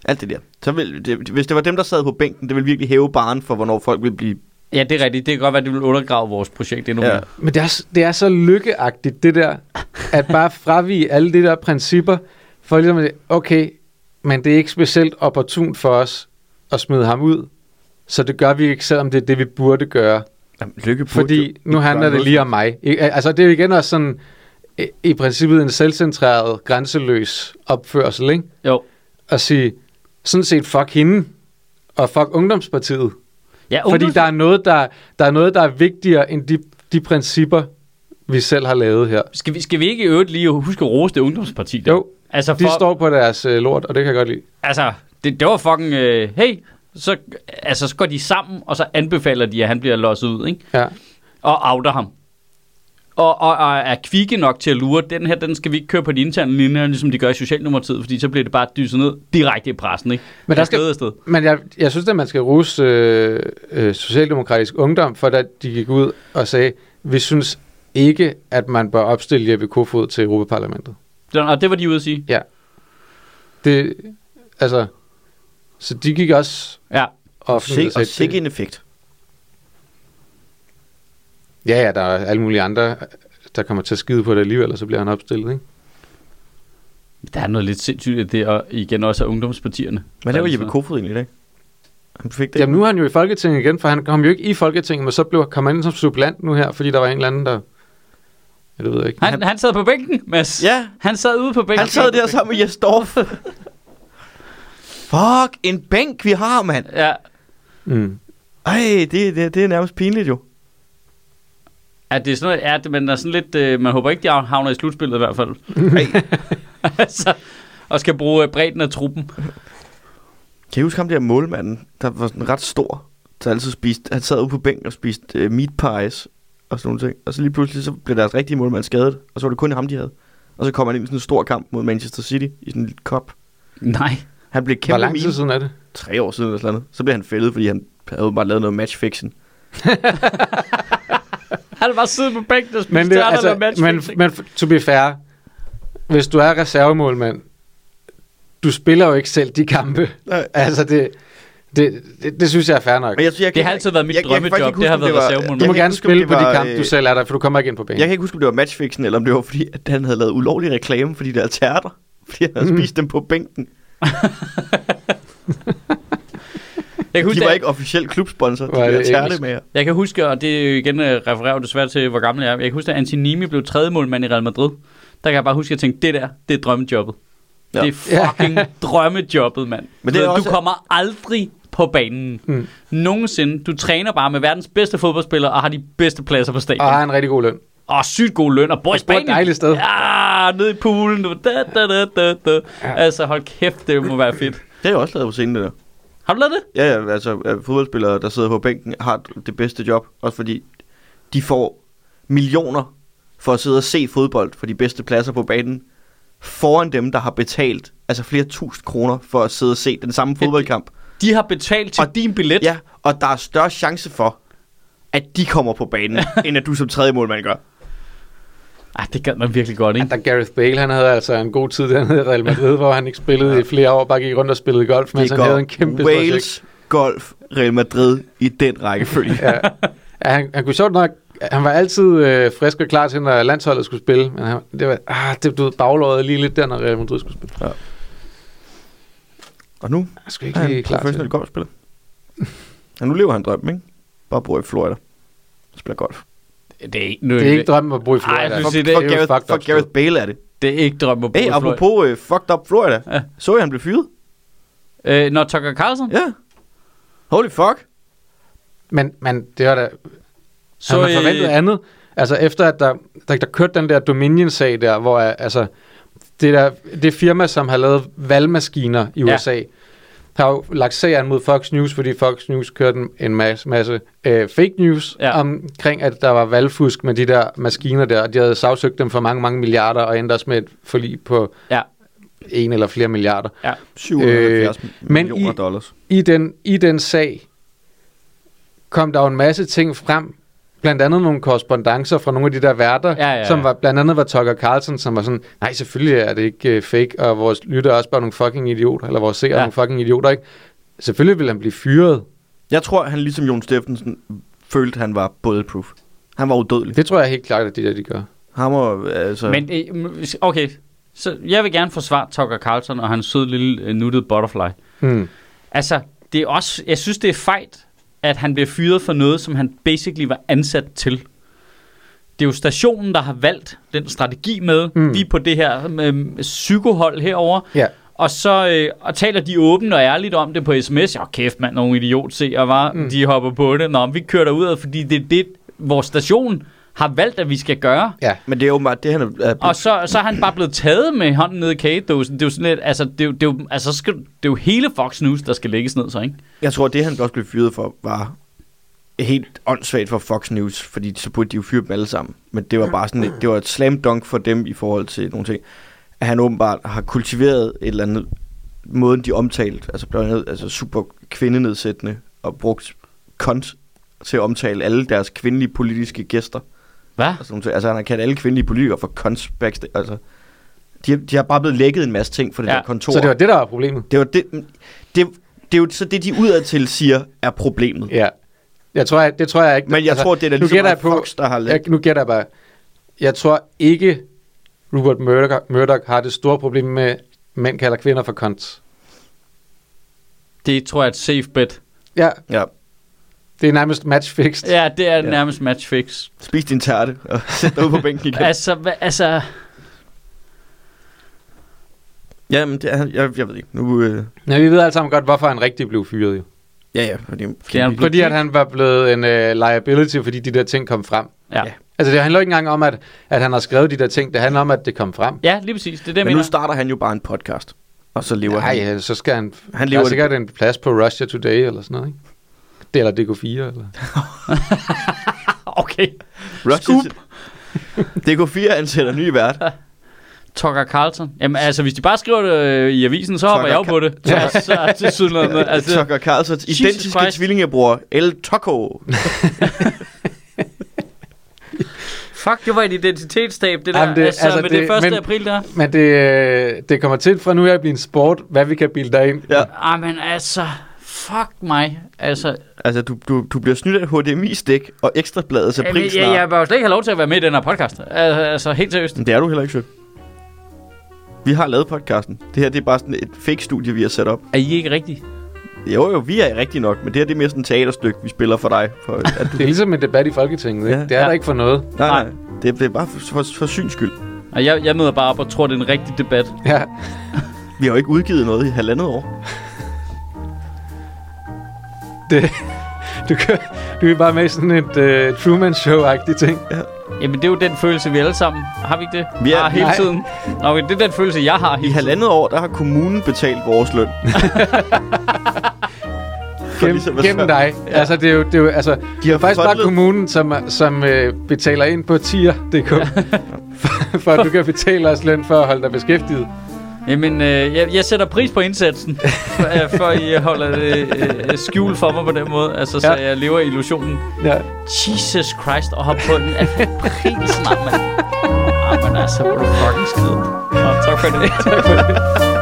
[SPEAKER 2] Alt det der. Så vil, det, hvis det var dem, der sad på bænken, det ville virkelig hæve baren for, hvornår folk ville blive...
[SPEAKER 1] Ja, det er rigtigt. Det kan godt være, at det vil undergrave vores projekt endnu
[SPEAKER 2] Ja.
[SPEAKER 1] mere.
[SPEAKER 3] Men det er, s- det er så lykkeagtigt, det der, at bare fravige alle de der principper, for ligesom at, okay, men det er ikke specielt opportunt for os at smide ham ud, så det gør vi ikke, selvom det er det, vi burde gøre.
[SPEAKER 2] Jamen, lykke på.
[SPEAKER 3] Fordi nu handler det lige om mig. I- Altså, det er jo igen også sådan, i- i princippet en selvcentreret, grænseløs opførsel, ikke?
[SPEAKER 1] Jo.
[SPEAKER 3] At sige, sådan set, fuck hende, og fuck Ungdomspartiet.
[SPEAKER 1] Ja,
[SPEAKER 3] Fordi der er, noget, der, der er noget, der er vigtigere end de, de principper, vi selv har lavet her.
[SPEAKER 1] Skal vi, skal vi ikke i øvrigt lige huske at rose det ungdomsparti der?
[SPEAKER 3] Jo,
[SPEAKER 1] altså,
[SPEAKER 3] De
[SPEAKER 1] for,
[SPEAKER 3] står på deres øh, lort, og det kan jeg godt lide.
[SPEAKER 1] altså det, det var fucking, øh, hey, så, altså, så går de sammen, og så anbefaler de, at han bliver losset ud, ikke?
[SPEAKER 3] Ja.
[SPEAKER 1] Og outer ham. Og, og, og er kvikke nok til at lure, den her, den skal vi ikke køre på de interne linjer, ligesom de gør i Socialdemokratiet, fordi så bliver det bare dyset ned direkte i pressen, ikke?
[SPEAKER 3] Men der skal-
[SPEAKER 1] Afsted, afsted.
[SPEAKER 3] Men jeg, jeg synes, at man skal rose øh, øh, Socialdemokratisk Ungdom, for da de gik ud og sagde, vi synes ikke, at man bør opstille Jeppe Kofod til Europaparlamentet.
[SPEAKER 1] Den, og det var de ude at sige.
[SPEAKER 3] Ja. Det, altså, så de gik også
[SPEAKER 1] Ja.
[SPEAKER 3] offentligt.
[SPEAKER 2] Sik, og
[SPEAKER 3] og sagde,
[SPEAKER 2] sikke
[SPEAKER 3] det-
[SPEAKER 2] en effekt.
[SPEAKER 3] Ja, ja, der er alle mulige andre, der kommer til at skide på det alligevel, og så bliver han opstillet, ikke?
[SPEAKER 1] Der er noget lidt sindssygt i det, og igen også af ungdomspartierne.
[SPEAKER 2] Hvad laver
[SPEAKER 1] Altså.
[SPEAKER 2] Jeppe Kofod egentlig i dag? Han fik det.
[SPEAKER 3] Jamen nu er han jo i Folketinget igen, for han kom jo ikke i Folketinget, men så blev, kom han ind som supplant nu her, fordi der var en eller anden, der... Ja, det ved jeg ikke.
[SPEAKER 1] Han, han sad på bænken, Mads.
[SPEAKER 2] ja,
[SPEAKER 1] Han sad ude på bænken.
[SPEAKER 2] han sad der sammen med Jes Dorf. Fuck, en bænk vi har, mand.
[SPEAKER 1] Ja.
[SPEAKER 3] Mm.
[SPEAKER 2] Ej, det, det, det er nærmest pinligt jo.
[SPEAKER 1] Ja, det er sådan noget, ja, det, men er sådan lidt, øh, man håber ikke, de havner i slutspillet i hvert fald. *laughs* altså, og skal bruge øh, bredden af truppen.
[SPEAKER 2] Kan I huske ham der målmanden, der var sådan ret stor, der altid spiste, han sad ude på bænken og spiste uh, meat pies og sådan nogle ting. Og så lige pludselig, så blev deres rigtige målmand skadet, og så var det kun ham, de havde. Og så kom han ind i sådan en stor kamp mod Manchester City i sådan en lille kop.
[SPEAKER 1] Nej.
[SPEAKER 2] Han blev
[SPEAKER 3] Hvor
[SPEAKER 2] kæmpe
[SPEAKER 3] lang tid
[SPEAKER 2] meme
[SPEAKER 3] siden er det?
[SPEAKER 2] tre år siden eller sådan noget. Så blev han fældet, fordi han havde bare lavet noget matchfixing.
[SPEAKER 1] Han var siddet på bænken og spiste
[SPEAKER 3] Men, det,
[SPEAKER 1] stjerner
[SPEAKER 3] altså,
[SPEAKER 1] og match.
[SPEAKER 3] men, men to be fair, hvis du er reservemålmand, du spiller jo ikke selv de kampe. *laughs*
[SPEAKER 2] Nej.
[SPEAKER 3] Altså, det, det, det, det synes jeg er fair nok.
[SPEAKER 2] Men jeg, jeg, jeg,
[SPEAKER 1] det har altid været mit
[SPEAKER 2] jeg- jeg kan faktisk
[SPEAKER 1] drømmejob,
[SPEAKER 2] ikke
[SPEAKER 1] det har
[SPEAKER 2] huske,
[SPEAKER 1] været
[SPEAKER 2] om det var-
[SPEAKER 1] reservemålmand.
[SPEAKER 3] Du
[SPEAKER 2] jeg
[SPEAKER 3] må
[SPEAKER 2] kan ikke
[SPEAKER 3] gerne
[SPEAKER 2] huske, om
[SPEAKER 3] spille
[SPEAKER 2] det
[SPEAKER 3] på de
[SPEAKER 2] var,
[SPEAKER 3] kampe,
[SPEAKER 2] øh,
[SPEAKER 3] du selv er der, for du kommer ikke ind på banen.
[SPEAKER 2] Jeg kan ikke huske, om det var matchfixen, eller om det var, fordi at han havde lavet ulovlig reklame for de der tærter. *laughs* Fordi han havde
[SPEAKER 3] Mm.
[SPEAKER 2] spist dem på bænken.
[SPEAKER 1] Jeg kan
[SPEAKER 2] De
[SPEAKER 1] huske,
[SPEAKER 2] var
[SPEAKER 1] jeg,
[SPEAKER 2] ikke officiel klubsponsor, de
[SPEAKER 3] Hvor er
[SPEAKER 2] der
[SPEAKER 3] det engelsk.
[SPEAKER 2] tærtemager.
[SPEAKER 1] jeg kan huske, og det er jo igen øh, refererer jo desværre til, hvor gammel jeg er. Jeg kan huske, at Antinimi blev tredje målmand i Real Madrid. Der kan jeg bare huske, at jeg tænkte, det der, det er drømmejobbet.
[SPEAKER 2] Ja.
[SPEAKER 1] Ja. Det er fucking drømmejobbet, mand.
[SPEAKER 2] Men
[SPEAKER 1] Men
[SPEAKER 2] det
[SPEAKER 1] det
[SPEAKER 2] er
[SPEAKER 1] du,
[SPEAKER 2] også-
[SPEAKER 1] du kommer aldrig på banen.
[SPEAKER 3] Mm.
[SPEAKER 1] Mm. Nogensinde. Du træner bare med verdens bedste fodboldspillere og har de bedste pladser på stadion.
[SPEAKER 3] Og har
[SPEAKER 1] Ah.
[SPEAKER 3] en rigtig god løn.
[SPEAKER 1] Og sygt gode løn. Og bor i
[SPEAKER 3] Og bor et
[SPEAKER 1] Spanien.
[SPEAKER 3] dejligt sted.
[SPEAKER 1] Ja, nede i poolen. Du. Da, da, da, da, da. Ja. Altså, hold kæft, det må være fedt.
[SPEAKER 2] Det har jeg også lavet på scenen, det der.
[SPEAKER 1] Har du lavet det?
[SPEAKER 2] Ja, ja, altså øh, fodboldspillere, der sidder på bænken, har det bedste job. Også fordi de får millioner for at sidde og se fodbold for de bedste pladser på banen. Foran dem, der har betalt altså flere tusind kroner for at sidde og se den samme fodboldkamp.
[SPEAKER 1] De har betalt til
[SPEAKER 2] Og-
[SPEAKER 1] og din billet.
[SPEAKER 2] Ja, og der er større chance for, at de kommer på banen, end at du som tredje målmand gør.
[SPEAKER 1] Ej, Ah, det gad man virkelig godt,
[SPEAKER 3] Ja,
[SPEAKER 1] ikke?
[SPEAKER 3] der Gareth Bale, han havde altså en god tid dernede i Real Madrid, hvor han ikke spillede i flere år, bare gik rundt og spillede golf, mens
[SPEAKER 1] Altså,
[SPEAKER 2] Det
[SPEAKER 3] han havde en kæmpe
[SPEAKER 2] går Wales, golf, Real Madrid i
[SPEAKER 1] *laughs*
[SPEAKER 2] den rækkefølge.
[SPEAKER 3] Ja. ja, han, han kunne sjovt nok, han var altid øh, frisk og klar til, når landsholdet skulle spille, men han, det var, ah, det blev baglåret lige lidt der, når Real Madrid skulle spille.
[SPEAKER 2] Og nu
[SPEAKER 3] Jeg skulle
[SPEAKER 2] er
[SPEAKER 3] ikke lige
[SPEAKER 2] han
[SPEAKER 3] klar til
[SPEAKER 2] professionel
[SPEAKER 3] det.
[SPEAKER 2] golfspiller. Ja, nu lever han drømmen, ikke? Bare bor i Florida. Og spiller golf.
[SPEAKER 1] Det er ikke,
[SPEAKER 3] Det er ikke drømmen at bo i Florida.
[SPEAKER 1] Ej, jeg
[SPEAKER 2] For,
[SPEAKER 1] synes-
[SPEAKER 2] for,
[SPEAKER 1] det er jo
[SPEAKER 2] Gareth,
[SPEAKER 3] fucked
[SPEAKER 2] for
[SPEAKER 3] up,
[SPEAKER 2] Gareth Bale er det.
[SPEAKER 1] det er ikke drøm at bo
[SPEAKER 2] Hey,
[SPEAKER 1] i Florida.
[SPEAKER 2] apropos uh, fucked up Florida.
[SPEAKER 1] Ja.
[SPEAKER 2] Så jeg, han blev fyret?
[SPEAKER 1] Øh, når Tucker Carlson?
[SPEAKER 2] Ja. Holy fuck.
[SPEAKER 3] men, men det var da, så,
[SPEAKER 1] Så,
[SPEAKER 3] han havde forventet
[SPEAKER 1] øh,
[SPEAKER 3] andet. Altså efter at der, der, der kørte den der Dominion-sag der, hvor øh, altså, det, der, det firma, som har lavet valgmaskiner i
[SPEAKER 1] Ja.
[SPEAKER 3] USA, har jo lagt sagen mod Fox News, fordi Fox News kørte en- en masse, masse øh, fake news ja.
[SPEAKER 1] Ja.
[SPEAKER 3] omkring, at der var valgfusk med de der maskiner der, og de havde sagsøgt dem for mange, mange milliarder, og endte også med et forlig på
[SPEAKER 1] Ja.
[SPEAKER 3] en eller flere milliarder.
[SPEAKER 2] 770 øh,
[SPEAKER 3] men
[SPEAKER 2] millioner
[SPEAKER 3] I-
[SPEAKER 2] dollars.
[SPEAKER 3] I den, I den sag kom der jo en masse ting frem, blandt andet nogle korrespondencer fra nogle af de der værter,
[SPEAKER 1] Ja, ja, ja.
[SPEAKER 3] som var, blandt andet var Tucker Carlson, som var sådan, nej, selvfølgelig er det ikke uh, fake, og vores lytter er også bare nogle fucking idioter, eller vores seere ja.
[SPEAKER 1] Ja.
[SPEAKER 3] er nogle fucking idioter, ikke? Selvfølgelig vil han blive fyret.
[SPEAKER 2] Jeg tror, han ligesom Jon Steffensen følte, han var bulletproof. Han var udødelig.
[SPEAKER 3] Det tror jeg helt klart, at de der, de gør.
[SPEAKER 2] Han var, altså...
[SPEAKER 1] Men øh, m- okay, så jeg vil gerne forsvare Tucker Carlson og hans søde lille øh, nuttede butterfly.
[SPEAKER 3] Hmm.
[SPEAKER 1] Altså, det er også, jeg synes det er fejt, at han bliver fyret for noget, som han basically var ansat til. Det er jo stationen, der har valgt den strategi med,
[SPEAKER 3] Mm.
[SPEAKER 1] mm. vi er på det her øh, psykohold herover,
[SPEAKER 3] Ja.
[SPEAKER 1] og så øh, og taler de åbent og ærligt om det på sms. Ja, kæft mand, nogle idiot se, og var,
[SPEAKER 3] Mm.
[SPEAKER 1] mm. de hopper på det. Nå, men vi kører derud, fordi det er det, vores station har valgt, at vi skal gøre.
[SPEAKER 2] Men det er jo bare det, han er... er
[SPEAKER 1] Og så, så er han bare blevet taget med hånden ned i kagedåsen. Det er jo sådan lidt, altså, det er, jo- det er, jo, altså skal, det er jo hele Fox News, der skal lægges ned så, ikke?
[SPEAKER 2] Jeg tror, det han også blev fyret for, var helt åndssvagt for Fox News, fordi så burde de jo fyre dem alle sammen. Men det var bare sådan, et- det var et slam dunk for dem i forhold til nogle ting. At han åbenbart har kultiveret et eller andet, måden de omtalt, altså blandt andet altså super kvindenedsættende, og brugt kont til at omtale alle deres kvindelige politiske gæster.
[SPEAKER 1] Hvad?
[SPEAKER 2] Og sådan nogle ting. Altså han har kaldt alle kvindelige politikere for cons backstage. Altså, De, de har bare blevet lækket en masse ting fra det
[SPEAKER 1] Ja,
[SPEAKER 2] ja. der kontor.
[SPEAKER 3] Så det var det, der var problemet.
[SPEAKER 2] det, var det, det, det er jo så det, de udadtil siger, er problemet.
[SPEAKER 3] Ja. Jeg tror, jeg, det tror jeg ikke. altså,
[SPEAKER 2] Men jeg tror, det er da
[SPEAKER 3] nu
[SPEAKER 2] lige så
[SPEAKER 3] gætter
[SPEAKER 2] meget
[SPEAKER 3] jeg på-
[SPEAKER 2] Fox, der har
[SPEAKER 3] jeg,
[SPEAKER 2] lækket.
[SPEAKER 3] nu gætter jeg bare. Jeg tror ikke, Rupert Murdoch, Murdoch har det store problem med, mænd kalder kvinder for kont.
[SPEAKER 1] Det tror jeg er et safe bet.
[SPEAKER 3] Ja,
[SPEAKER 2] Ja.
[SPEAKER 3] det er nærmest matchfixed.
[SPEAKER 1] Ja, det er ja.
[SPEAKER 2] Ja.
[SPEAKER 1] nærmest matchfix.
[SPEAKER 2] Spis din tærte og *laughs* sæt dig ud på bænken igen.
[SPEAKER 1] Altså, hva, altså,
[SPEAKER 2] Jamen, det er, jeg, jeg ved ikke. Nu, øh,
[SPEAKER 3] Ja, vi ved alle sammen godt, hvorfor han rigtig blev fyret jo.
[SPEAKER 2] ja, ja. Fordi,
[SPEAKER 1] Det er en
[SPEAKER 3] Fordi at han var blevet en uh, liability, fordi de der ting kom frem.
[SPEAKER 1] ja.
[SPEAKER 2] Ja.
[SPEAKER 3] Altså det handler ikke engang om, at, at han har skrevet de der ting. Det handler om, at det kom frem.
[SPEAKER 1] Ja, lige præcis. Det er det, jeg
[SPEAKER 2] Men nu
[SPEAKER 1] mener.
[SPEAKER 2] starter han jo bare en podcast. Og så lever
[SPEAKER 3] Nej,
[SPEAKER 2] han.
[SPEAKER 3] ja, så skal han...
[SPEAKER 2] Han
[SPEAKER 3] han
[SPEAKER 2] lever
[SPEAKER 3] lever der er
[SPEAKER 2] det-
[SPEAKER 3] sikkert en plads på Russia Today eller sådan noget, ikke? Det, eller DK4, eller...
[SPEAKER 1] Okay.
[SPEAKER 2] Rush
[SPEAKER 1] Scoop.
[SPEAKER 2] *laughs* DK4 ansætter ny vært.
[SPEAKER 1] Tucker Carlson. Jamen altså, hvis de bare skriver det øh, i avisen, så
[SPEAKER 2] Tucker
[SPEAKER 1] hopper jeg jo på det.
[SPEAKER 2] Car-
[SPEAKER 1] Ja, så er det sådan noget.
[SPEAKER 2] Altså,
[SPEAKER 1] Altså,
[SPEAKER 2] Tucker Carlsons
[SPEAKER 1] Jesus
[SPEAKER 2] identiske
[SPEAKER 1] Christ.
[SPEAKER 2] tvillingebror, El Tocco.
[SPEAKER 1] fuck, det var et identitetstab, det der. det,
[SPEAKER 3] Jamen, det-
[SPEAKER 1] altså,
[SPEAKER 3] altså,
[SPEAKER 1] med det,
[SPEAKER 3] det-
[SPEAKER 1] 1.
[SPEAKER 3] men-
[SPEAKER 1] april der.
[SPEAKER 3] *laughs* Men det, øh, det kommer til fra nu af at blive en sport, hvad vi kan bilde dig ind.
[SPEAKER 2] Ja.
[SPEAKER 1] Ah, men altså, fuck mig. Altså,
[SPEAKER 2] Altså, du, du, du bliver snydt af HDMI-stik og ekstrabladet til
[SPEAKER 1] jeg,
[SPEAKER 2] pris
[SPEAKER 1] jeg, jeg
[SPEAKER 2] snart.
[SPEAKER 1] bør jo slet ikke have lov til at være med i den her podcast. Altså, altså helt seriøst.
[SPEAKER 2] Men Det er du heller ikke, sødt. Vi har lavet podcasten. Det her det er bare sådan et fake-studie, vi har sat op.
[SPEAKER 1] Er I ikke rigtige?
[SPEAKER 2] Jo, jo, vi er rigtig nok, men det her det er mere sådan et teaterstykke, vi spiller for dig. For, at
[SPEAKER 3] *laughs*
[SPEAKER 2] du...
[SPEAKER 3] Det er ligesom en debat i Folketinget, ikke?
[SPEAKER 2] Ja.
[SPEAKER 3] Det er
[SPEAKER 1] Ja.
[SPEAKER 3] der ikke for noget.
[SPEAKER 2] nej, nej. Det, det er bare for, for, for syns skyld.
[SPEAKER 1] Og jeg, jeg møder bare op og tror, det er en rigtig debat.
[SPEAKER 3] Ja.
[SPEAKER 2] Vi har jo ikke udgivet noget i halvandet år.
[SPEAKER 3] Det, du, kan, du er bare med i sådan et uh, Truman Show-agtigt ting.
[SPEAKER 1] Jamen, det er jo den følelse, vi alle sammen har. vi ikke det?
[SPEAKER 2] Vi er-
[SPEAKER 1] har hele
[SPEAKER 3] nej.
[SPEAKER 1] tiden. Nå, men det er den følelse, jeg har
[SPEAKER 2] I
[SPEAKER 1] hele tiden.
[SPEAKER 2] halvandet år, der har kommunen betalt vores
[SPEAKER 3] *laughs*
[SPEAKER 2] løn. For
[SPEAKER 3] Gennem,
[SPEAKER 2] ligesom at
[SPEAKER 3] gennem
[SPEAKER 2] svare-
[SPEAKER 3] dig. Ja. Altså, det er jo, det er jo, altså, det
[SPEAKER 2] har
[SPEAKER 3] er faktisk bare
[SPEAKER 2] forfondlet-
[SPEAKER 3] kommunen, som, som øh, betaler ind på tier.dk, *laughs* for, for at du kan betale os løn for at holde dig beskæftiget.
[SPEAKER 1] Jamen, øh, jeg, jeg sætter pris på indsatsen, for, øh, for I holder det øh, skjul for mig på den måde. Altså, så
[SPEAKER 3] Ja.
[SPEAKER 1] jeg lever i illusionen.
[SPEAKER 3] Ja.
[SPEAKER 1] Jesus Christ, og har på den af april snart, mand. Jamen altså, hvor er du fucking skide. Nå, tak for det. Tak for det.